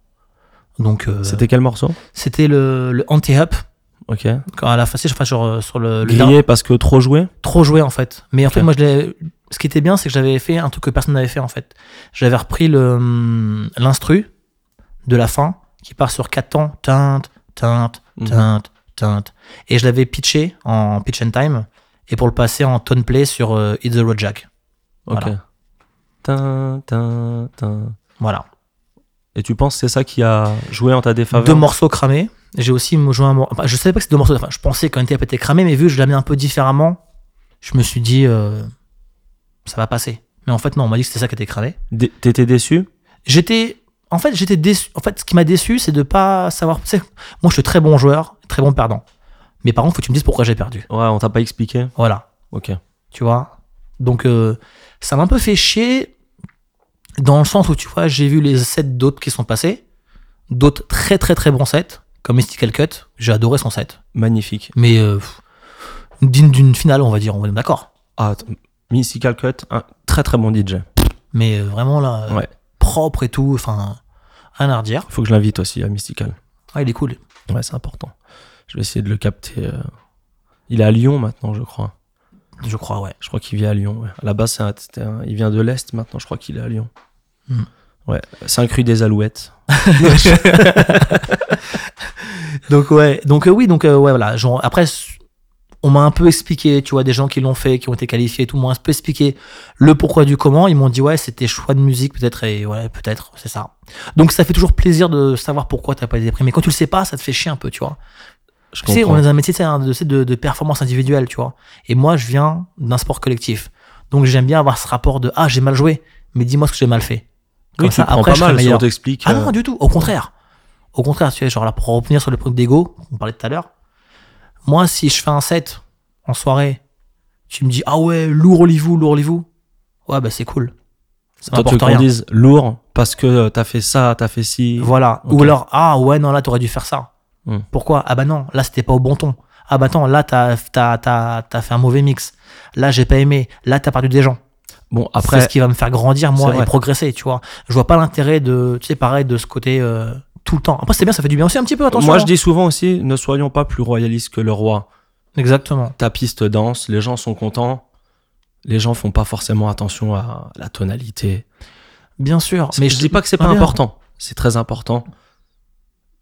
B: Donc, euh,
A: C'était quel morceau Euh,
B: c'était le, le anti-up.
A: Ok.
B: Quand à la face, enfin, sur, euh, sur le, le
A: Grillé parce que trop joué
B: trop joué en fait. Mais en fait,
A: Ok.
B: moi, je l'ai- ce qui était bien, c'est que j'avais fait un truc que personne n'avait fait en fait. J'avais repris le hum, l'instru de la fin qui part sur quatre temps, teinte, teinte,
A: Mhm.
B: teinte, teinte, et je l'avais pitché en pitch and time et pour le passer en tone play sur euh, Hit the Road Jack.
A: Ok.
B: Voilà.
A: Tin, tin, tin.
B: Voilà.
A: Et tu penses que c'est ça qui a joué en ta défaveur
B: deux morceaux cramés. J'ai aussi joué un morceau. Enfin, je savais pas que c'était deux morceaux. Enfin, je pensais qu'un était était cramé, mais vu que je l'avais un peu différemment, je me suis dit euh, ça va passer. Mais en fait, non, on m'a dit que c'était ça qui était cramé.
A: Dé- T'étais déçu
B: j'étais en fait j'étais déçu en fait ce qui m'a déçu c'est de pas savoir tu sais, moi je suis très bon joueur très bon perdant mais par contre faut que tu me dises pourquoi j'ai perdu
A: Ouais, on t'a pas expliqué.
B: voilà
A: Ok.
B: tu vois donc euh, ça m'a un peu fait chier dans le sens où tu vois j'ai vu les sets d'autres qui sont passés d'autres très très très bons sets comme Mystical Cut j'ai adoré son set
A: Magnifique.
B: mais euh, pff, digne d'une finale on va dire on va d'accord
A: Ah, attends, Mystical Cut, un très très bon DJ.
B: mais euh, vraiment là euh,
A: Ouais.
B: propre et tout enfin rien à redire
A: Faut que je l'invite aussi à Mystical.
B: ah il est cool
A: Ouais, c'est important. Je vais essayer de le capter. euh. Il est à Lyon maintenant, je crois.
B: je crois ouais
A: Je crois qu'il vit à Lyon. Ouais. À la base, c'est un- c'était un- il vient de l'Est maintenant. Je crois qu'il est à Lyon.
B: Hmm.
A: Ouais, c'est un cru des Alouettes.
B: [LAUGHS] Donc ouais, donc euh, oui, donc euh, ouais voilà. Genre, après, s- on m'a un peu expliqué, tu vois, des gens qui l'ont fait, qui ont été qualifiés, et tout m'ont un peu expliqué le pourquoi du comment. Ils m'ont dit ouais, c'était choix de musique peut-être et ouais, peut-être c'est ça. Donc ça fait toujours plaisir de savoir pourquoi t'as pas été pris. Mais quand tu le sais pas, ça te fait chier un peu, tu vois.
A: Je
B: Tu sais, on
A: comprends.
B: est dans un métier tu sais, hein, de, de, de performance individuelle, tu vois. Et moi, je viens d'un sport collectif, donc j'aime bien avoir ce rapport de ah j'ai mal joué, mais dis-moi ce que j'ai mal fait. Comme
A: Oui, tu
B: ça,
A: prends
B: après, je
A: pas
B: serai
A: mal si on
B: meilleur.
A: t'explique.
B: Ah
A: euh,
B: non, du tout, au contraire. Au contraire, tu vois, genre là, pour revenir sur le truc d'ego, on parlait tout à l'heure, moi, si je fais un set en soirée, tu me dis, ah ouais, lourd livou, lourd livou. Ouais, bah c'est cool.
A: toi,
B: Ça
A: tu veux
B: m'apporte
A: qu'on
B: rien.
A: dise lourd parce que euh, t'as fait ça, t'as fait ci.
B: Voilà.
A: Ok.
B: Ou alors, ah ouais, non, là, t'aurais dû faire ça.
A: Hmm.
B: Pourquoi Ah bah non, là, c'était pas au bon ton. Ah bah attends, là, t'as t'as- t'as- t'as fait un mauvais mix. Là, j'ai pas aimé. Là, t'as perdu des gens.
A: Bon,
B: Après,
A: après,
B: ce qui va me faire grandir,
A: c'est
B: moi,
A: vrai.
B: et progresser, tu vois. Je vois pas l'intérêt de, tu sais, pareil, de ce côté euh, tout le temps. Après, c'est bien, ça fait du bien aussi un petit peu, attention.
A: moi, je
B: hein.
A: dis souvent aussi, ne soyons pas plus royalistes que le roi.
B: Exactement.
A: Ta piste danse, les gens sont contents. Les gens font pas forcément attention à la tonalité.
B: Bien sûr.
A: Mais
B: Mais
A: je dis pas que c'est pas
B: Ah, bien.
A: important. C'est très important.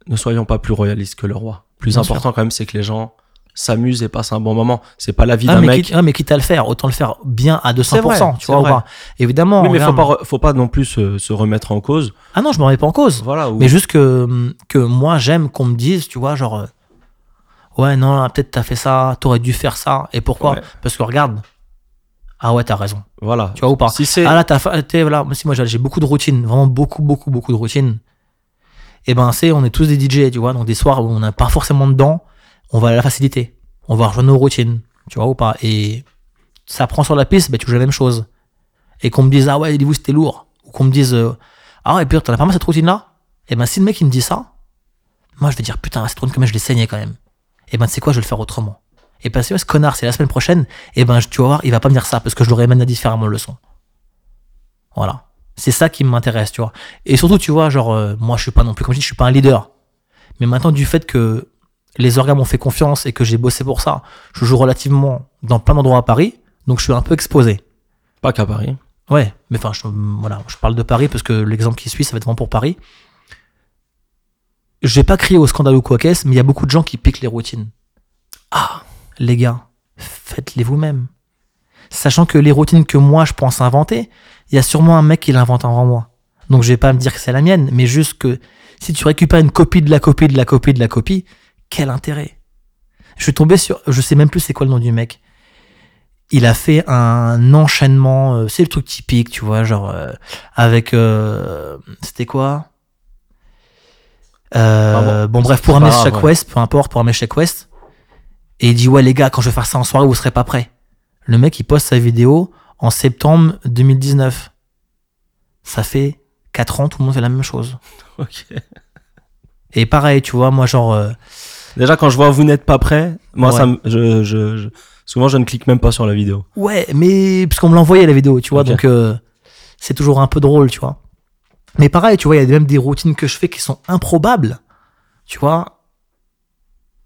A: Ne soyons pas plus royalistes que le roi. Plus
B: Bien
A: important quand même, c'est que les gens s'amusent et passent un bon moment. C'est pas la vie
B: Ah,
A: d'un
B: mais,
A: mec.
B: quitte, ah, mais quitte à le faire, autant le faire bien à 200%,
A: vrai, c'est
B: tu vois. ou
A: vrai.
B: pas. Évidemment.
A: Oui, mais faut
B: regarde.
A: pas, re- faut pas non plus se, se remettre en cause.
B: Ah non, je me remets pas en cause.
A: Voilà. ou-
B: Mais juste que, que moi, j'aime qu'on me dise, tu vois, genre, euh, ouais, non, là, peut-être t'as fait ça, t'aurais dû faire ça. Et pourquoi
A: Ouais.
B: Parce que regarde. Ah ouais, t'as raison.
A: Voilà.
B: Tu vois, ou pas.
A: Si c'est.
B: Ah là, t'as fa- t'es- voilà, moi, si moi j'ai j'ai beaucoup de routines, vraiment beaucoup, beaucoup, beaucoup de routines. Et ben, c'est, on est tous des DJ, tu vois, donc des soirs où on n'est pas forcément dedans, on va à la facilité. On va rejoindre nos routines, tu vois, ou pas. Et ça prend sur la piste, ben, tu joues la même chose. Et qu'on me dise, ah ouais, vous c'était lourd. Ou qu'on me dise, euh, ah ouais, putain, t'en as pas mal cette routine-là Et ben, si le mec il me dit ça, moi je vais dire, putain, cette routine, quand même, je l'ai saignée quand même. Et ben, tu sais quoi, je vais le faire autrement. Et parce que ce connard, c'est la semaine prochaine, et ben, je- tu vas voir, il va pas me dire ça, parce que je l'aurais mené différemment le son. Voilà. C'est ça qui m'intéresse, tu vois. Et surtout, tu vois, genre, euh, moi, je suis pas non plus, comme je dis, je suis pas un leader. Mais maintenant, du fait que les organes m'ont fait confiance et que j'ai bossé pour ça, je joue relativement dans plein d'endroits à Paris, donc je suis un peu exposé.
A: Pas qu'à
B: [LAUGHS]
A: Paris.
B: Ouais, mais enfin, je, voilà, je parle de Paris parce que l'exemple qui suit, ça va être vraiment pour Paris. Je vais pas crier au scandale ou quoi qu'est-ce, mais il y a beaucoup de gens qui piquent les routines. Ah, les gars, faites-les vous-même. Sachant que les routines que moi je pense inventer, il y a sûrement un mec qui l'invente avant moi. Donc je vais pas me dire que c'est la mienne, mais juste que si tu récupères une copie de la copie de la copie de la copie, quel intérêt Je suis tombé sur, je sais même plus c'est quoi le nom du mec il a fait un enchaînement, euh, c'est le truc typique, tu vois, genre euh, avec euh, c'était quoi Euh, bon, bref, pour
A: C'est
B: un
A: pas
B: match
A: grave,
B: chaque
A: ouais.
B: West, peu importe, pour un match chaque West, et il dit ouais les gars, quand je vais faire ça en soirée, vous serez pas prêts. Le mec, il poste sa vidéo en septembre 2019. Ça fait 4 ans, tout le monde fait la même chose.
A: Ok.
B: Et pareil, tu vois, moi, genre, euh,
A: Déjà, quand je vois vous n'êtes pas prêt, moi,
B: Ouais.
A: ça me- je, je- je- souvent, je ne clique même pas sur la vidéo.
B: ouais, mais. Parce qu'on me l'envoyait la vidéo, tu vois,
A: Ok.
B: donc euh, c'est toujours un peu drôle, tu vois. Mais pareil, tu vois, il y a même des routines que je fais qui sont improbables, tu vois.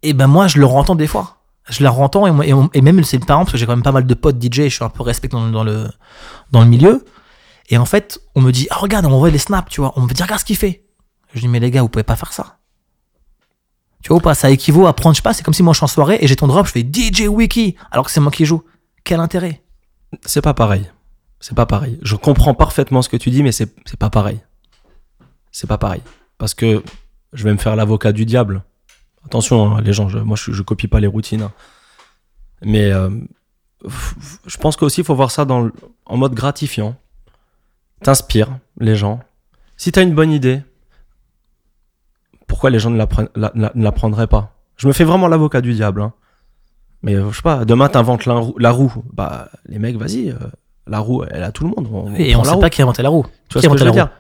B: Et ben moi, je le rentends des fois. Je la rentends et, moi- et, on- et même c'est parents parce que j'ai quand même pas mal de potes DJ, et je suis un peu respect dans, le- dans le dans le milieu. Et en fait, on me dit, ah regarde, on voit les snaps, tu vois. On me dit, regarde ce qu'il fait. Je dis, mais les gars, vous pouvez pas faire ça. Tu vois ou pas, ça équivaut à prendre, je sais pas, c'est comme si moi je suis en soirée et j'ai ton drop, je fais DJ Wiki, alors que c'est moi qui joue. Quel intérêt
A: C'est pas pareil. C'est pas pareil. Je comprends parfaitement ce que tu dis, mais c'est c'est pas pareil. C'est pas pareil. Parce que je vais me faire l'avocat du diable. Attention, hein, les gens, je- moi, je, je copie pas les routines. hein. Mais euh, f- f- je pense qu'aussi, il faut voir ça dans le- en mode gratifiant. T'inspires les gens. Si t'as une bonne idée, pourquoi les gens ne la, prennent- la- la- ne la prendraient pas Je me fais vraiment l'avocat du diable. hein. Mais euh, je sais pas, demain t'inventes la, roue- la roue. Bah, les mecs, vas-y, euh, la roue, elle a tout le monde. On,
B: Et
A: prend
B: on
A: la
B: sait
A: roue.
B: pas qui a inventé la roue.
A: Tu vois
B: qui
A: ce que
B: a inventé
A: je veux
B: la
A: dire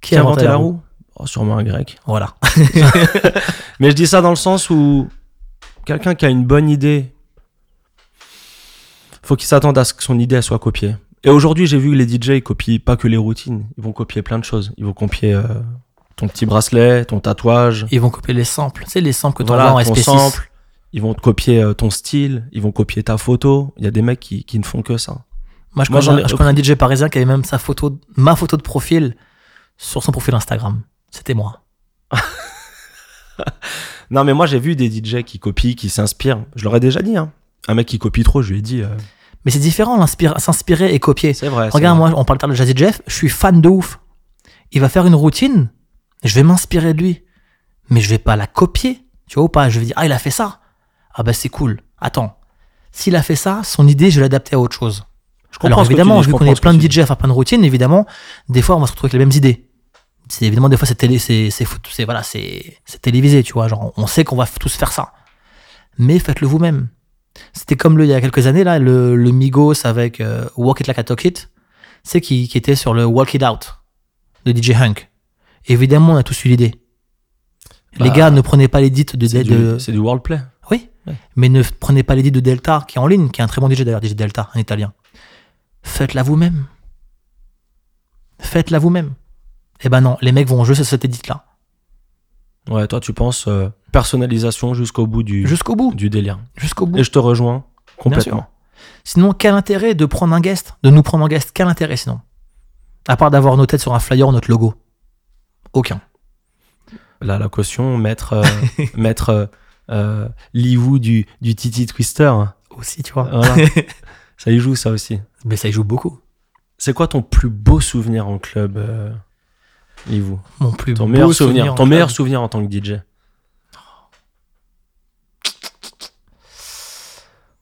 A: Qui a inventé la
B: roue
A: roue Oh, Sûrement un grec.
B: Voilà.
A: Mais je dis ça dans le sens où quelqu'un qui a une bonne idée, faut qu'il s'attende à ce que son idée elle soit copiée. Et aujourd'hui, j'ai vu que les DJ ils copient pas que les routines, ils vont copier plein de choses. Ils vont copier euh, ton petit bracelet, ton tatouage,
B: [LAUGHS] Ils vont copier les samples. C'est les samples que tu
A: Voilà,
B: en
A: ton
B: SP6.
A: sample. ils vont te copier euh, ton style, ils vont copier ta photo. Il y a des mecs qui, qui ne font que ça.
B: Moi, je,
A: Moi, j'en
B: connais,
A: ai-
B: je connais un DJ parisien qui avait même sa photo, ma photo de profil sur son profil Instagram. C'était moi.
A: Non, mais moi j'ai vu des DJ qui copient, qui s'inspirent. Je leur ai déjà dit. Hein. Un mec qui copie trop, je lui ai dit. euh,
B: Mais c'est différent, l'inspire- s'inspirer et copier.
A: c'est vrai. c'est
B: Regarde,
A: vrai.
B: moi, on parle tard de Jazzy Jeff, je suis fan de ouf. Il va faire une routine, je vais m'inspirer de lui. Mais je vais pas la copier, tu vois ou pas Je vais dire, ah, il a fait ça. Ah, bah, c'est cool. Attends. S'il a fait ça, son idée, je vais l'adapter à autre chose.
A: je comprends
B: Alors,
A: ce que tu
B: évidemment,
A: dis, je
B: vu qu'on
A: comprends
B: est
A: ce que
B: plein de
A: tu dis.
B: DJ à faire plein de routines, évidemment, des fois, on va se retrouver avec les mêmes idées. C'est évidemment, des fois, c'est télé, c'est, c'est, foot- c'est- voilà, c'est, c'est télévisé, tu vois. Genre, on sait qu'on va f- tous faire ça. Mais faites-le vous-même. C'était comme le, il y a quelques années, là, le, le Migos avec euh, Walk It Like I Talk It, c'est qui, qui était sur le Walk It Out de DJ Hunk. Évidemment, on a tous eu l'idée. les
A: Bah,
B: gars, ne prenez pas l'édit de,
A: C'est
B: de,
A: du, c'est du wordplay.
B: oui,
A: Ouais.
B: mais ne prenez pas l'idée de Delta, qui est en ligne, qui est un très bon DJ d'ailleurs, DJ Delta, un italien. Faites-la vous-même. Faites-la vous-même. Eh ben non, les mecs vont juste à cette édite-là.
A: Ouais, toi, tu penses euh, personnalisation jusqu'au bout du,
B: Jusqu'au
A: [LAUGHS]
B: bout.
A: du délire.
B: Jusqu'au bout.
A: Et je te rejoins complètement.
B: Sinon, quel intérêt de prendre un guest De nous prendre en guest Quel intérêt sinon À part d'avoir nos têtes sur un flyer, notre logo. Aucun.
A: Là, la caution, mettre, [LAUGHS] euh, mettre euh, euh, Liwoo du, du Titi Twister. hein.
B: Aussi, tu
A: [LAUGHS]
B: vois.
A: Voilà. ça y joue, ça aussi.
B: Mais ça y joue beaucoup.
A: C'est quoi ton plus beau souvenir en club, euh, Liwoo
B: Mon plus
A: Ton
B: beau
A: meilleur souvenir,
B: en
A: ton
B: club.
A: meilleur souvenir en tant que DJ.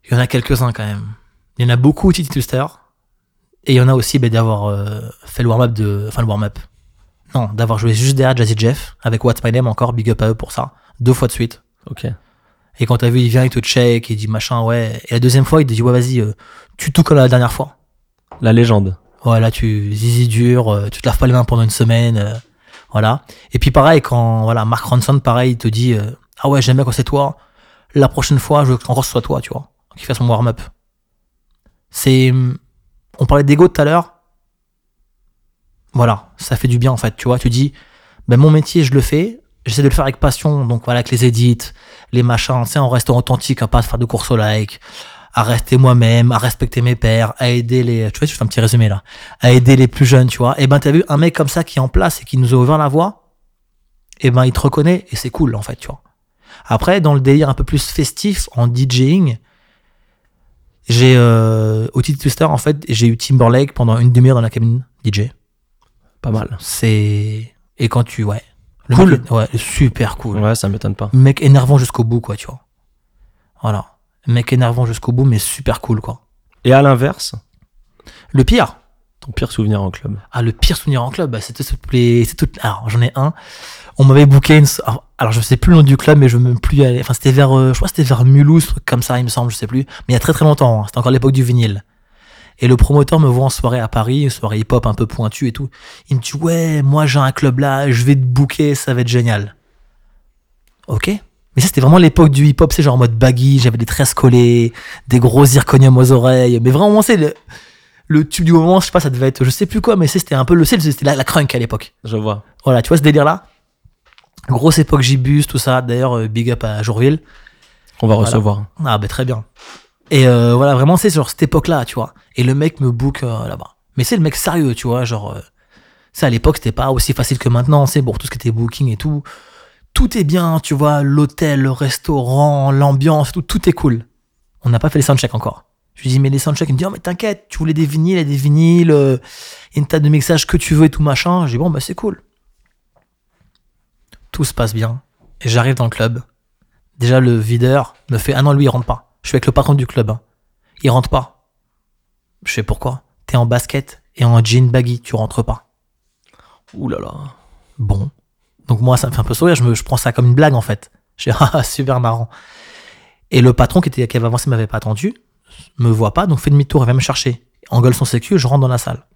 B: Il y en a quelques-uns quand même. Il y en a beaucoup, Titi Twister. Et il y en a aussi ben, d'avoir euh, fait le warm-up de. Enfin, le warm-up. Non, d'avoir joué juste derrière Jazzy Jeff avec What's My Name encore, big up à eux pour ça. Deux fois de suite.
A: Ok.
B: Et quand t'as vu, il vient, il te check, il dit machin, ouais. Et la deuxième fois, il te dit, ouais, vas-y, euh, tu tout comme la dernière fois.
A: La légende.
B: Voilà, tu zizi dur, euh, tu te laves pas les mains pendant une semaine. euh, voilà. Et puis pareil, quand voilà, Mark Ronson, pareil, il te dit euh, Ah ouais, j'aime bien quand c'est toi. La prochaine fois, je veux que encore ce soit toi, tu vois, qui fasse mon warm-up. C'est. hum, On parlait d'ego tout à l'heure. Voilà, ça fait du bien en fait, tu vois. Tu dis ben, Mon métier, je le fais. J'essaie de le faire avec passion, donc voilà, avec les édits, les machins, tu sais, en restant authentique, à pas se faire de course au like, à rester moi-même, à respecter mes pairs, à aider les. Tu vois, je fais un petit résumé là à aider les plus jeunes, tu vois. Et ben, t'as vu un mec comme ça qui est en place et qui nous a ouvert la voie, et ben, il te reconnaît et c'est cool, en fait, tu vois. Après, dans le délire un peu plus festif, en DJing, j'ai, euh, au titre Twister, en fait, j'ai eu Timberlake pendant une demi-heure dans la cabine DJ.
A: Pas mal.
B: C'est. Et quand tu. Ouais. Le
A: Cool.
B: mec est- ouais, super cool.
A: Ouais, ça m'étonne pas.
B: Mec énervant jusqu'au bout, quoi, tu vois. Voilà. Mec énervant jusqu'au bout, mais super cool, quoi.
A: Et à l'inverse,
B: Le pire,
A: Ton pire souvenir en club
B: Ah, le pire souvenir en club, bah, c'était toutes les. c'est toutes- Alors, j'en ai un. On m'avait booké une. so- alors- Alors, je sais plus le nom du club, mais je me plus y aller. Enfin, c'était vers. euh, je crois que c'était vers Mulhouse, truc comme ça, il me semble, je sais plus. Mais il y a très très longtemps. hein. C'était encore l'époque du vinyle. Et le promoteur me voit en soirée à Paris, une soirée hip-hop un peu pointue et tout. Il me dit Ouais, moi j'ai un club là, je vais te booker, ça va être génial. Ok. Mais ça, c'était vraiment l'époque du hip-hop, c'est genre en mode baggy, j'avais des tresses collées, des gros zirconium aux oreilles. Mais vraiment, c'est le, le tube du moment, je sais pas, ça devait être, je sais plus quoi, mais c'est- c'était un peu le, c'est- c'était la, la crunk à l'époque.
A: Je vois.
B: Voilà, tu vois ce délire-là Grosse époque Gibus, tout ça. D'ailleurs, euh, big up à Jourville.
A: On va
B: Voilà.
A: recevoir.
B: Ah ben très bien. Et euh, voilà, vraiment, c'est genre cette époque-là, tu vois. Et le mec me book euh, là-bas. Mais c'est le mec sérieux, tu vois, genre... ça, à l'époque, c'était pas aussi facile que maintenant, c'est pour tout ce qui était booking et tout. Tout est bien, tu vois, l'hôtel, le restaurant, l'ambiance, tout, tout est cool. On n'a pas fait les soundchecks encore. Je lui dis, mais les soundchecks, il me dit, oh, mais t'inquiète, tu voulais des vinyles, il y a des vinyles, euh, il y a une table de mixage que tu veux et tout machin. Je dis, bon, bah c'est cool. Tout se passe bien. Et j'arrive dans le club. Déjà, le videur me fait Ah non, lui, il rentre pas. Je suis avec le patron du club. hein. Il rentre pas. Je sais pourquoi. T'es en basket et en jean baggy, tu rentres pas.
A: Ouh là là.
B: Bon. Donc, moi, ça me fait un peu sourire. Je, me, je prends ça comme une blague, en fait. Je dis [LAUGHS] Ah, super marrant. Et le patron qui, était, qui avait avancé m'avait pas attendu, me voit pas, donc fait demi-tour, il va me chercher. Engueule son sécu, je rentre dans la salle.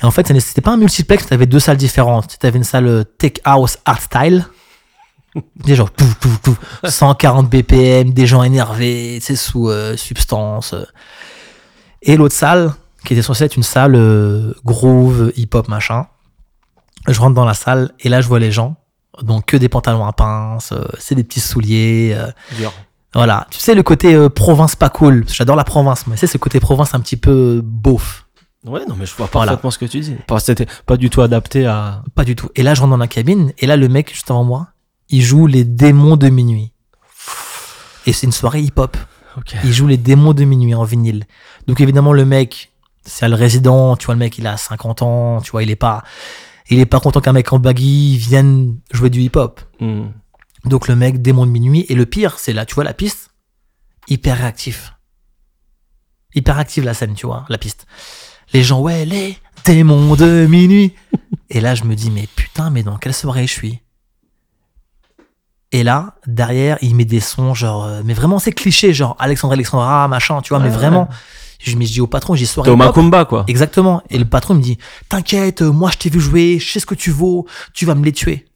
B: Et en fait, ça n- c'était pas un multiplex, t'avais deux salles différentes. T'avais une salle euh, Tech House Art Style. Des gens, pouf, pouf, pouf, 140 BPM, des gens énervés, tu sais, sous euh, substance. euh. Et l'autre salle, qui était censée être une salle euh, groove, hip-hop, machin. Je rentre dans la salle et là, je vois les gens. Donc, que des pantalons à pinces, euh, c'est des petits souliers. euh,
A: Dur.
B: voilà, tu sais le côté euh, province pas cool, parce que j'adore la province, mais c'est ce côté province un petit peu euh, beauf,
A: Ouais, non, mais je vois
B: Voilà.
A: parfaitement ce que tu dis. Parce que c'était pas du tout adapté à.
B: pas du tout. Et là je rentre dans la cabine, et là le mec juste avant moi, il joue les démons de minuit. Et c'est une soirée hip-hop.
A: Ok.
B: Il joue les démons de minuit en vinyle. Donc évidemment le mec, c'est le résident, tu vois le mec il a 50 ans, tu vois il est pas, il est pas content qu'un mec en baggy vienne jouer du hip-hop.
A: Hmm.
B: Donc le mec démon de minuit et le pire c'est là tu vois la piste hyper réactif. Hyper active la scène, tu vois, la piste. Les gens ouais les démons de minuit. et là je me dis mais putain mais dans quelle soirée je suis Et là derrière il met des sons genre euh, mais vraiment c'est cliché genre Alexandre Alexandra machin, tu vois mais
A: Ouais,
B: vraiment je, mais je dis au patron, j'ai soirée
A: Thomas
B: hip-hop.
A: Kumba, quoi.
B: Exactement. Et le patron il me dit T'inquiète, euh, moi je t'ai vu jouer, je sais ce que tu vaux, tu vas me les tuer.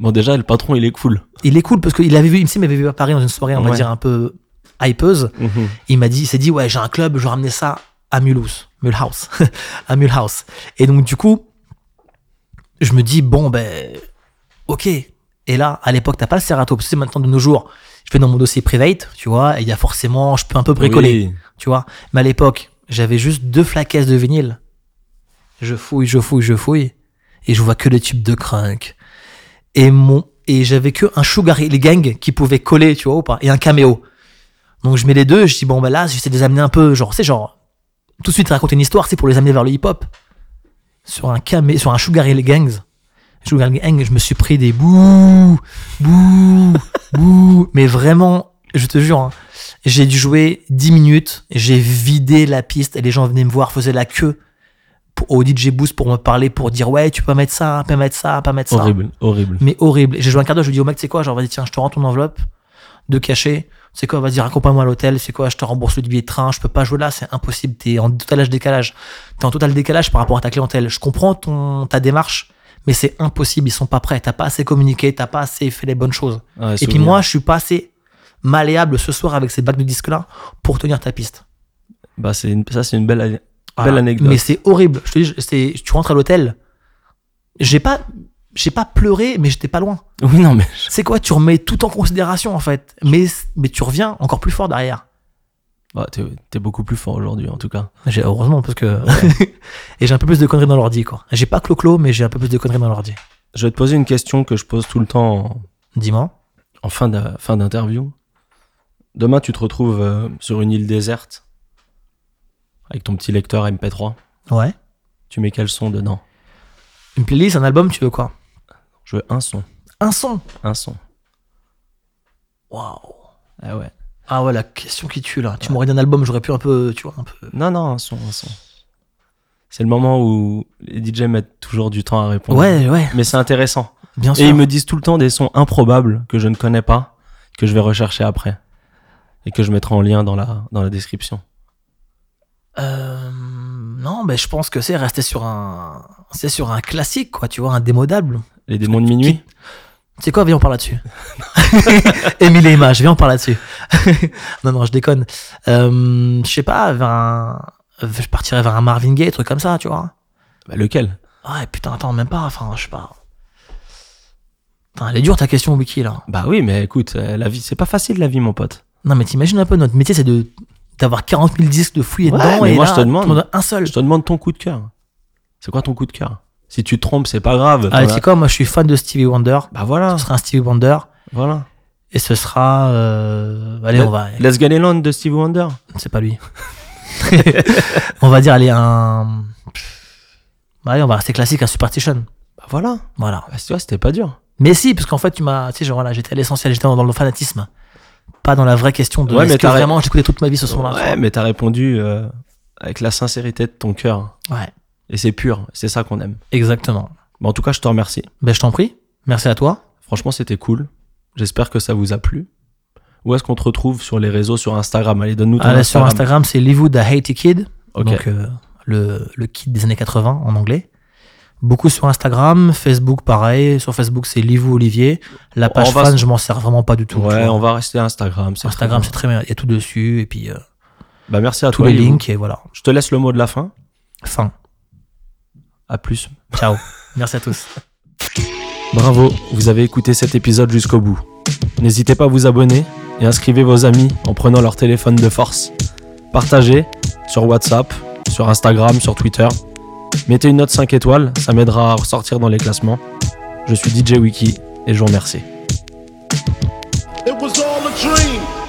A: Bon, déjà, le patron, il est cool.
B: Il est cool parce qu'il avait vu, il me semble, il m'avait vu à Paris dans une soirée, on va
A: Ouais.
B: dire, un peu hypeuse.
A: Mhm.
B: Il m'a dit, il s'est dit, ouais, j'ai un club, je vais ramener ça à Mulhouse. Mulhouse. [LAUGHS] à Mulhouse. Et donc, du coup, je me dis, bon, ben, ok. Et là, à l'époque, t'as pas le Serato. Parce que maintenant, de nos jours, je vais dans mon dossier private, tu vois, et il y a forcément, je peux un peu bricoler
A: Oui.
B: tu vois. Mais à l'époque, j'avais juste deux flaquettes de vinyle. Je fouille, je fouille, je fouille, et je vois que les tubes de crunk. Et mon et j'avais que un Sugar Hill Gang qui pouvait coller, tu vois ou pas, et un caméo. Donc je mets les deux, je dis bon bah là, j'essaie de les amener un peu, genre c'est genre tout de suite raconter une histoire, c'est pour les amener vers le hip-hop. Sur un camé, sur un Sugar Hill Gangs. Sugar Hill Gang, je me suis pris des bouh, bouh, bouh, [LAUGHS] mais vraiment, je te jure, hein, j'ai dû jouer 10 minutes, j'ai vidé la piste et les gens venaient me voir, faisaient la queue pour- au DJ Boost pour me parler, pour dire ouais, tu peux mettre ça, peux mettre ça, peux mettre ça.
A: Horrible, horrible.
B: Mais horrible. J'ai joué un quart d'heure, je lui ai dit au mec, c'est quoi Genre, vas-y, tiens, je te rends ton enveloppe de cachet. C'est quoi Vas-y, raccompagne-moi à l'hôtel. C'est quoi Je te rembourse le billet de train. Je peux pas jouer là, c'est impossible. T'es en total âge décalage. T'es en total décalage par rapport à ta clientèle. Je comprends ton, ta démarche, mais c'est impossible. Ils sont pas prêts. T'as pas assez communiqué, t'as pas assez fait les bonnes choses.
A: Ah,
B: Et puis
A: souvenir.
B: moi, je suis pas assez malléable ce soir avec ces bacs de disques-là pour tenir ta piste.
A: Bah, c'est une- ça, c'est une belle, ane-
B: Voilà.
A: belle anecdote.
B: Mais c'est horrible. Je te dis, je- c'est- tu rentres à l'hôtel. J'ai pas, j'ai pas pleuré, mais j'étais pas loin.
A: [LAUGHS] Oui, non, mais.
B: C'est quoi Tu remets tout en considération en fait, mais, mais tu reviens encore plus fort derrière.
A: Bah, t'es t'es beaucoup plus fort aujourd'hui, en tout cas.
B: J'ai- heureusement parce que
A: [LAUGHS]
B: et j'ai un peu plus de conneries dans l'ordi quoi. J'ai pas clo-clo, mais j'ai un peu plus de conneries dans l'ordi.
A: Je vais te poser une question que je pose tout le temps en-
B: Dis-moi.
A: en fin d'a- fin d'interview. Demain, tu te retrouves euh, sur une île déserte avec ton petit lecteur MP3.
B: Ouais.
A: Tu mets quel son dedans
B: Une playlist, un album, tu veux quoi
A: Je veux un son.
B: Un son.
A: Un son.
B: Waouh.
A: Ah ouais.
B: Ah ouais, la question qui tue là. Tu m'aurais dit un album, j'aurais pu un peu, tu vois, un peu.
A: Non, non, un son, un son. C'est le moment où les DJ mettent toujours du temps à répondre.
B: Ouais, ouais,
A: Mais c'est intéressant.
B: bien sûr.
A: Et ils me disent tout le temps des sons improbables que je ne connais pas, que je vais rechercher après. Et que je mettrai en lien dans la, dans la description.
B: Euh, non, mais je pense que c'est rester sur un, c'est sur un classique, quoi, tu vois, un démodable.
A: Les démons de minuit
B: C'est quoi, viens, on parle là-dessus. [LAUGHS] Émile et Image, viens, on parle là-dessus. [LAUGHS] non, non, je déconne. Euh, je sais pas, vers un- je partirais vers un Marvin Gaye, truc comme ça, tu vois.
A: Bah, Lequel
B: Ouais, putain, attends, même pas, enfin, je sais pas. Putain, elle est dure ta question, Wiki, là.
A: Bah oui, mais écoute, euh, la vie, c'est pas facile la vie, mon pote.
B: Non, mais t'imagines un peu, notre métier, c'est de d'avoir 40 000 disques de fouiller
A: Ouais,
B: dedans
A: mais
B: et
A: moi,
B: là,
A: je te demande.
B: t'en donnes un seul.
A: Je te demande ton coup de cœur. C'est quoi ton coup de cœur Si tu te trompes, c'est pas grave.
B: Ah,
A: t'en as-
B: c'est quoi, moi, je suis fan de Stevie Wonder.
A: Bah voilà,
B: Ce sera un Stevie Wonder.
A: voilà.
B: Et ce sera. euh,
A: Bah,
B: Allez, on va.
A: Let's Get It On de Steve Wonder.
B: C'est pas lui. [LAUGHS] on va dire, allez, un. Allez, on va rester classique, un Superstition.
A: Bah voilà.
B: Voilà.
A: Bah, tu vois, c'était pas dur.
B: Mais si, parce qu'en fait, tu m'as. Tu sais, genre, voilà, j'étais à l'essentiel, j'étais dans, dans le fanatisme. Pas dans la vraie question de.
A: Ouais,
B: est-ce
A: mais
B: que
A: t'as-
B: vraiment, j'écoutais toute ma vie ce son-là.
A: Ouais, mais t'as répondu euh, avec la sincérité de ton cœur.
B: Ouais,
A: Et c'est pur, c'est ça qu'on aime.
B: exactement.
A: Bon, en tout cas, je te remercie.
B: Ben, je t'en prie. Merci à toi.
A: Franchement, c'était cool. J'espère que ça vous a plu. Où est-ce qu'on te retrouve sur les réseaux, sur Instagram Allez, donne-nous ton
B: Allez, Euh, Ah, sur
A: Instagram.
B: Instagram, c'est Livoud the Haiti Kid.
A: Ok.
B: Donc, euh, le, le kid des années 80 en anglais. Beaucoup sur Instagram, Facebook pareil. Sur Facebook, c'est Livou Olivier. La page
A: On va
B: fan,
A: s-
B: je m'en sers vraiment pas du tout. tu
A: ouais,
B: vois.
A: on va rester Instagram. c'est
B: Instagram,
A: très
B: c'est très bien. Il y a tout dessus. Et puis, euh,
A: bien. Bah, merci à
B: tous
A: toi.
B: les
A: Yvon.
B: links. Et voilà.
A: Je te laisse le mot de la fin.
B: Fin.
A: À plus. [LAUGHS]
B: Ciao. Merci à tous.
A: Bravo, vous avez écouté cet épisode jusqu'au bout. N'hésitez pas à vous abonner et inscrivez vos amis en prenant leur téléphone de force. Partagez sur WhatsApp, sur Instagram, sur Twitter. Mettez une note 5 étoiles, ça m'aidera à ressortir dans les classements. Je suis DJ Wiki et je vous remercie.
C: It was all a dream.